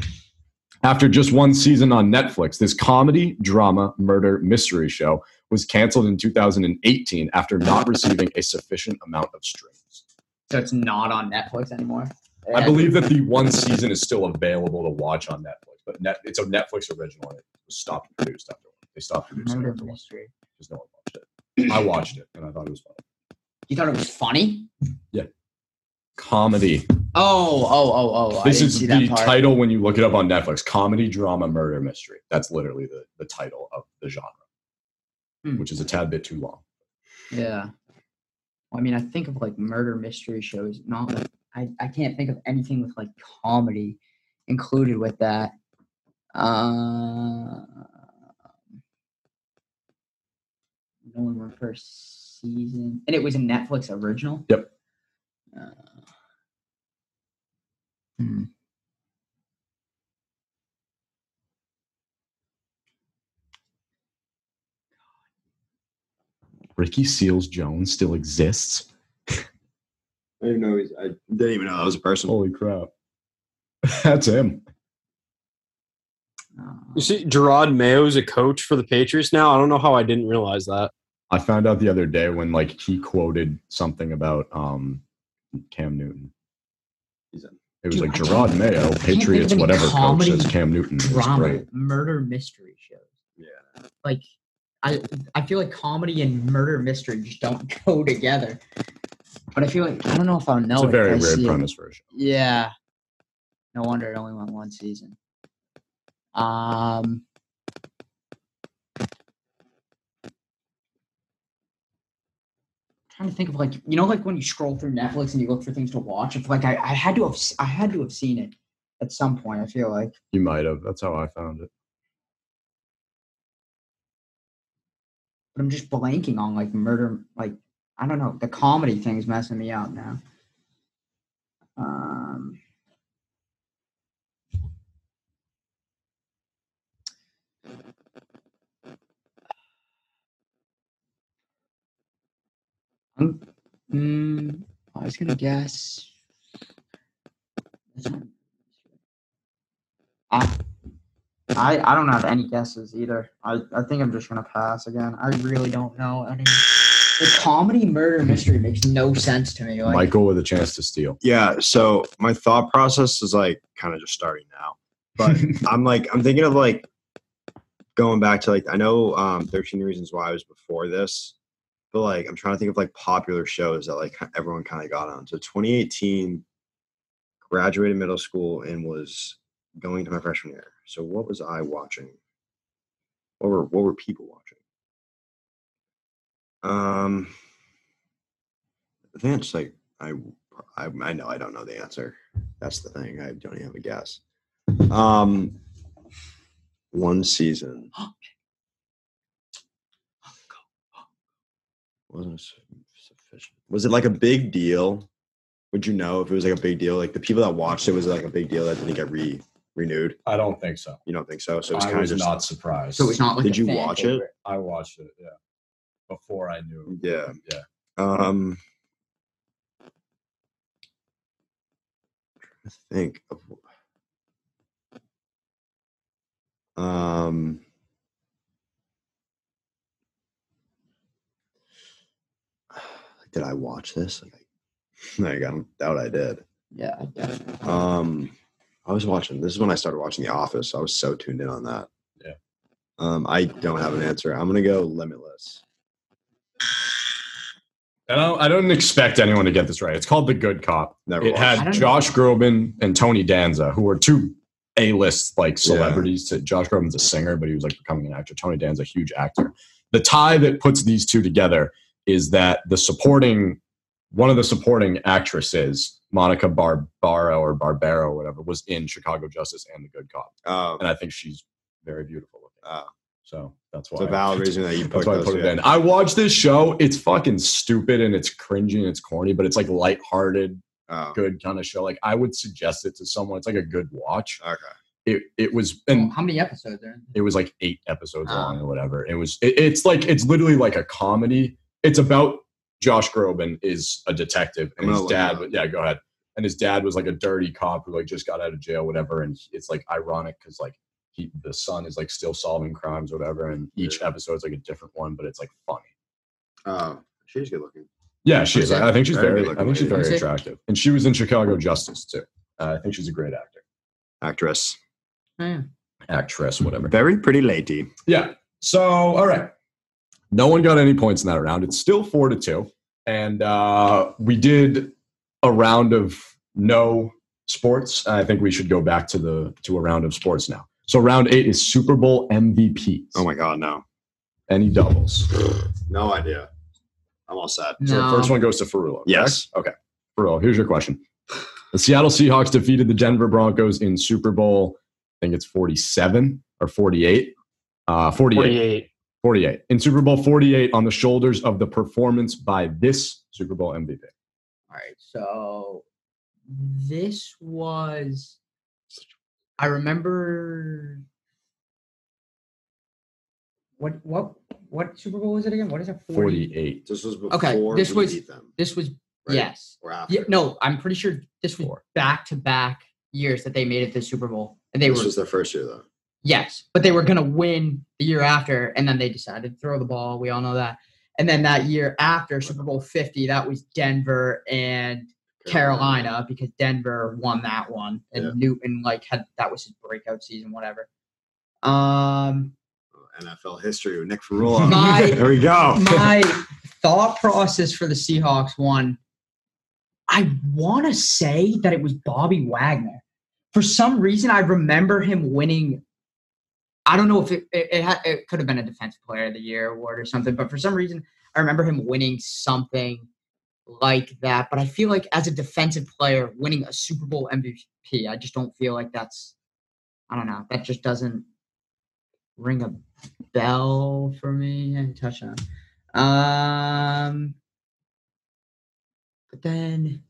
Speaker 1: After just one season on Netflix, this comedy, drama, murder, mystery show was canceled in 2018 after not receiving a sufficient amount of streams.
Speaker 3: So it's not on Netflix anymore.
Speaker 1: I believe that the one season is still available to watch on Netflix, but net, it's a Netflix original and it was stopped produced after they stopped producing it
Speaker 3: Murder
Speaker 1: after one
Speaker 3: mystery.
Speaker 1: because no one watched it. I watched it and I thought it was funny.
Speaker 3: You thought it was funny?
Speaker 1: Comedy.
Speaker 3: Oh, oh, oh, oh! I
Speaker 1: this
Speaker 3: didn't
Speaker 1: is
Speaker 3: see that
Speaker 1: the
Speaker 3: part.
Speaker 1: title when you look it up on Netflix: comedy, drama, murder, mystery. That's literally the, the title of the genre,
Speaker 3: Hmm.
Speaker 1: which is a tad bit too long.
Speaker 3: Yeah. Well, I mean, I think of like murder mystery shows, not like I, I can't think of anything with like comedy included with that. Uh, no one went first season, and it was a Netflix original.
Speaker 1: Yep.
Speaker 3: Uh, hmm.
Speaker 1: Ricky Seals Jones still exists.
Speaker 4: I didn't know. He's, I didn't even know that was a person.
Speaker 1: Holy crap, that's him.
Speaker 3: Uh,
Speaker 2: You see, Gerard Mayo's a coach for the Patriots now. I don't know how I didn't realize that.
Speaker 1: I found out the other day when like he quoted something about um, Cam Newton.
Speaker 4: He's in.
Speaker 1: It was
Speaker 3: Dude,
Speaker 1: like
Speaker 3: I can't-
Speaker 1: Gerard Mayo,
Speaker 3: can't think
Speaker 1: Patriots,
Speaker 3: of any
Speaker 1: whatever coach
Speaker 3: comedy
Speaker 1: says Cam Newton is
Speaker 3: drama,
Speaker 1: great.
Speaker 3: murder mystery shows.
Speaker 4: Yeah.
Speaker 3: Like, I I feel like comedy and murder mystery just don't go together. But I feel like I don't know if I'll know.
Speaker 1: It's a
Speaker 3: it
Speaker 1: very
Speaker 3: if I
Speaker 1: weird
Speaker 3: see it.
Speaker 1: premise for a show.
Speaker 3: Yeah. No wonder it only went one season. Um, trying to think of like you know like when you scroll through Netflix and you look for things to watch. If like I, I had to have s- I had to have seen it at some point. I feel like
Speaker 1: You might have. That's how I found it.
Speaker 3: but I'm just blanking on like murder, like I don't know, the comedy thing's messing me up now. Um, I'm, mm, I was gonna guess. I, I I don't have any guesses either. I, I think I'm just gonna pass again. I really don't know any. The comedy murder mystery makes no sense to me. Like,
Speaker 1: Michael with a chance to steal.
Speaker 4: Yeah. So my thought process is like kind of just starting now, but I'm like I'm thinking of like going back to like I know um, 13 Reasons Why was before this, but like I'm trying to think of like popular shows that like everyone kind of got on. So 2018, graduated middle school and was going to my freshman year. So what was I watching? What were what were people watching? Um, I think it's like I I, I know I don't know the answer. That's the thing. I don't even have a guess. Um, one season. Wasn't su- sufficient. Was it like a big deal? Would you know if it was like a big deal? Like the people that watched it was it like a big deal that didn't get re renewed.
Speaker 1: I don't think so.
Speaker 4: You don't think so? So it was
Speaker 1: I
Speaker 4: kind of
Speaker 1: was
Speaker 4: just
Speaker 1: not surprised.
Speaker 3: so it's not like
Speaker 4: Did
Speaker 3: a
Speaker 4: you
Speaker 3: fan
Speaker 4: watch it?
Speaker 3: favorite.
Speaker 1: I watched it, yeah. Before I knew.
Speaker 4: yeah
Speaker 1: Yeah.
Speaker 4: Um, trying to think of. wh- Um. like, Did I watch this? Like, I- like I don't doubt I did.
Speaker 3: Yeah, I guess.
Speaker 4: Um, I was watching. This is when I started watching The Office. I was so tuned in on that.
Speaker 1: Yeah.
Speaker 4: Um, I don't have an answer. I'm gonna go Limitless.
Speaker 1: And I don't, I don't expect anyone to get this right. It's called The Good Cop.
Speaker 4: Never.
Speaker 1: It
Speaker 4: watched
Speaker 3: I
Speaker 1: had
Speaker 3: don't
Speaker 1: Josh Groban and Tony Danza, who were two A-list like celebrities. To, Josh Groban's a singer, but he was like becoming an actor. Tony Danza, a huge actor. The tie that puts these two together is that the supporting, one of the supporting actresses, Monica Barbaro or Barbaro, whatever, was in Chicago Justice and The Good Cop,
Speaker 4: Um,
Speaker 1: and I think she's very beautiful looking.
Speaker 4: Oh.
Speaker 1: So that's why.
Speaker 4: it's a valid reason that you put
Speaker 1: That's why I
Speaker 4: those
Speaker 1: put it
Speaker 4: two.
Speaker 1: in. I watched this show. It's fucking stupid and it's cringy and it's corny, but it's like lighthearted,
Speaker 4: Oh,
Speaker 1: good kind of show. Like I would suggest it to someone. It's like a good watch.
Speaker 4: okay.
Speaker 1: It it was
Speaker 3: Well,
Speaker 1: and
Speaker 3: how many episodes are in?
Speaker 1: it was like eight episodes
Speaker 3: Ah.
Speaker 1: long or whatever. It was it, it's like it's literally like a comedy. It's about Josh Groban is a detective
Speaker 4: I'm
Speaker 1: and
Speaker 4: gonna
Speaker 1: his
Speaker 4: look it
Speaker 1: dad.
Speaker 4: up.
Speaker 1: Yeah, go ahead. And his dad was like a dirty cop who like just got out of jail, whatever. And it's like ironic because like he the son is like still solving crimes, or whatever. And each episode's like a different one, but it's like funny.
Speaker 4: Oh, she's good looking.
Speaker 1: Yeah, she is. I I think she's
Speaker 4: Very
Speaker 1: very.
Speaker 4: good
Speaker 1: I think she's very
Speaker 4: looking.
Speaker 3: Is it-
Speaker 1: attractive, and she was in Chicago Justice too. Uh, I think she's a great actor,
Speaker 4: Actress.
Speaker 3: Yeah.
Speaker 1: actress, whatever.
Speaker 4: Very pretty lady.
Speaker 1: Yeah. So, all right. No one got any points in that round. It's still four to two, and uh, we did a round of no sports. I think we should go back to the to a round of sports now. So, round eight is Super Bowl MVPs.
Speaker 4: Oh my god, no.
Speaker 1: Any doubles?
Speaker 4: No idea. I'm all set.
Speaker 1: So, the
Speaker 3: No.
Speaker 1: first one goes to Ferrulo. correct?
Speaker 4: Yes.
Speaker 1: Okay. Ferrulo, here's your question. The Seattle Seahawks defeated the Denver Broncos in Super Bowl, I think it's 47 or 48. Uh, 48.
Speaker 2: 48.
Speaker 1: 48. In Super Bowl 48, on the shoulders of the performance by this Super Bowl MVP.
Speaker 3: All right, so this was. I remember. What what what Super Bowl was it again? What is it? 40?
Speaker 1: 48.
Speaker 4: This was before
Speaker 3: Okay, this
Speaker 4: we
Speaker 3: was-
Speaker 4: beat them.
Speaker 3: This was
Speaker 4: right?
Speaker 3: yes.
Speaker 4: Or after.
Speaker 3: Yeah, no, I'm pretty sure this was
Speaker 1: Four.
Speaker 3: back to back years that they made it to the Super Bowl, and they
Speaker 4: this
Speaker 3: were
Speaker 4: was their first year though.
Speaker 3: Yes, but they were going to win the year after, and then they decided to throw the ball. We all know that. And then that year after Super Bowl 50, that was Denver and Carolina because Denver won that one, and
Speaker 4: Yeah.
Speaker 3: Newton like had that was his breakout season, whatever. Um,
Speaker 4: NFL history with Nick Ferrula.
Speaker 3: My-
Speaker 4: there we go.
Speaker 3: my thought process for the Seahawks one, I want to say that it was Bobby Wagner for some reason, I remember him winning. I don't know if it it, it, ha- it could have been a Defensive Player of the Year award or something, but for some reason, I remember him winning something like that. But I feel like as a defensive player, winning a Super Bowl MVP, I just don't feel like that's. I don't know. That just doesn't ring a bell for me. And touchdown. Um, but then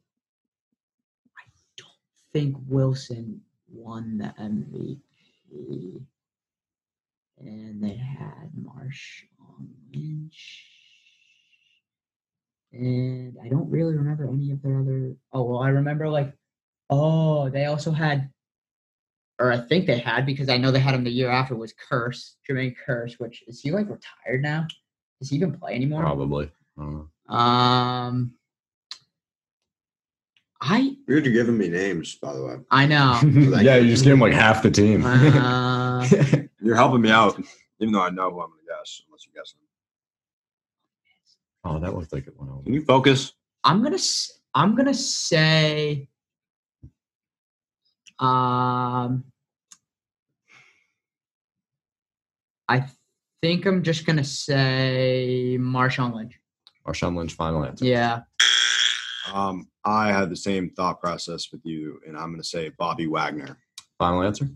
Speaker 3: I don't think Wilson won the MVP. And they had Marshawn Lynch. And I don't really remember any of their other. Oh, well, I remember like, oh, they also had, or I think they had because I know they had him the year after was Curse, Jermaine Curse, which is he like retired now? Does he even play anymore?
Speaker 5: Probably. I don't
Speaker 3: Oh.
Speaker 5: know.
Speaker 3: Um, I
Speaker 4: Weird, you're giving me names, by the way.
Speaker 3: I know.
Speaker 1: yeah, you just gave him like half the team.
Speaker 3: Uh,
Speaker 4: You're helping me out, even though I know who I'm going to guess, unless you guess.
Speaker 5: Oh, that looked like it went over.
Speaker 4: Can you focus?
Speaker 3: I'm gonna s- I'm gonna say um I think I'm just gonna say Marshawn Lynch.
Speaker 5: Marshawn Lynch final answer.
Speaker 3: Yeah.
Speaker 4: Um, I had the same thought process with you, and I'm going to say Bobby Wagner,
Speaker 5: Final answer.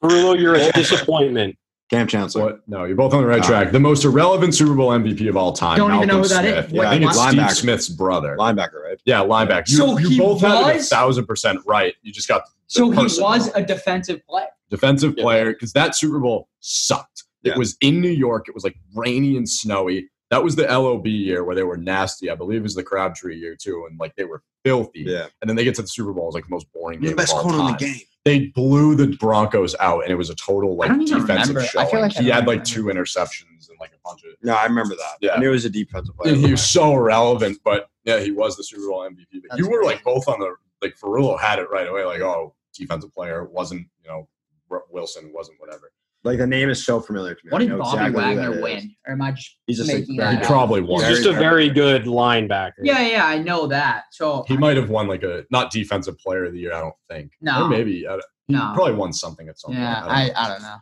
Speaker 2: Bruno, you're a disappointment.
Speaker 4: Cam Chancellor.
Speaker 1: What? No, you're both on the right
Speaker 4: Ah.
Speaker 1: track. The most irrelevant Super Bowl MVP of all time.
Speaker 3: Uh, Don't even know
Speaker 1: Malcolm
Speaker 3: who that is.
Speaker 1: Smith.
Speaker 4: What-
Speaker 1: I think it's
Speaker 4: what?
Speaker 1: Steve
Speaker 4: Linebacker.
Speaker 1: Smith's brother.
Speaker 4: Linebacker, right?
Speaker 1: Yeah, linebacker. You,
Speaker 3: So
Speaker 1: you
Speaker 3: he
Speaker 1: both had it a
Speaker 3: was-
Speaker 1: thousand percent right. You just got
Speaker 3: So he
Speaker 1: person.
Speaker 3: was a defensive player.
Speaker 1: defensive
Speaker 2: Yeah.
Speaker 1: player because that Super Bowl sucked.
Speaker 4: Yeah.
Speaker 1: It was in New York. It was like rainy and snowy. That was the LOB year where they were nasty. I believe it was the Crabtree year too, and like they were filthy.
Speaker 4: Yeah.
Speaker 1: And then they get to the Super Bowl, it's like the most boring game.
Speaker 4: The best
Speaker 1: of all
Speaker 4: corner in the
Speaker 1: time.
Speaker 4: game.
Speaker 1: They blew the Broncos out, and it was a total like
Speaker 3: I don't even
Speaker 1: defensive
Speaker 3: remember. I feel
Speaker 1: showing.
Speaker 3: like I
Speaker 1: he
Speaker 3: don't
Speaker 1: had like
Speaker 3: remember.
Speaker 1: two interceptions and like a bunch of.
Speaker 4: No, I remember that.
Speaker 1: Yeah.
Speaker 4: And it was a defensive player.
Speaker 1: Dude, he was so relevant, but yeah, he was the Super Bowl MVP. But
Speaker 3: That's
Speaker 1: you were
Speaker 3: crazy.
Speaker 1: like both on the like Ferrillo had it right away. Like, oh, defensive player wasn't you know R- Wilson wasn't whatever.
Speaker 4: like the name is so familiar to me.
Speaker 3: What
Speaker 4: I
Speaker 3: did
Speaker 4: know
Speaker 3: Bobby
Speaker 4: exactly who that
Speaker 3: Wagner
Speaker 4: is.
Speaker 3: win? Or am I just
Speaker 4: He's just like
Speaker 3: Making
Speaker 4: very
Speaker 1: uh, He
Speaker 3: Yeah.
Speaker 1: probably won.
Speaker 2: He's just a very good linebacker.
Speaker 3: Yeah, yeah, I know that. So
Speaker 1: He might have won like a not defensive player of the year. I don't think.
Speaker 3: No.
Speaker 1: Or maybe I,
Speaker 3: no.
Speaker 1: probably won something at some
Speaker 3: yeah,
Speaker 1: point. I
Speaker 3: I,
Speaker 1: don't know.
Speaker 3: I don't know.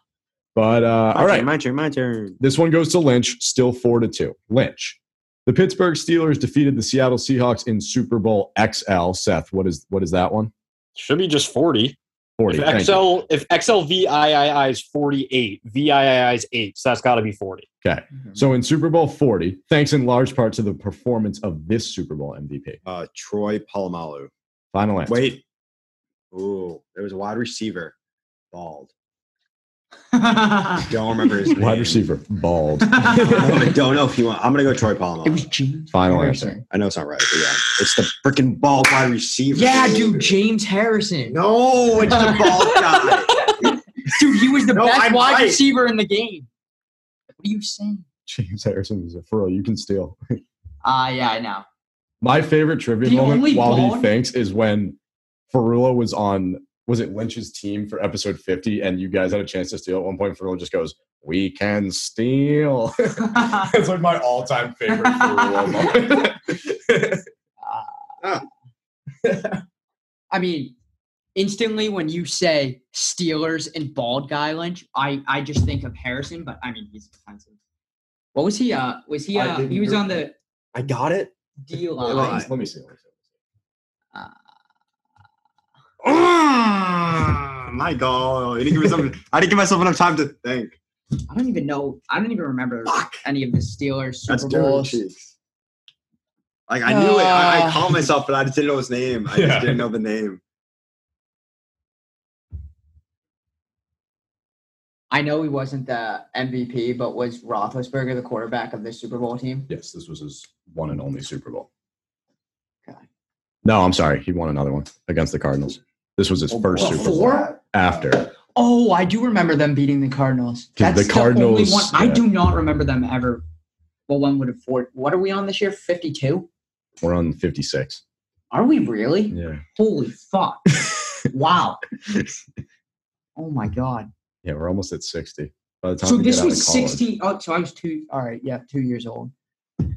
Speaker 1: but uh,
Speaker 4: My
Speaker 1: all
Speaker 4: turn,
Speaker 1: right,
Speaker 4: my turn, my turn.
Speaker 1: this one goes to Lynch. Still four to two. Lynch. The Pittsburgh Steelers defeated the Seattle Seahawks in Super Bowl XL. Seth, what is what is that one?
Speaker 2: Should be just 40.
Speaker 1: Forty.
Speaker 2: If
Speaker 1: thank you.
Speaker 2: XL, if XLVIII is 48, VIII is 8, so that's got to be 40.
Speaker 1: So in Super Bowl 40, thanks in large part to the performance of this Super Bowl MVP.
Speaker 4: Uh, Troy Polamalu.
Speaker 1: Final answer.
Speaker 4: Wait. Ooh, there was a wide receiver. Bald. Don't remember his name.
Speaker 1: Wide receiver, bald.
Speaker 4: I don't know if you want. I'm going to go Troy Polamalu.
Speaker 3: it was James.
Speaker 1: Final answer.
Speaker 3: Harrison.
Speaker 4: I know it's not right, but yeah. It's the freaking ball wide receiver.
Speaker 3: Yeah, dude, James Harrison.
Speaker 4: No, it's the ball guy.
Speaker 3: Dude, he was the
Speaker 4: No,
Speaker 3: best
Speaker 4: I'm
Speaker 3: wide
Speaker 4: right.
Speaker 3: receiver in the game. What are you saying?
Speaker 1: James Harrison is a furrow. You can steal.
Speaker 3: Ah, uh, yeah, I know.
Speaker 1: My favorite trivia
Speaker 3: The only
Speaker 1: moment while he
Speaker 3: bald-
Speaker 1: thinks is when Ferrullo was on, was it Lynch's team for episode 50? And you guys had a chance to steal. At one point, Ferrullo just goes, We can steal. It's like my all time favorite Ferrullo moment.
Speaker 3: I mean, instantly when you say Steelers and bald guy Lynch, I, I just think of Harrison, but I mean he's defensive. What was he? Uh, was he?
Speaker 4: I
Speaker 3: Uh,
Speaker 4: didn't
Speaker 3: he was
Speaker 4: hear
Speaker 3: on the
Speaker 4: I got it.
Speaker 3: D
Speaker 4: Well,
Speaker 3: line.
Speaker 4: I-
Speaker 1: Let me see.
Speaker 4: Mm, my God. I didn't, give myself, I didn't give myself enough time to think.
Speaker 3: I don't even know. I don't even remember
Speaker 4: Fuck.
Speaker 3: any of the Steelers
Speaker 4: That's
Speaker 3: Super
Speaker 4: dirty
Speaker 3: Bowls.
Speaker 4: cheeks. Like, I knew it. I, I
Speaker 3: Ah.
Speaker 4: called myself, but I just didn't know his name. I
Speaker 1: Yeah.
Speaker 4: just didn't know the name.
Speaker 3: I know he wasn't the MVP, but was Roethlisberger the quarterback of this Super Bowl team?
Speaker 1: Yes, this was his one and only Super Bowl.
Speaker 3: Okay.
Speaker 1: No, I'm sorry. He won another one against the Cardinals. This was his first
Speaker 3: wow.
Speaker 1: Super Bowl
Speaker 3: Four?
Speaker 1: after.
Speaker 3: Oh, I do remember them beating the Cardinals.
Speaker 1: Because the Cardinals-
Speaker 3: only one. I
Speaker 1: yeah.
Speaker 3: do not remember them ever. Well, when would have four? What are we on this year? Fifty-two.
Speaker 1: We're on 56.
Speaker 3: Are we really?
Speaker 1: Yeah.
Speaker 3: Holy fuck! wow. Oh my god.
Speaker 1: Yeah, we're almost at 60. By the time
Speaker 3: So
Speaker 1: we
Speaker 3: this
Speaker 1: get out
Speaker 3: was
Speaker 1: of college.
Speaker 3: sixteen. Oh, so I was two. All right, yeah, two years old.
Speaker 4: I'm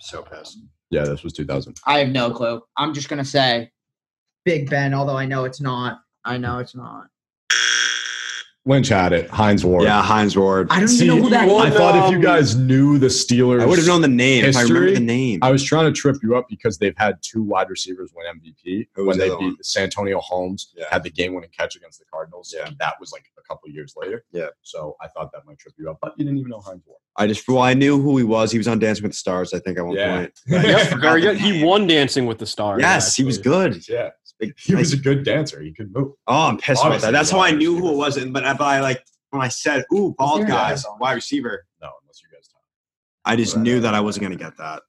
Speaker 4: so pissed.
Speaker 1: Yeah, this was 2000.
Speaker 3: I have no clue. I'm just gonna say Big Ben, although I know it's not. I know it's not.
Speaker 1: Lynch had it. Heinz Ward.
Speaker 4: Yeah, Heinz Ward.
Speaker 3: I
Speaker 4: I,
Speaker 3: don't
Speaker 1: See,
Speaker 3: even know who that
Speaker 1: I
Speaker 3: is.
Speaker 1: thought if you guys knew the Steelers,
Speaker 4: would have known the name if I
Speaker 1: History?
Speaker 4: remember the name.
Speaker 1: I was trying to trip you up because they've had two wide receivers win MVP
Speaker 4: Who
Speaker 1: when
Speaker 4: was the
Speaker 1: they
Speaker 4: other
Speaker 1: beat
Speaker 4: one?
Speaker 1: Santonio Holmes
Speaker 4: Yeah.
Speaker 1: had the game-winning catch against the Cardinals.
Speaker 4: Yeah.
Speaker 1: and that was like a couple years later.
Speaker 4: Yeah.
Speaker 1: So I thought that might trip you up, but you didn't even know Heinz Ward.
Speaker 4: I just well, I knew who he was. He was on Dancing with the Stars, I think, at one
Speaker 1: Yeah.
Speaker 4: point. But I just
Speaker 1: Yep.
Speaker 4: forgot
Speaker 2: Or,
Speaker 4: the
Speaker 2: yeah, he
Speaker 4: name.
Speaker 2: won Dancing with the Stars.
Speaker 4: Yes, he was
Speaker 2: actually.
Speaker 4: good.
Speaker 1: Yeah,
Speaker 4: Big-
Speaker 1: he was a good dancer. He could move.
Speaker 4: Oh, I'm pissed about
Speaker 1: Obviously,
Speaker 4: that. That's how I knew who
Speaker 1: receiver.
Speaker 4: it was. And but if I like when I said, "Ooh, bald
Speaker 3: there a-
Speaker 4: guys, wide receiver,"
Speaker 1: No, unless you guys. Talk.
Speaker 4: I just knew that I wasn't gonna get that.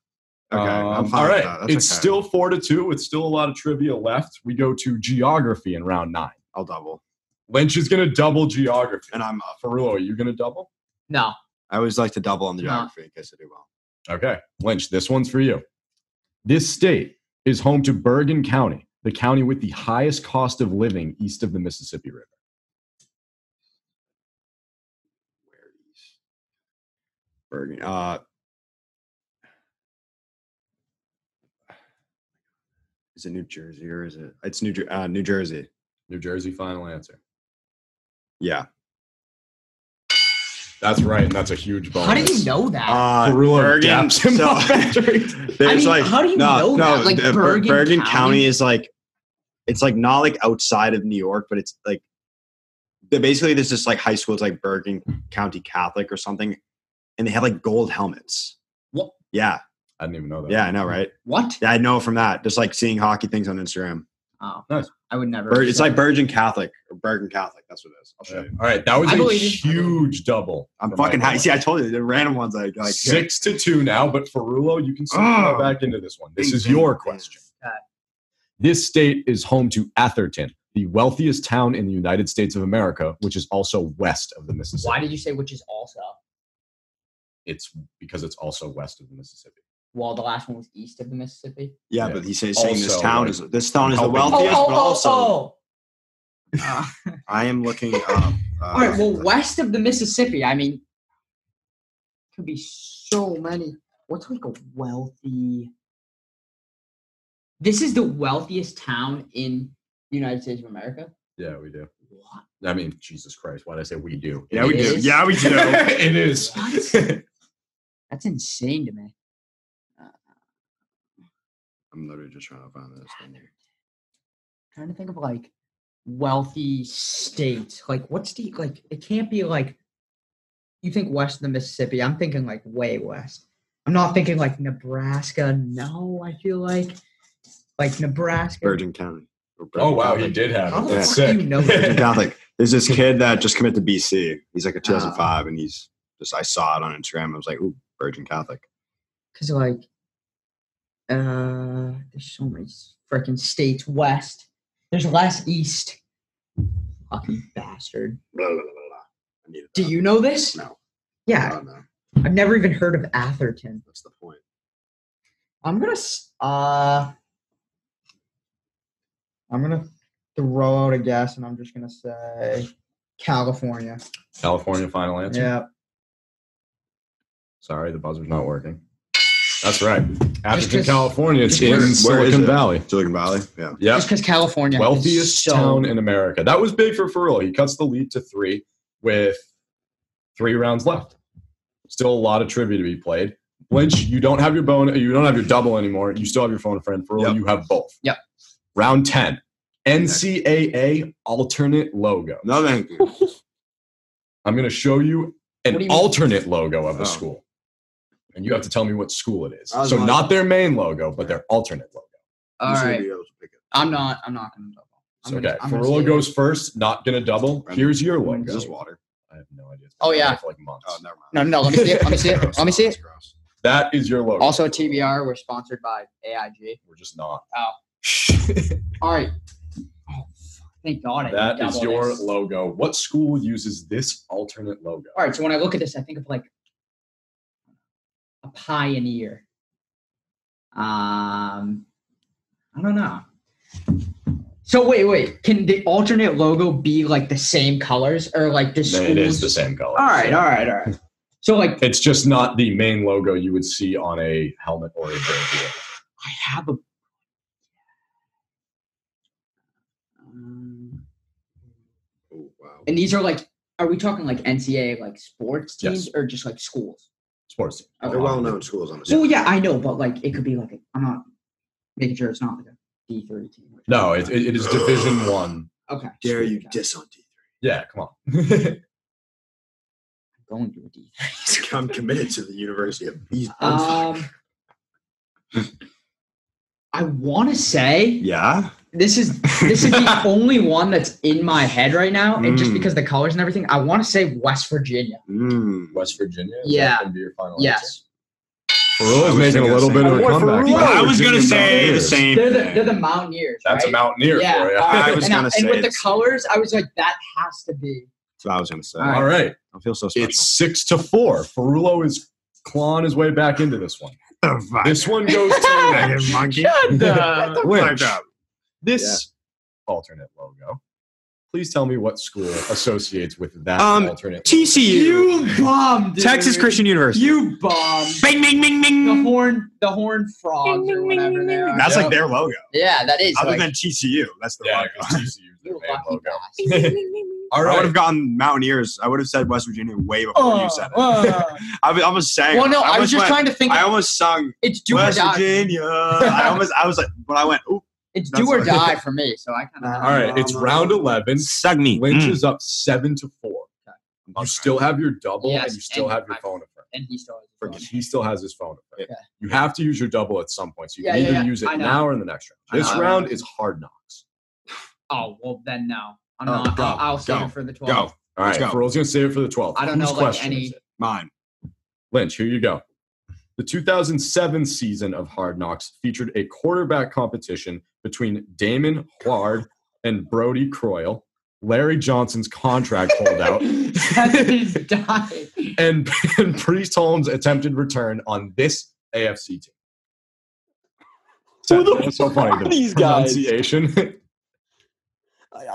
Speaker 4: Okay, I'm
Speaker 1: Um,
Speaker 4: fine.
Speaker 1: all
Speaker 4: with
Speaker 1: right.
Speaker 4: that. That's
Speaker 1: It's
Speaker 4: okay.
Speaker 1: still four to two. It's still a lot of trivia left. We go to geography in round nine.
Speaker 4: I'll double,
Speaker 1: Lynch is going to double geography.
Speaker 4: and uh, I'm up.
Speaker 1: Ferrullo, are you going to double?
Speaker 3: No.
Speaker 4: I always like to double on the
Speaker 3: No.
Speaker 4: geography in case I do well.
Speaker 1: Okay. Lynch, this one's for you. This state is home to Bergen County, the county with the highest cost of living east of the Mississippi River.
Speaker 4: Where is Bergen? Uh, is it New Jersey or is it? It's New Jer- uh, New Jersey.
Speaker 1: New Jersey, final answer.
Speaker 4: Yeah.
Speaker 1: That's right. And that's a huge bonus.
Speaker 3: How do you know that?
Speaker 4: Uh,
Speaker 1: Ferrullo
Speaker 4: Bergen,
Speaker 1: gaps in
Speaker 4: so-
Speaker 1: my factory.
Speaker 4: There's
Speaker 3: I mean,
Speaker 4: like
Speaker 3: how do you
Speaker 4: no,
Speaker 3: know
Speaker 4: no,
Speaker 3: that? Like,
Speaker 4: the- Ber-
Speaker 3: Bergen
Speaker 4: County?
Speaker 3: County?
Speaker 4: is like it's like not like outside of New York, but it's like they basically this is like high school. It's like Bergen County Catholic or something, and they have like gold helmets.
Speaker 3: What?
Speaker 4: Yeah,
Speaker 1: I didn't even know that.
Speaker 4: yeah, I know, right?
Speaker 3: what?
Speaker 4: Yeah, I know from that. Just like seeing hockey things on Instagram.
Speaker 3: Oh,
Speaker 1: Nice.
Speaker 3: I would never.
Speaker 4: Ber- it's
Speaker 3: say
Speaker 4: like Bergen Catholic or Bergen Catholic. That's what it is. I'll show
Speaker 1: Yeah.
Speaker 4: you.
Speaker 1: All right. That was
Speaker 3: I
Speaker 1: a
Speaker 3: believe you.
Speaker 1: huge double.
Speaker 4: I'm
Speaker 1: for
Speaker 4: fucking
Speaker 1: Michael
Speaker 4: high.
Speaker 1: Lynch.
Speaker 4: See, I told you the random ones I like.
Speaker 1: Six to two now, but Ferrullo, you can still go
Speaker 4: Oh.
Speaker 1: back into this one. This
Speaker 4: Ding,
Speaker 1: is
Speaker 4: ding,
Speaker 1: your
Speaker 4: ding.
Speaker 1: question.
Speaker 3: Okay.
Speaker 1: This state is home to Atherton, the wealthiest town in the United States of America, which is also west of the Mississippi.
Speaker 3: Why did you say which is also?
Speaker 1: It's because it's also west of the Mississippi.
Speaker 3: Well, the last one was east of the Mississippi.
Speaker 4: Yeah,
Speaker 1: Yeah.
Speaker 4: but he says saying this
Speaker 1: Also,
Speaker 4: town
Speaker 1: like,
Speaker 4: is this town is the
Speaker 1: helping-
Speaker 4: wealthiest, but also
Speaker 3: oh. Uh,
Speaker 4: I am looking up. Uh,
Speaker 3: all right. Well, west of the Mississippi, I mean, could be so many. What's like a wealthy? This is the wealthiest town in the United States of America.
Speaker 1: Yeah, we do.
Speaker 3: What?
Speaker 1: I mean, Jesus Christ, why did I say we do?
Speaker 4: Yeah, we
Speaker 3: It
Speaker 4: do.
Speaker 3: is?
Speaker 4: Yeah, we do.
Speaker 1: it is.
Speaker 3: What? That's insane to me.
Speaker 4: I'm literally just trying to find this thing here.
Speaker 3: trying to think of like wealthy states. Like what state? Like it can't be like you think west of the Mississippi. I'm thinking like way west. I'm not thinking like Nebraska. No, I feel like like Nebraska.
Speaker 4: Virgin County. Or
Speaker 1: Oh,
Speaker 4: Bergen
Speaker 1: wow, he
Speaker 4: County.
Speaker 1: did have
Speaker 3: How
Speaker 1: it.
Speaker 3: the
Speaker 1: That's
Speaker 3: fuck
Speaker 1: sick.
Speaker 3: do you know
Speaker 4: Virgin Catholic. There's this kid that just committed to BC. He's like a
Speaker 3: Ah.
Speaker 4: 2005, and he's just I saw it on Instagram. I was like, ooh, Virgin Catholic.
Speaker 3: Because like uh there's so many freaking states west. There's less east. Fucking bastard.
Speaker 4: Blah, blah, blah, blah, blah. I needed
Speaker 3: Do
Speaker 4: that.
Speaker 3: you know this?
Speaker 4: No. I
Speaker 3: Yeah,
Speaker 4: don't know.
Speaker 3: I've never even heard of Atherton.
Speaker 4: That's the point.
Speaker 3: I'm gonna s- uh I'm gonna throw out a guess and I'm just gonna say California.
Speaker 1: California final answer.
Speaker 3: Yeah.
Speaker 1: Sorry, the buzzer's not working. That's right. Atherton,
Speaker 3: just-
Speaker 1: California. It's
Speaker 3: just
Speaker 1: in
Speaker 3: where- where
Speaker 4: is
Speaker 1: Silicon
Speaker 4: it?
Speaker 1: Valley.
Speaker 4: Silicon Valley. Yeah.
Speaker 1: Yep.
Speaker 3: Just because California is
Speaker 1: wealthiest
Speaker 3: so-
Speaker 1: town in America. That was big for Ferrell. He cuts the lead to three with three rounds left. Still a lot of trivia to be played. Lynch, you don't have your bone, you don't have your double anymore. You still have your phone a friend. Ferrell,
Speaker 4: Yep.
Speaker 1: you have both.
Speaker 3: Yep.
Speaker 1: Round 10. NCAA alternate logo.
Speaker 4: No, thank you.
Speaker 1: I'm going to show you an
Speaker 3: What do you mean?
Speaker 1: alternate logo of a
Speaker 4: Oh.
Speaker 1: school. And you have to tell me what school it is.
Speaker 4: I was
Speaker 1: So
Speaker 4: wondering.
Speaker 1: not their main logo, but their alternate logo.
Speaker 3: All
Speaker 4: You should
Speaker 3: right.
Speaker 4: be able to pick it.
Speaker 3: I'm not I'm not gonna double. I'm
Speaker 1: okay.
Speaker 3: gonna- I'm gonna
Speaker 1: Ferrell
Speaker 3: say-
Speaker 1: goes first, not going to double.
Speaker 4: Brendan.
Speaker 1: Here's your
Speaker 3: Is
Speaker 1: logo.
Speaker 4: Is this water?
Speaker 1: I have no idea. It's
Speaker 3: Oh,
Speaker 1: been
Speaker 3: yeah.
Speaker 1: around For like months.
Speaker 4: Oh, never mind.
Speaker 3: No, no, no, let me see it. Let me see it.
Speaker 4: Gross.
Speaker 3: Let me see
Speaker 4: That's
Speaker 3: it.
Speaker 4: gross.
Speaker 1: That is your logo.
Speaker 3: Also TBR, we're sponsored by AIG.
Speaker 1: we're just not.
Speaker 3: All right. Oh fuck, thank God I
Speaker 1: That is
Speaker 3: doubled
Speaker 1: your
Speaker 3: this.
Speaker 1: logo. What school uses this alternate logo?
Speaker 3: All right, so when I look at this, I think of like a pioneer. Um, I don't know. So wait, wait, can the alternate logo be like the same colors or like the schools?
Speaker 1: It is the same color.
Speaker 3: All right, all right, all right. So like,
Speaker 1: It's just not the main logo you would see on a helmet or a jersey.
Speaker 3: I have a. Um,
Speaker 6: Wow.
Speaker 3: And these are like, are we talking like NCAA like sports teams
Speaker 1: Yes.
Speaker 3: or just like schools?
Speaker 1: Sports.
Speaker 6: They're well known schools on the
Speaker 3: Oh, Well, yeah, I know, but like it could be like a, I'm not making sure it's not like a D three team. or
Speaker 1: No, it,
Speaker 3: something.
Speaker 1: it, it is Division One.
Speaker 3: okay.
Speaker 6: Dare
Speaker 3: sweet,
Speaker 6: you
Speaker 3: okay.
Speaker 6: diss on D3?
Speaker 1: Yeah, come on.
Speaker 3: Going to a D three.
Speaker 6: I'm committed to the University of East.
Speaker 3: Um, I want to say
Speaker 4: Yeah.
Speaker 3: this is this is the only one that's in my head right now, and just
Speaker 4: Mm.
Speaker 3: because the colors and everything, I want to say West Virginia.
Speaker 4: Mm.
Speaker 1: West Virginia. is that
Speaker 3: Yeah.
Speaker 1: gonna be your final
Speaker 3: Yes,
Speaker 1: Answer?
Speaker 4: I
Speaker 1: is
Speaker 4: was
Speaker 1: making a
Speaker 4: thinking
Speaker 1: little
Speaker 4: the
Speaker 1: bit
Speaker 4: same
Speaker 1: of a
Speaker 4: thing. Oh,
Speaker 1: comeback.
Speaker 4: Ferrell.
Speaker 1: Wow,
Speaker 4: I
Speaker 2: I
Speaker 4: was
Speaker 2: was
Speaker 4: gonna
Speaker 2: gonna
Speaker 4: Virginia say the
Speaker 2: say the
Speaker 4: Mountaineers.
Speaker 2: same.
Speaker 3: they're the they're the Mountaineers.
Speaker 1: That's a
Speaker 3: right?
Speaker 1: mountaineer
Speaker 3: Yeah,
Speaker 1: for you.
Speaker 3: all
Speaker 4: I
Speaker 3: right.
Speaker 4: was
Speaker 3: and, I-
Speaker 4: gonna
Speaker 3: and
Speaker 4: say
Speaker 3: with the
Speaker 4: it's-
Speaker 3: colors, I was like, that has to be.
Speaker 4: That's what I was gonna say.
Speaker 3: All
Speaker 1: All right,
Speaker 4: I feel so special.
Speaker 1: it's six to four. Ferrulo is clawing his way back into this one. This one goes to
Speaker 6: Fucking monkey.
Speaker 1: the
Speaker 6: Winch.
Speaker 1: fuck this alternate logo. Please tell me what school associates with that
Speaker 4: Um,
Speaker 1: alternate.
Speaker 4: TCU,
Speaker 3: bomb, dude.
Speaker 4: Texas Christian University.
Speaker 3: You bomb.
Speaker 4: Bing, bing, bing,
Speaker 3: The
Speaker 4: bing.
Speaker 3: horn, the horn frogs or whatever they are.
Speaker 4: That's
Speaker 1: Yeah.
Speaker 4: like their logo.
Speaker 3: yeah, that is.
Speaker 4: Other
Speaker 3: like-
Speaker 4: than TCU, that's the
Speaker 1: yeah,
Speaker 4: logo.
Speaker 1: 'cause TCU is their
Speaker 3: You
Speaker 1: main
Speaker 3: lucky
Speaker 1: logo.
Speaker 3: bastard.
Speaker 1: All
Speaker 4: I would
Speaker 1: right,
Speaker 4: have gotten Mountaineers. I would have said West Virginia way before
Speaker 3: Uh,
Speaker 4: you said it. I was almost saying.
Speaker 3: Oh, well, no, I,
Speaker 4: almost
Speaker 3: was just
Speaker 4: went-
Speaker 3: trying to think.
Speaker 4: I almost sung
Speaker 3: it's do or
Speaker 4: West
Speaker 3: die.
Speaker 4: Virginia. I almost. I was like, when I went, ooh,
Speaker 3: It's
Speaker 4: That's
Speaker 3: do or
Speaker 4: right.
Speaker 3: die for me. So I kind
Speaker 1: all right. It's round eleven.
Speaker 4: sung me.
Speaker 1: Lynch
Speaker 4: Mm.
Speaker 1: is up seven to four. You still have your double,
Speaker 3: Yes,
Speaker 1: and you still
Speaker 3: and
Speaker 1: have your
Speaker 3: I-
Speaker 1: phone a
Speaker 3: and he still has
Speaker 1: friend.
Speaker 3: his
Speaker 1: He still has his phone a friend.
Speaker 3: Yeah.
Speaker 1: You have to use your double at some point. So you
Speaker 3: Yeah,
Speaker 1: can
Speaker 3: yeah,
Speaker 1: either
Speaker 3: yeah.
Speaker 1: use
Speaker 3: I
Speaker 1: it
Speaker 3: know.
Speaker 1: now or in the next round. This
Speaker 3: I know.
Speaker 1: round is hard knocks.
Speaker 3: phone. Oh well, then no. I'm
Speaker 4: Oh,
Speaker 3: not.
Speaker 4: go,
Speaker 3: I'll, I'll save
Speaker 4: go,
Speaker 3: it for the 12.
Speaker 4: Go
Speaker 1: All right,
Speaker 4: Let's go.
Speaker 1: Ferrell's gonna save it for the 12th.
Speaker 3: I don't
Speaker 1: Whose
Speaker 3: know, like,
Speaker 1: question
Speaker 3: any-
Speaker 1: is it?
Speaker 4: mine.
Speaker 1: Lynch, here you go. The 2007 season of Hard Knocks featured a quarterback competition between Damon Huard and Brody Croyle, Larry Johnson's contract holdout,
Speaker 3: Texas died.
Speaker 1: and, and Priest Holmes' attempted return on this AFC team.
Speaker 2: Who the
Speaker 1: That's so funny.
Speaker 2: fuck
Speaker 1: the
Speaker 2: are these guys?
Speaker 1: pronunciation.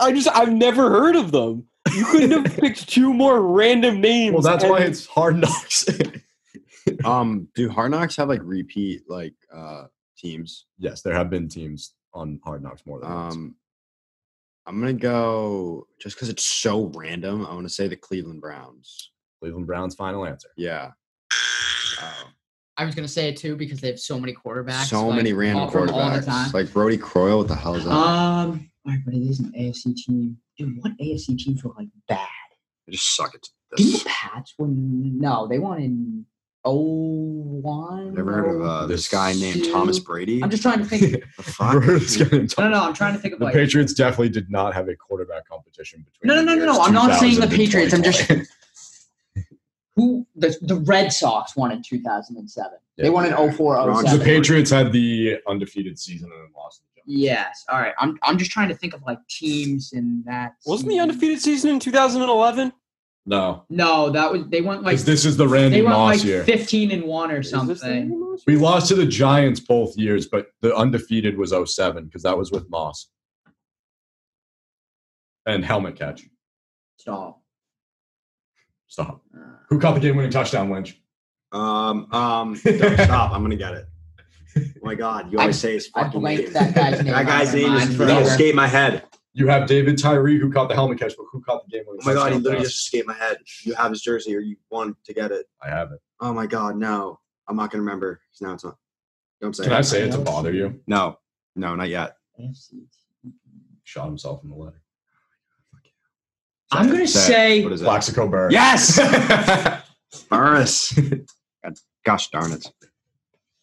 Speaker 2: I just I've never heard of them. You couldn't have picked two more random names.
Speaker 1: well, that's why
Speaker 2: and-
Speaker 1: it's Hard Knocks.
Speaker 4: Um, do Hard Knocks have like repeat like uh teams?
Speaker 1: yes, there have been teams on Hard Knocks more than once.
Speaker 4: Um, I'm gonna go just because it's so random. I want to say the Cleveland Browns.
Speaker 1: Cleveland Browns' final answer.
Speaker 4: Yeah. Oh.
Speaker 3: I was gonna say it too because they have so many quarterbacks.
Speaker 4: So
Speaker 3: like,
Speaker 4: many random
Speaker 3: all from All the
Speaker 4: quarterbacks.
Speaker 3: time.
Speaker 4: Like Brody Croyle, what the hell is that?
Speaker 3: um. All right, but it is an AFC team. Dude, what AFC teams were like bad?
Speaker 4: I just suck it.
Speaker 3: Didn't the Pats win? No, they won in 01.
Speaker 4: Never heard of uh, this guy named
Speaker 3: Two.
Speaker 4: Thomas Brady.
Speaker 3: Oh. I'm just trying to think.
Speaker 4: the fuck?
Speaker 1: Brewers getting
Speaker 3: no, no,
Speaker 1: tough.
Speaker 3: no. I'm trying to think of
Speaker 1: The
Speaker 3: like.
Speaker 1: Patriots definitely did not have a quarterback competition between.
Speaker 3: No, no,
Speaker 1: the
Speaker 3: no, no,
Speaker 1: years
Speaker 3: no, I'm not saying the
Speaker 1: 2000 to
Speaker 3: Patriots, I'm just-
Speaker 1: 2020.
Speaker 3: who the, the Red Sox won in 2007.
Speaker 1: Yeah.
Speaker 3: They won in 04,
Speaker 1: the
Speaker 3: 07.
Speaker 1: Patriots had the undefeated season and then lost. to the Giants.
Speaker 3: Yes. All right. I'm, I'm just trying to think of like teams in that.
Speaker 2: wasn't the
Speaker 3: season.
Speaker 2: undefeated season in 2011?
Speaker 1: No,
Speaker 3: No, that was they went like
Speaker 1: because this is the Randy
Speaker 3: they went
Speaker 1: Moss
Speaker 3: like
Speaker 1: year.
Speaker 3: 15 and one or
Speaker 2: Is this the
Speaker 3: something.
Speaker 2: name of it?
Speaker 1: We lost to the Giants both years, but the undefeated was 07 because that was with Moss and helmet catch.
Speaker 3: Stop.
Speaker 1: Stop.
Speaker 3: Uh,
Speaker 1: Who caught the game-winning touchdown, Lynch?
Speaker 4: Um, um, don't stop. I'm gonna get it. Oh my god, you always
Speaker 3: I-
Speaker 4: say his
Speaker 3: I
Speaker 4: fucking
Speaker 3: blanked
Speaker 4: name.
Speaker 3: that guy's name
Speaker 4: That
Speaker 3: out
Speaker 4: guy's
Speaker 3: of my
Speaker 4: name
Speaker 3: mind
Speaker 4: is he
Speaker 1: forever.
Speaker 4: escaped my head.
Speaker 1: You have David Tyree who caught the helmet catch, but who caught the game-winning?
Speaker 4: Oh my god, he
Speaker 1: touchdown
Speaker 4: literally
Speaker 1: pass?
Speaker 4: just escaped my head. You have his jersey, or you want to get it.
Speaker 1: I have it.
Speaker 4: Oh my god, no, I'm not gonna remember. 'cause Now it's not. Don't say.
Speaker 1: Can
Speaker 4: it.
Speaker 1: I say it to bother you?
Speaker 4: No, no, not yet.
Speaker 3: AFC.
Speaker 1: Shot himself in the leg.
Speaker 3: I'm gonna
Speaker 4: Say it.
Speaker 3: say
Speaker 4: What is it?
Speaker 1: Plaxico Burr.
Speaker 4: Yes,
Speaker 1: Yeah.
Speaker 4: Burris. God- Gosh darn it.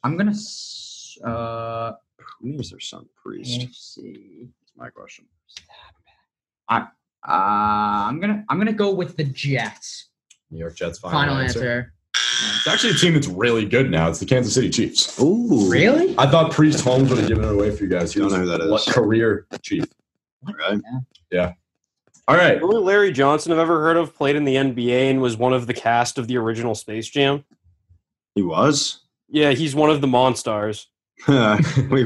Speaker 3: I'm gonna s- uh
Speaker 4: Who names their son Priest?
Speaker 3: AFC.
Speaker 4: That's my question.
Speaker 3: Uh, I'm gonna I'm gonna go with the Jets.
Speaker 1: New York Jets final,
Speaker 3: Final, answer.
Speaker 1: It's actually a team that's really good now. It's the Kansas City Chiefs.
Speaker 4: Ooh,
Speaker 3: Really?
Speaker 1: I thought Priest Holmes would have given it away for you guys. He
Speaker 4: Don't
Speaker 1: was
Speaker 4: know who that
Speaker 1: a
Speaker 4: is.
Speaker 1: career chief.
Speaker 4: Really?
Speaker 1: All right.
Speaker 2: The only Larry Johnson I've ever heard of played in the NBA and was one of the cast of the original Space Jam.
Speaker 4: He was.
Speaker 2: Yeah, he's one of the Monstars.
Speaker 4: Wait,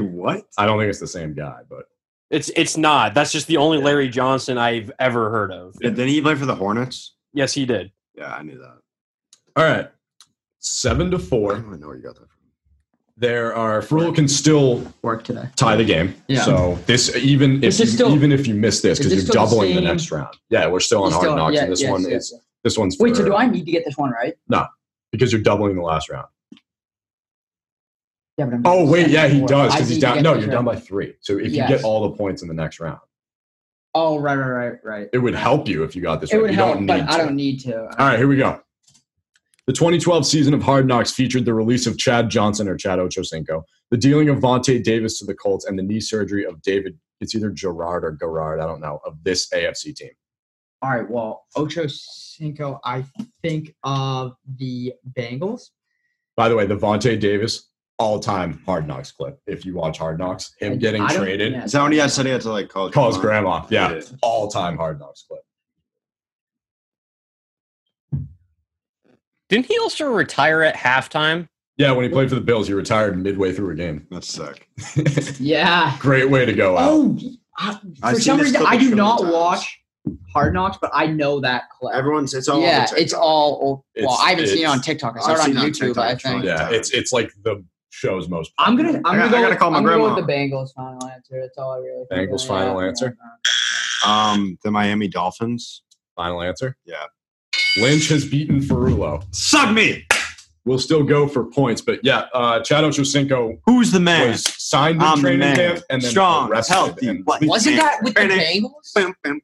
Speaker 4: what?
Speaker 1: I don't think it's the same guy, but
Speaker 2: It's it's not. That's just the only Larry Johnson I've ever heard of.
Speaker 4: Did Didn't he play for the Hornets?
Speaker 2: Yes, he did.
Speaker 4: Yeah, I knew that.
Speaker 1: all right. Seven to
Speaker 4: I
Speaker 1: four.
Speaker 4: don't know where you got that from.
Speaker 1: there are Ferrell can still
Speaker 3: Work today.
Speaker 5: Tie the game.
Speaker 3: Yeah.
Speaker 1: So this even if
Speaker 3: This
Speaker 1: you,
Speaker 3: is still-
Speaker 1: even if you miss this
Speaker 3: is
Speaker 1: because
Speaker 3: this
Speaker 1: you're
Speaker 3: still the
Speaker 1: doubling the,
Speaker 3: same-
Speaker 5: Next round. Yeah, we're still on
Speaker 3: He's
Speaker 5: hard
Speaker 3: still-
Speaker 5: knocks,
Speaker 3: yeah,
Speaker 5: and this
Speaker 3: yes,
Speaker 5: one
Speaker 3: yes,
Speaker 5: is this one's.
Speaker 3: Wait, so
Speaker 5: for-
Speaker 3: do I need to get this one right?
Speaker 5: Because you're doubling the last round.
Speaker 3: Yeah, but I'm
Speaker 1: Oh wait, yeah, he
Speaker 3: Or-
Speaker 1: does
Speaker 3: I
Speaker 1: because he's
Speaker 3: need to
Speaker 1: down.
Speaker 3: get
Speaker 1: No,
Speaker 3: this
Speaker 1: you're
Speaker 3: right.
Speaker 1: down by three. So if you
Speaker 3: Yes.
Speaker 1: get all the points in the next round,
Speaker 3: Oh, right, right, right, right.
Speaker 1: it would help you if you got this.
Speaker 3: It
Speaker 1: right.
Speaker 3: would
Speaker 1: you
Speaker 3: help,
Speaker 1: don't
Speaker 3: but
Speaker 1: need
Speaker 3: I
Speaker 1: to.
Speaker 3: don't need to.
Speaker 1: All right, here we go. The 2012 season of Hard Knocks featured the release of Chad Johnson or Chad Ochocinco, the dealing of Vontae Davis to the Colts, and the knee surgery of David. It's either Gerard or Gerard, I don't know, of this AFC team.
Speaker 3: All right, well, Ocho Cinco, I think of the Bengals.
Speaker 1: By the way, the Vontae Davis all-time Hard Knocks clip. If you watch Hard Knocks, him
Speaker 3: I-
Speaker 1: getting
Speaker 3: I don't-
Speaker 1: traded,
Speaker 3: yeah.
Speaker 4: Is that when he had said he had to like call
Speaker 1: calls
Speaker 4: grandma?
Speaker 1: grandma. Yeah, all-time Hard Knocks clip.
Speaker 2: Didn't he also retire at halftime?
Speaker 1: Yeah, when he played for the Bills, he retired midway through a game.
Speaker 4: That's sick.
Speaker 3: Yeah.
Speaker 1: Great way to go out.
Speaker 3: Oh, I,
Speaker 4: I've
Speaker 3: for
Speaker 4: seen
Speaker 3: some
Speaker 4: this
Speaker 3: reason,
Speaker 4: clip
Speaker 3: I
Speaker 4: a
Speaker 3: do
Speaker 4: trillion
Speaker 3: not
Speaker 4: times.
Speaker 3: watch Hard Knocks, but I know that clip.
Speaker 6: Everyone's it's all over
Speaker 3: yeah,
Speaker 6: TikTok.
Speaker 3: it's all. o- Well,
Speaker 1: It's-
Speaker 3: I haven't seen it
Speaker 1: it's-
Speaker 3: on TikTok. I
Speaker 6: I've
Speaker 3: saw it on
Speaker 6: seen it on
Speaker 3: YouTube.
Speaker 6: TikTok,
Speaker 3: I
Speaker 6: it's
Speaker 3: think.
Speaker 6: fine.
Speaker 1: yeah, it's it's like the show's most.
Speaker 3: I'm gonna. I'm
Speaker 4: I
Speaker 3: gonna
Speaker 4: gotta-
Speaker 3: go.
Speaker 4: I gotta
Speaker 3: with,
Speaker 4: call my
Speaker 3: I'm gonna go
Speaker 4: grandma.
Speaker 3: with the Bengals final answer. That's all I really. think.
Speaker 1: Bengals
Speaker 3: Yeah,
Speaker 1: final
Speaker 3: yeah,
Speaker 1: answer?
Speaker 3: yeah.
Speaker 4: Um, the Miami Dolphins.
Speaker 1: Final answer.
Speaker 4: Yeah.
Speaker 1: Lynch has beaten Ferrulo.
Speaker 4: Suck me.
Speaker 1: We'll still go for points, but yeah, uh, Chad Ochocinco
Speaker 4: Who's the man?
Speaker 1: was signed in
Speaker 3: Ah,
Speaker 4: I'm the
Speaker 1: training
Speaker 4: man.
Speaker 1: camp and then
Speaker 4: Strong,
Speaker 1: arrested
Speaker 4: healthy,
Speaker 1: and-
Speaker 4: white.
Speaker 3: Wasn't that with the
Speaker 4: Ready?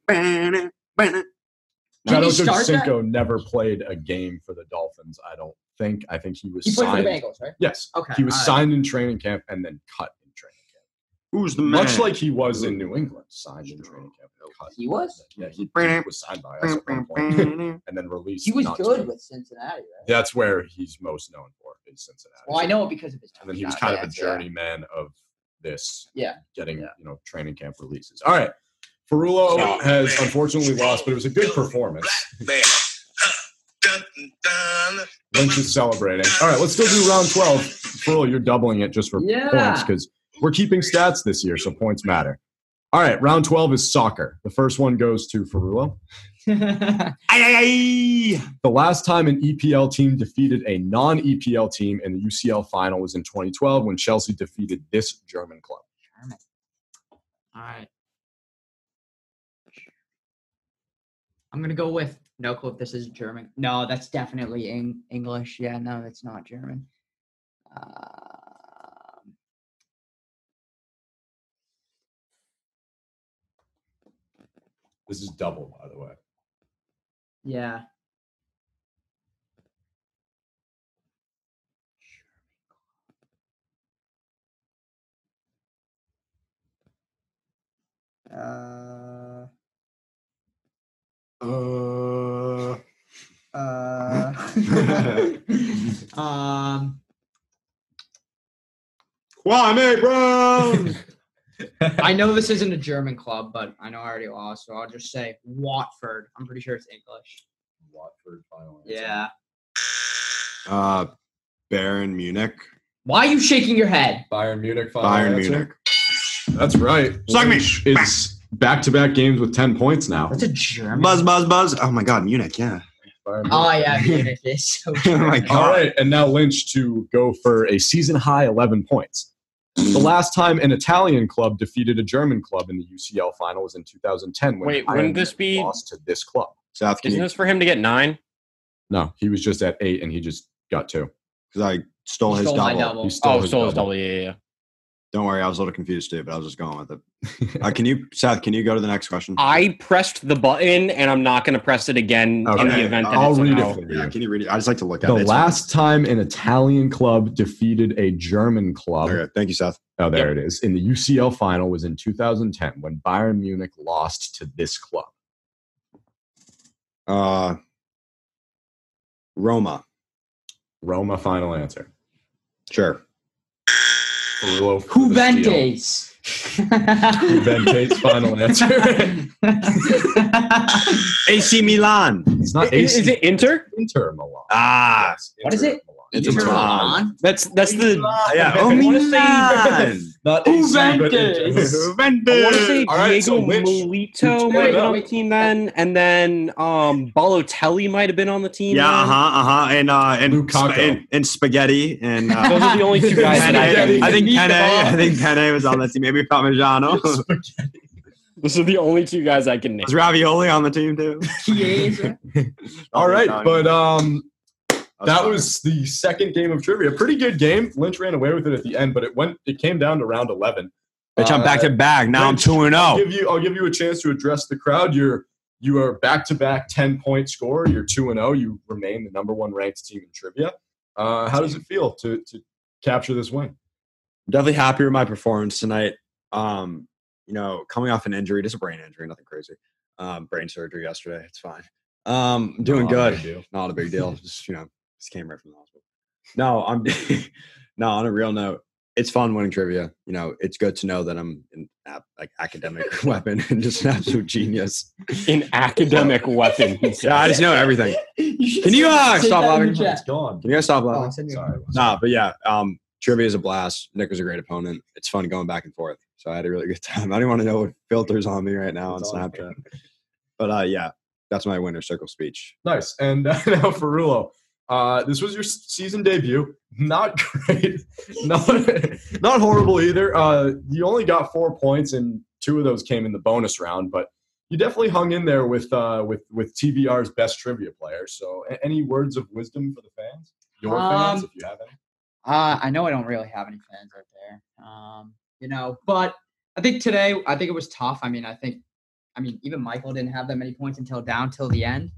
Speaker 3: Bengals?
Speaker 1: Chad
Speaker 3: Did he start that?
Speaker 1: Ochocinco never played a game for the Dolphins. I don't think. I think he was
Speaker 3: He played for
Speaker 1: signed.
Speaker 3: the Bengals, right?
Speaker 1: Yes,
Speaker 3: Okay,
Speaker 1: he was
Speaker 3: all right.
Speaker 1: signed in training camp and then cut in training camp,
Speaker 4: Who's the man?
Speaker 1: much like he was in New England, signed in training camp. and cut.
Speaker 3: He was.
Speaker 1: Yeah, he, he was signed by us at one point and then released.
Speaker 3: He was
Speaker 1: not
Speaker 3: good
Speaker 1: signed.
Speaker 3: with Cincinnati, right?
Speaker 1: That's where he's most known for is Cincinnati.
Speaker 3: Well, I know it because of his.
Speaker 1: And then he was
Speaker 3: touchdown
Speaker 1: kind of a
Speaker 3: dance, yeah.
Speaker 1: journeyman of this.
Speaker 3: Yeah.
Speaker 1: Getting you know training camp releases. All right. Ferrulo has unfortunately lost, but it was a good performance. Lynch is celebrating. All right, let's still do round twelve. Ferrulo, you're doubling it just for
Speaker 3: Yeah.
Speaker 1: points because we're keeping stats this year, so points matter. All right, round twelve is soccer. The first one goes to Ferrulo. The last time an EPL team defeated a non EPL team in the UCL final was in 2012 when Chelsea defeated this German club.
Speaker 3: All right. I'm gonna go with no clue if this is German. No, that's definitely Eng- English. Yeah, no, that's not German. Uh, Um
Speaker 1: This is double, by the way.
Speaker 3: yeah. Uh,
Speaker 4: Uh,
Speaker 3: uh, um,
Speaker 4: Kwame Brown.
Speaker 3: I know this isn't a German club, but I know I already lost, so I'll just say Watford. I'm pretty sure it's English.
Speaker 1: Watford final. answer.
Speaker 3: Yeah.
Speaker 4: uh, Bayern Munich.
Speaker 3: Why are you shaking your head?
Speaker 1: Bayern Munich final.
Speaker 4: Bayern
Speaker 1: answer.
Speaker 4: Munich.
Speaker 1: That's right.
Speaker 4: Suck me.
Speaker 1: It's back to back games with 10 points now.
Speaker 3: That's a German.
Speaker 4: Buzz, buzz, buzz. Oh my God, Munich. Yeah.
Speaker 1: Bayern Munich.
Speaker 3: Oh yeah, Munich is so.
Speaker 4: oh my
Speaker 1: All
Speaker 4: God.
Speaker 1: right, and now Lynch to go for a season high 11 points. The last time an Italian club defeated a German club in the UCL final was in 2010. When
Speaker 2: Wait,
Speaker 1: Bayern
Speaker 2: wouldn't this
Speaker 1: Munich
Speaker 2: be-
Speaker 1: lost to this club?
Speaker 4: South
Speaker 2: Isn't
Speaker 4: because
Speaker 2: this for him to get nine?
Speaker 1: No, he was just at eight, and he just got two.
Speaker 4: I stole his
Speaker 3: Stole my
Speaker 4: double.
Speaker 3: double.
Speaker 1: He stole
Speaker 2: Oh,
Speaker 1: his
Speaker 2: so
Speaker 1: double.
Speaker 2: it's double. Yeah, yeah, yeah.
Speaker 4: Don't worry, I was a little confused too, but I was just going with it. uh, can you, Seth? Can you go to the next question?
Speaker 2: I pressed the button, and I'm not going to press it again in
Speaker 1: Okay,
Speaker 2: the event that
Speaker 1: I'll
Speaker 2: it's
Speaker 1: read
Speaker 2: read
Speaker 1: it for
Speaker 4: yeah,
Speaker 1: you.
Speaker 4: can you read it? I just like to look at
Speaker 1: The
Speaker 4: it. It's-
Speaker 1: last time an Italian club defeated a German club,
Speaker 4: Okay, thank you, Seth.
Speaker 1: oh, there it is, in the UCL final was in 2010 when Bayern Munich lost to this club.
Speaker 4: Uh, Roma.
Speaker 1: Roma final answer.
Speaker 4: Sure.
Speaker 1: Perillo for the steal.
Speaker 3: Juventes.
Speaker 1: Juventus final answer.
Speaker 4: AC Milan.
Speaker 1: it's not
Speaker 2: Is,
Speaker 1: AC.
Speaker 2: is it Inter?
Speaker 1: Inter Milan?
Speaker 4: Ah,
Speaker 1: Yes,
Speaker 3: What is
Speaker 1: Inter
Speaker 3: it?
Speaker 1: Milan.
Speaker 3: Did
Speaker 4: It's
Speaker 3: you
Speaker 4: a
Speaker 3: turn it
Speaker 4: Milan.
Speaker 3: on?
Speaker 2: That's that's the
Speaker 4: Yeah,
Speaker 2: I
Speaker 4: oh,
Speaker 2: wanna say-
Speaker 4: Milan.
Speaker 1: Not AC, but it is.
Speaker 2: I want to say
Speaker 1: All right, so
Speaker 2: Diego
Speaker 1: which-
Speaker 2: Molito
Speaker 1: which-
Speaker 2: might have
Speaker 3: wait,
Speaker 2: been on the
Speaker 3: wait.
Speaker 2: team then, and then um, Balotelli might have been on the team.
Speaker 4: Yeah, uh
Speaker 2: then.
Speaker 4: huh, uh huh, and uh, and,
Speaker 1: Lukaku.
Speaker 4: sp- and and spaghetti and. Uh,
Speaker 2: those are the only two guys.
Speaker 4: Penne.
Speaker 2: that I,
Speaker 1: Spaghetti.
Speaker 4: I think Penne. I
Speaker 1: Meatballs.
Speaker 4: think Penne was on that team. Maybe Parmigiano. was
Speaker 2: those are the only two guys I can name.
Speaker 4: Ravioli on the team too?
Speaker 3: Chiesa.
Speaker 1: All right, but um,
Speaker 4: Oh,
Speaker 1: that
Speaker 4: sorry.
Speaker 1: was the second game of trivia. Pretty good game. Lynch ran away with it at the end, but it went. It came down to round eleven.
Speaker 4: Bitch, I'm
Speaker 1: Uh,
Speaker 4: back to back. Now I'm
Speaker 1: Rich,
Speaker 4: two and oh.
Speaker 1: I'll
Speaker 4: zero.
Speaker 1: give you. I'll give you a chance to address the crowd. You're you are back to back ten point scorer. You're two and zero. You remain the number one ranked team in trivia. Uh, how does it feel to to capture this win?
Speaker 4: Definitely happy with my performance tonight. Um, you know, coming off an injury, just a brain injury, nothing crazy. Um, brain surgery yesterday. It's fine. Um, I'm doing
Speaker 1: Uh,
Speaker 4: good.
Speaker 1: thank you.
Speaker 4: not a big deal. just you know, just came right from the hospital. No, I'm no. On a real note, it's fun winning trivia. You know, it's good to know that I'm an ap- like academic weapon and just an absolute genius.
Speaker 2: An academic weapon. he said.
Speaker 4: Yeah, I just know everything.
Speaker 3: Can
Speaker 4: you, uh, stop laughing?
Speaker 1: It's gone.
Speaker 4: Can you guys stop laughing?
Speaker 1: Sorry.
Speaker 4: Nah, but yeah, um, trivia is a blast. Nick was a great opponent. It's fun going back and forth. So I had a really good time. I don't want to know what filters on me right now
Speaker 1: It's
Speaker 4: on
Speaker 1: all
Speaker 4: Snapchat. But uh, yeah, that's my winner circle speech.
Speaker 1: Nice. And uh, now Ferrulo, uh, this was your s- season debut. Not great. not, not horrible either. Uh, you only got four points, and two of those came in the bonus round. But you definitely hung in there with uh, with with TVR's best trivia player. So, a- any words of wisdom for the fans? Your fans,
Speaker 3: Um,
Speaker 1: if you have any.
Speaker 3: Uh, I know I don't really have any fans out there. Um, you know, but I think today, I think it was tough. I mean, I think, I mean, even Michael didn't have that many points until down till the end.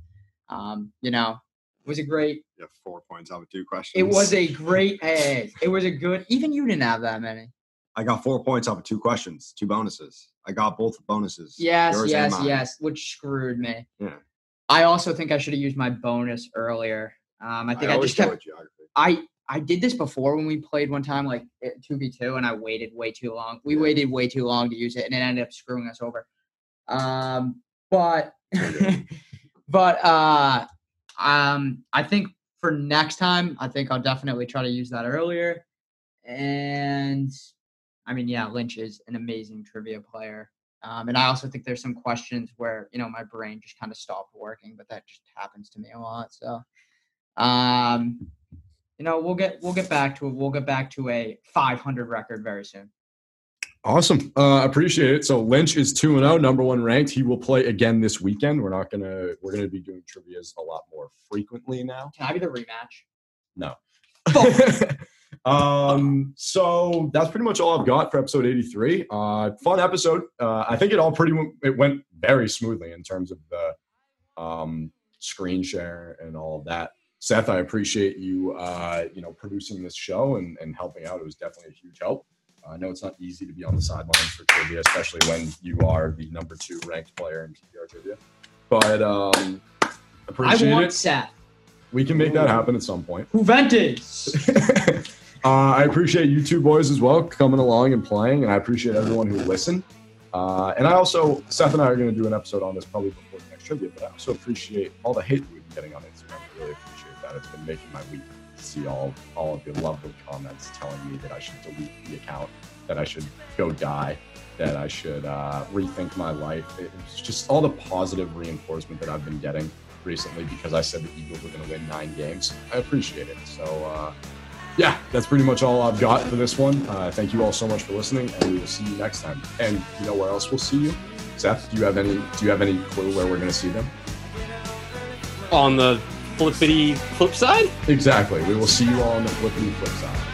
Speaker 3: Um, you know, it was a great,
Speaker 4: You have four points out of two questions.
Speaker 3: it was a great, hey, hey, hey, it was a good, even you didn't have that many.
Speaker 4: I got four points off of two questions, two bonuses. I got both bonuses.
Speaker 3: Yes,
Speaker 4: yours and
Speaker 3: yes,
Speaker 4: mine.
Speaker 3: yes, which screwed me.
Speaker 4: Yeah.
Speaker 3: I also think I should have used my bonus earlier. Um, I think I,
Speaker 4: always
Speaker 3: just kept
Speaker 4: go with geography.
Speaker 3: I I did this before when we played one time, like eh, two v two, and I waited way too long. We waited way too long to use it, and it ended up screwing us over. Um, but but uh, um, I think for next time, I think I'll definitely try to use that earlier. And I mean, yeah, Lynch is an amazing trivia player. Um, and I also think there's some questions where you know my brain just kind of stopped working, but that just happens to me a lot. So, um, you know, we'll get we'll get back to it. We'll get back to a 500 record very soon.
Speaker 1: Awesome. Uh, appreciate it. So Lynch is 2 and 0, number 1 ranked. He will play again this weekend. We're not going to we're going to be doing trivias a lot more frequently now.
Speaker 3: Can I be the rematch?
Speaker 1: um, so that's pretty much all I've got for episode 83. Uh, fun episode. Uh, I think it all pretty it went very smoothly in terms of the um, screen share and all of that. Seth, I appreciate you uh, you know producing this show and, and helping out. It was definitely a huge help. I know it's not easy to be on the sidelines for trivia, especially when you are the number two ranked player in PPR trivia. But um, appreciate
Speaker 3: I want
Speaker 1: it.
Speaker 3: Seth
Speaker 1: We can make that happen at some point.
Speaker 3: Juventus.
Speaker 1: uh, I appreciate you two boys as well coming along and playing, and I appreciate everyone who listened. Uh, and I also, Seth and I are going to do an episode on this probably before the next trivia, but I also appreciate all the hate that we've been getting on Instagram. I really appreciate that. It's been making my week to see all, all of your lovely comments telling me that I should delete the account, that I should go die, that I should uh, rethink my life. It- It's just all the positive reinforcement that I've been getting recently because I said the Eagles were going to win nine games. I appreciate it. So, uh, yeah, that's pretty much all I've got for this one. Uh, thank you all so much for listening, and we will see you next time. And you know where else we'll see you? Seth, do you have any? Do you have any clue where we're going to see them?
Speaker 2: on the flippity flip side.
Speaker 1: Exactly. We will see you all on the flippity flip side.